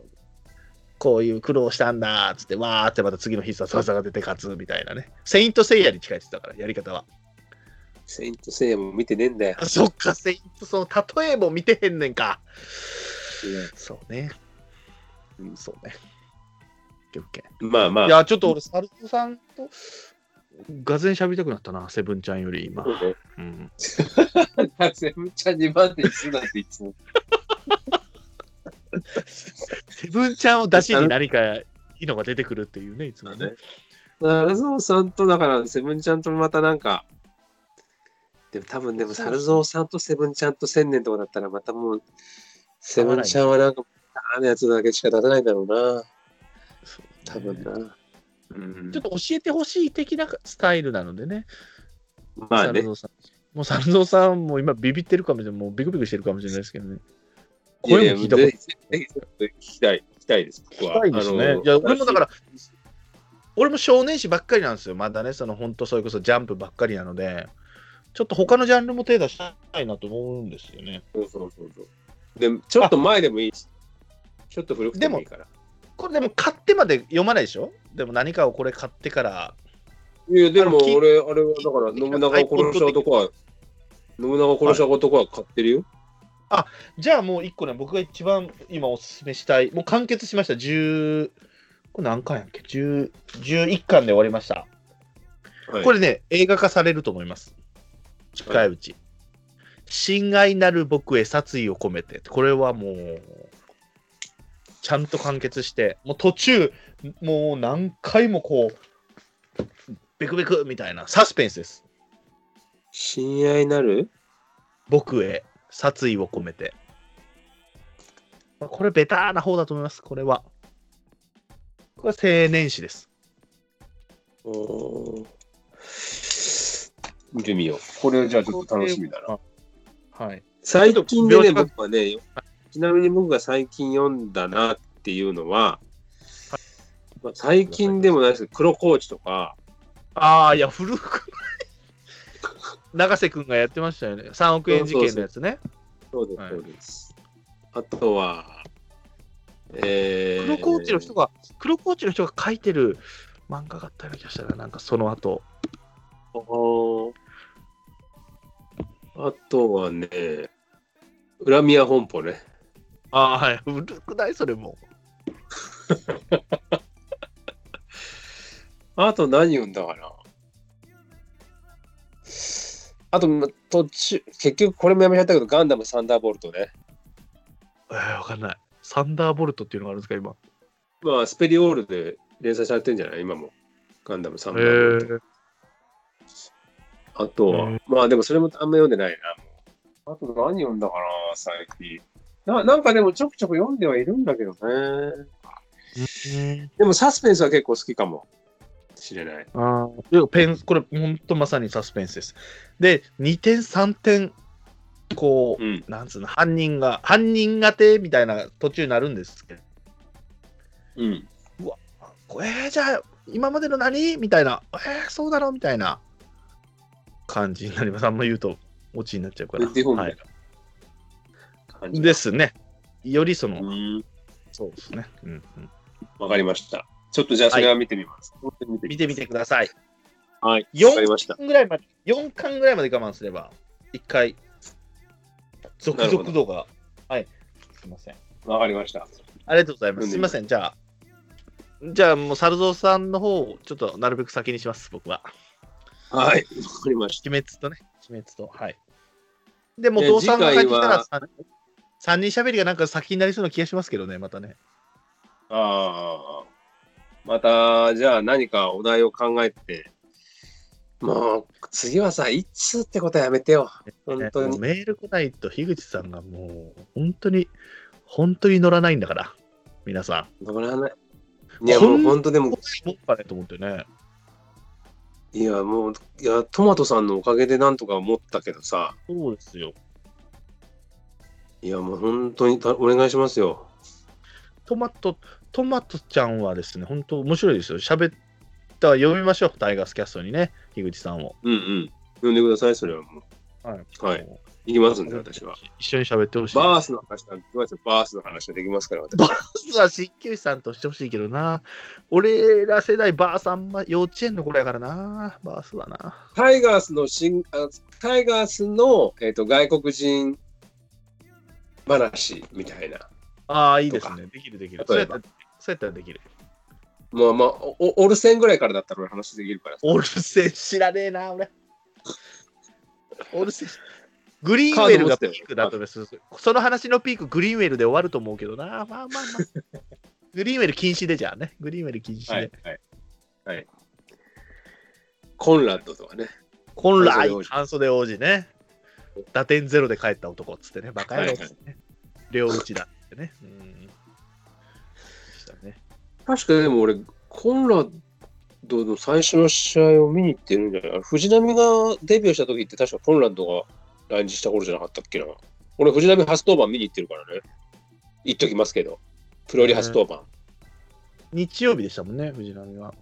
[SPEAKER 2] こういう苦労したんだーっつって、わーってまた次の必殺技が出て勝つみたいなね。セイントセイヤに近いって言ってたから、やり方は。
[SPEAKER 1] セイントセイヤも見てねえんだよ。
[SPEAKER 2] あそっか、セイント、その例えも見てへんねんか。そうね。うん、そうね。オッケーオッケー
[SPEAKER 1] まあまあ。
[SPEAKER 2] いや、ちょっと俺、サルトさんと、がぜん喋りたくなったな、セブンちゃんより今。
[SPEAKER 1] そうね
[SPEAKER 2] うん、
[SPEAKER 1] セブンちゃん2番手にするなんていつも。
[SPEAKER 2] セブンちゃんを出しに何かいいのが出てくるっていうね、いつもね。
[SPEAKER 1] サルゾウさんと、だから、セブンちゃんとまたなんか、でも多分、でも、サルゾウさんとセブンちゃんと千年とかだったら、またもう、セブンちゃんはなんか、あのやつだけしか出せないんだろうな、多分
[SPEAKER 2] ね
[SPEAKER 1] な。うん
[SPEAKER 2] ちょっと教えてほしい的なスタイルなのでね、
[SPEAKER 1] まあ
[SPEAKER 2] 猿
[SPEAKER 1] ね、
[SPEAKER 2] 蔵さん。もう猿蔵さんも今ビビってるかもしれない、もうビクビクしてるかもしれないですけどね。
[SPEAKER 1] いやい
[SPEAKER 2] 声
[SPEAKER 1] や
[SPEAKER 2] も聞いたこと
[SPEAKER 1] ぜひ、ぜひ、ちょっと聞きたい、聞きたいです、僕は。
[SPEAKER 2] 深いです
[SPEAKER 1] あ
[SPEAKER 2] ね
[SPEAKER 1] の。
[SPEAKER 2] いや、俺もだから、俺も少年誌ばっかりなんですよ、まだね、その本当、それこそジャンプばっかりなので、ちょっと他のジャンルも手出したいなと思うんですよね。
[SPEAKER 1] そうそうそうそう。で、ちょっと前でもいいし、ちょっと古くてもいいから。
[SPEAKER 2] これでも買ってまで読まないでしょでも何かをこれ買ってから。
[SPEAKER 1] いや、でも
[SPEAKER 2] あのき
[SPEAKER 1] 俺、あれは、だから、信長を殺した男は、信長を殺した男は買ってるよ。
[SPEAKER 2] じゃあもう一個ね、僕が一番今おすすめしたい。もう完結しました。10、これ何巻やっけ ?10、11巻で終わりました。
[SPEAKER 1] はい
[SPEAKER 2] これね、映画化されると思います。近いうち。親愛なる僕へ殺意を込めて。これはもう、ちゃんと完結して、もう途中、もう何回もこう、ビクビクみたいなサスペンスです。
[SPEAKER 1] 親愛なる
[SPEAKER 2] 僕へ殺意を込めて。まあこれベターな方だと思います、これは。これは青年誌です。
[SPEAKER 1] おー見てみよう。これじゃあちょっと楽しみだな。
[SPEAKER 2] はい。
[SPEAKER 1] 最近でね、
[SPEAKER 2] ちょっと秒
[SPEAKER 1] 僕はね、ちなみに僕が最近読んだなっていうのは、まあ最近でもないですけど、黒コーチとか、
[SPEAKER 2] ああ、いや、古くない。永瀬君がやってましたよね。3億円事件のやつね。
[SPEAKER 1] そうです、
[SPEAKER 2] はい
[SPEAKER 1] そうです。あとは、えー、
[SPEAKER 2] 黒コーチの人が、黒コーチの人が書いてる漫画があったような気がしたら、なんかその後。
[SPEAKER 1] あーあとはね、恨み屋本舗ね。
[SPEAKER 2] ああ、はい。古くないそれも。
[SPEAKER 1] あと何読んだかなあと、ま途中、結局これもやめちゃったけど、ガンダムサンダーボルトね。
[SPEAKER 2] えー、わかんない。サンダーボルトっていうのがあるんですか、今。
[SPEAKER 1] まあ、スペリオールで連載されてんじゃない今も。ガンダムサン
[SPEAKER 2] へ
[SPEAKER 1] ダーボルト。
[SPEAKER 2] え。
[SPEAKER 1] あと
[SPEAKER 2] へ
[SPEAKER 1] は
[SPEAKER 2] ー、
[SPEAKER 1] まあでもそれもあんま読んでないな。あと何読んだかな最近。ななんかでもちょくちょく読んではいるんだけどね。でもサスペンスは結構好きかもしれない。
[SPEAKER 2] ああ。ペン、これ、ほんとまさにサスペンスです。で、2点、3点、こう、
[SPEAKER 1] うん。
[SPEAKER 2] なんつうの、犯人が、犯人がてみたいな途中になるんですけど、
[SPEAKER 1] うん。
[SPEAKER 2] こうえー、じゃあ、今までの何みたいな、えー、そうだろうみたいな感じになります。あんま言うと、オチになっちゃうから。
[SPEAKER 1] ディフォルメ
[SPEAKER 2] はい
[SPEAKER 1] な感じ。
[SPEAKER 2] で、すね。よりその、
[SPEAKER 1] うん。
[SPEAKER 2] そうですね、うんうん。
[SPEAKER 1] わかりました。ちょっとじゃあそれは見てみます。見て
[SPEAKER 2] 見てみてください。
[SPEAKER 1] はい。
[SPEAKER 2] 四
[SPEAKER 1] わかりました。
[SPEAKER 2] ぐらいまで、4巻ぐらいまで我慢すれば、1回、続
[SPEAKER 1] なるほ
[SPEAKER 2] 々
[SPEAKER 1] ど
[SPEAKER 2] 度が。はい。すいません。
[SPEAKER 1] わかりました。
[SPEAKER 2] ありがとうございます。
[SPEAKER 1] うん
[SPEAKER 2] すいません、じゃあ。じゃあもう、猿蔵さんの方をちょっとなるべく先にします、僕は。
[SPEAKER 1] はい。わかりました。
[SPEAKER 2] 鬼滅とね、鬼滅と。はい。で、もう、
[SPEAKER 1] で
[SPEAKER 2] 父さんが帰ってきたら
[SPEAKER 1] 次
[SPEAKER 2] 3人、三人喋りがなんか先になりそうな気がしますけどね、またね。
[SPEAKER 1] ああ。また、じゃあ何かお題を考えて。もう、次はさ、一通ってことはやめてよ。本当
[SPEAKER 2] ねも
[SPEAKER 1] に
[SPEAKER 2] う。メール来ないと、樋口さんがもう、本当に、本当に乗らないんだから、皆さ
[SPEAKER 1] 乗らない。いや、もう本当で
[SPEAKER 2] ん。
[SPEAKER 1] も
[SPEAKER 2] も、っかないと思ってね。
[SPEAKER 1] いや、もう、いや、トマトさんのおかげでなんとか思ったけどさ、
[SPEAKER 2] そうですよ。
[SPEAKER 1] いや、もう本当にたお願いしますよ。
[SPEAKER 2] トマト、トマトちゃんはですね、本当面白いですよ。喋ったら読みましょう、タイガースキャストにね、樋口さんを。
[SPEAKER 1] うんうん。呼んでください、それはも
[SPEAKER 2] はい。
[SPEAKER 1] う。はい。行きますんで、私は。。
[SPEAKER 2] 一緒に喋ってほしい。
[SPEAKER 1] バー
[SPEAKER 2] ス
[SPEAKER 1] スの話なんて、どうやってバースの話ができますから、私。
[SPEAKER 2] バはしっきりさんとしてほしいけどな。俺ら世代バースあんま幼稚園の頃やからな。バースはな。
[SPEAKER 1] タイガースの新、あタイガースの、えー、と外国人話みたいな。
[SPEAKER 2] ああ、いいで
[SPEAKER 1] と
[SPEAKER 2] す
[SPEAKER 1] か
[SPEAKER 2] ね。できるできる。そう
[SPEAKER 1] 例
[SPEAKER 2] や
[SPEAKER 1] え
[SPEAKER 2] った
[SPEAKER 1] ば
[SPEAKER 2] らそうやったらできる。
[SPEAKER 1] まあまあ、おオルセンぐらいからだったら俺話できるから。
[SPEAKER 2] オルセン知らねえな、俺。オルセン。グリーンウェルがピークだとです。その話のピーク、グリーンウェルで終わると思うけどな。まあまあまあ。グリーンウェル禁止でじゃあね。グリーンウェル禁止で。
[SPEAKER 1] はい。はい。はい、コンラッドとかね。
[SPEAKER 2] 本来
[SPEAKER 1] 半袖王子、
[SPEAKER 2] 半袖王子ね。打点ゼロで帰った男っつってね、バカ野郎っつってね。両打ちだってね。うん。でしたね。
[SPEAKER 1] 確かにでも俺、コンラッドの最初の試合を見に行ってるんじゃない藤波がデビューした時って確かコンラッドが来日した頃じゃなかったっけな。俺、藤波初登板見に行ってるからね。言っときますけど。プロ入り初登板。
[SPEAKER 2] 日曜日でしたもんね、藤波は。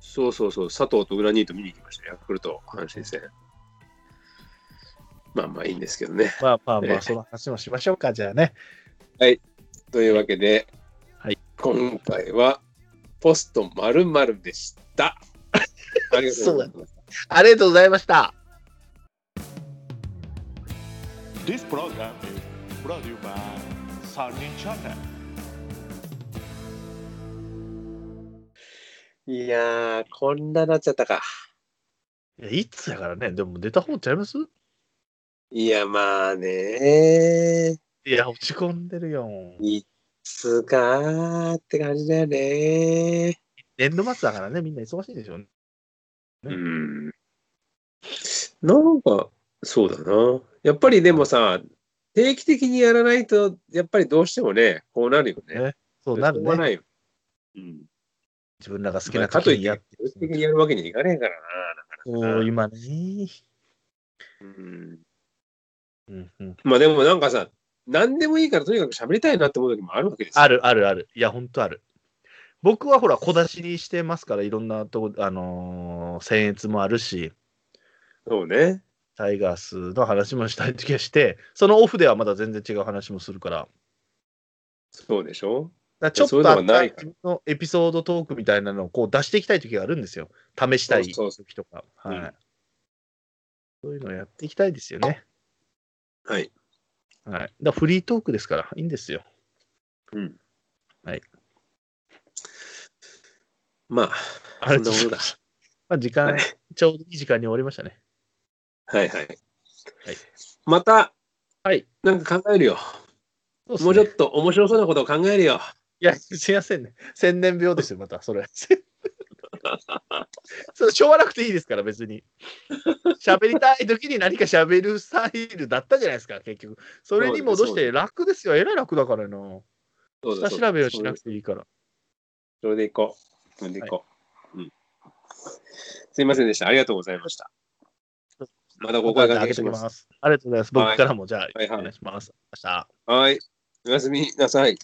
[SPEAKER 1] そうそうそう、佐藤と裏ニート見に行きました、ヤクルト、阪神戦。まあまあいいんですけどね。
[SPEAKER 2] まあまあ
[SPEAKER 1] え
[SPEAKER 2] ま
[SPEAKER 1] え
[SPEAKER 2] あ、その話もしましょうか、じゃあね。
[SPEAKER 1] というわけで、
[SPEAKER 2] はい
[SPEAKER 1] 今回はポストまるで した。ありがとうございます。
[SPEAKER 2] ありがとうございました。
[SPEAKER 3] This program is brought to you by Sunny Channel.
[SPEAKER 1] いやー、こんななっちゃったか。
[SPEAKER 2] いや、いつやからね、でも出た方ちゃいます
[SPEAKER 1] いや、まあね
[SPEAKER 2] いや、落ち込んでるよ。
[SPEAKER 1] いつかーって感じだよね
[SPEAKER 2] 年度末だからね、みんな忙しいでしょうね。
[SPEAKER 1] うん。なんか、そうだな。やっぱりでもさ、定期的にやらないと、やっぱりどうしてもね、こうなるよね。
[SPEAKER 2] ねそうな
[SPEAKER 1] し
[SPEAKER 2] る
[SPEAKER 1] ょうがな
[SPEAKER 2] ね。
[SPEAKER 1] いよ。うん。
[SPEAKER 2] 自分らが好き
[SPEAKER 1] まあ
[SPEAKER 2] な
[SPEAKER 1] かと
[SPEAKER 2] 時
[SPEAKER 1] い
[SPEAKER 2] に
[SPEAKER 1] っ
[SPEAKER 2] やっ
[SPEAKER 1] て、
[SPEAKER 2] て
[SPEAKER 1] 定期的にやるわけにいかねえからな。
[SPEAKER 2] そう、今ね。
[SPEAKER 1] うん
[SPEAKER 2] うんうん、
[SPEAKER 1] まあでもなんかさ、何でもいいからとにかく喋りたいなって思う時もあるわけですよ
[SPEAKER 2] あるあるある。いや、ほんとある。僕はほら、小出しにしてますから、いろんなとこ、あのー、僭越もあるし、
[SPEAKER 1] そうね。
[SPEAKER 2] タイガースの話もしたい時はして、そのオフではまだ全然違う話もするから、だか
[SPEAKER 1] そうでしょ
[SPEAKER 2] らちょっ
[SPEAKER 1] そうい
[SPEAKER 2] と
[SPEAKER 1] うのが
[SPEAKER 2] あっ
[SPEAKER 1] な
[SPEAKER 2] た
[SPEAKER 1] いから
[SPEAKER 2] 自分のエピソードトークみたいなのをこう出していきたい時があるんですよ。試したい
[SPEAKER 1] そうそ
[SPEAKER 2] 時とか。
[SPEAKER 1] う
[SPEAKER 2] はい
[SPEAKER 1] うん
[SPEAKER 2] そういうのをやっていきたいですよね。
[SPEAKER 1] はい。
[SPEAKER 2] はい、だからフリートークですから、いいんですよ。
[SPEAKER 1] まあ、
[SPEAKER 2] あれ
[SPEAKER 1] そんなものだ。
[SPEAKER 2] まあ、時間、
[SPEAKER 1] はい
[SPEAKER 2] ちょうどいい時間に終わりましたね。
[SPEAKER 1] はいはい。また、
[SPEAKER 2] はい。
[SPEAKER 1] なんか考えるよ。
[SPEAKER 2] そうすね
[SPEAKER 1] もうちょっと面白そうなことを考えるよ。
[SPEAKER 2] いや、すいませんね。千年病ですよ、また、そ れ。それしょうがなくていいですから、別に。喋りたい時に何か喋るスタイルだったじゃないですか、結局。それに戻
[SPEAKER 1] そ
[SPEAKER 2] し
[SPEAKER 1] うですそうで
[SPEAKER 2] て楽ですよ、えらい楽だからな。
[SPEAKER 1] そうだそ
[SPEAKER 2] 下
[SPEAKER 1] うだ
[SPEAKER 2] 調べをしなくていいから。
[SPEAKER 1] それでいこう。それでいこう。うん。すいませんでした。ありがとうございました。またお声掛けします。
[SPEAKER 2] ありがとうございます。
[SPEAKER 1] はい
[SPEAKER 2] 僕からも、じゃあ、
[SPEAKER 1] はいはい
[SPEAKER 2] お願いします。明日
[SPEAKER 1] はい。おやすみなさい。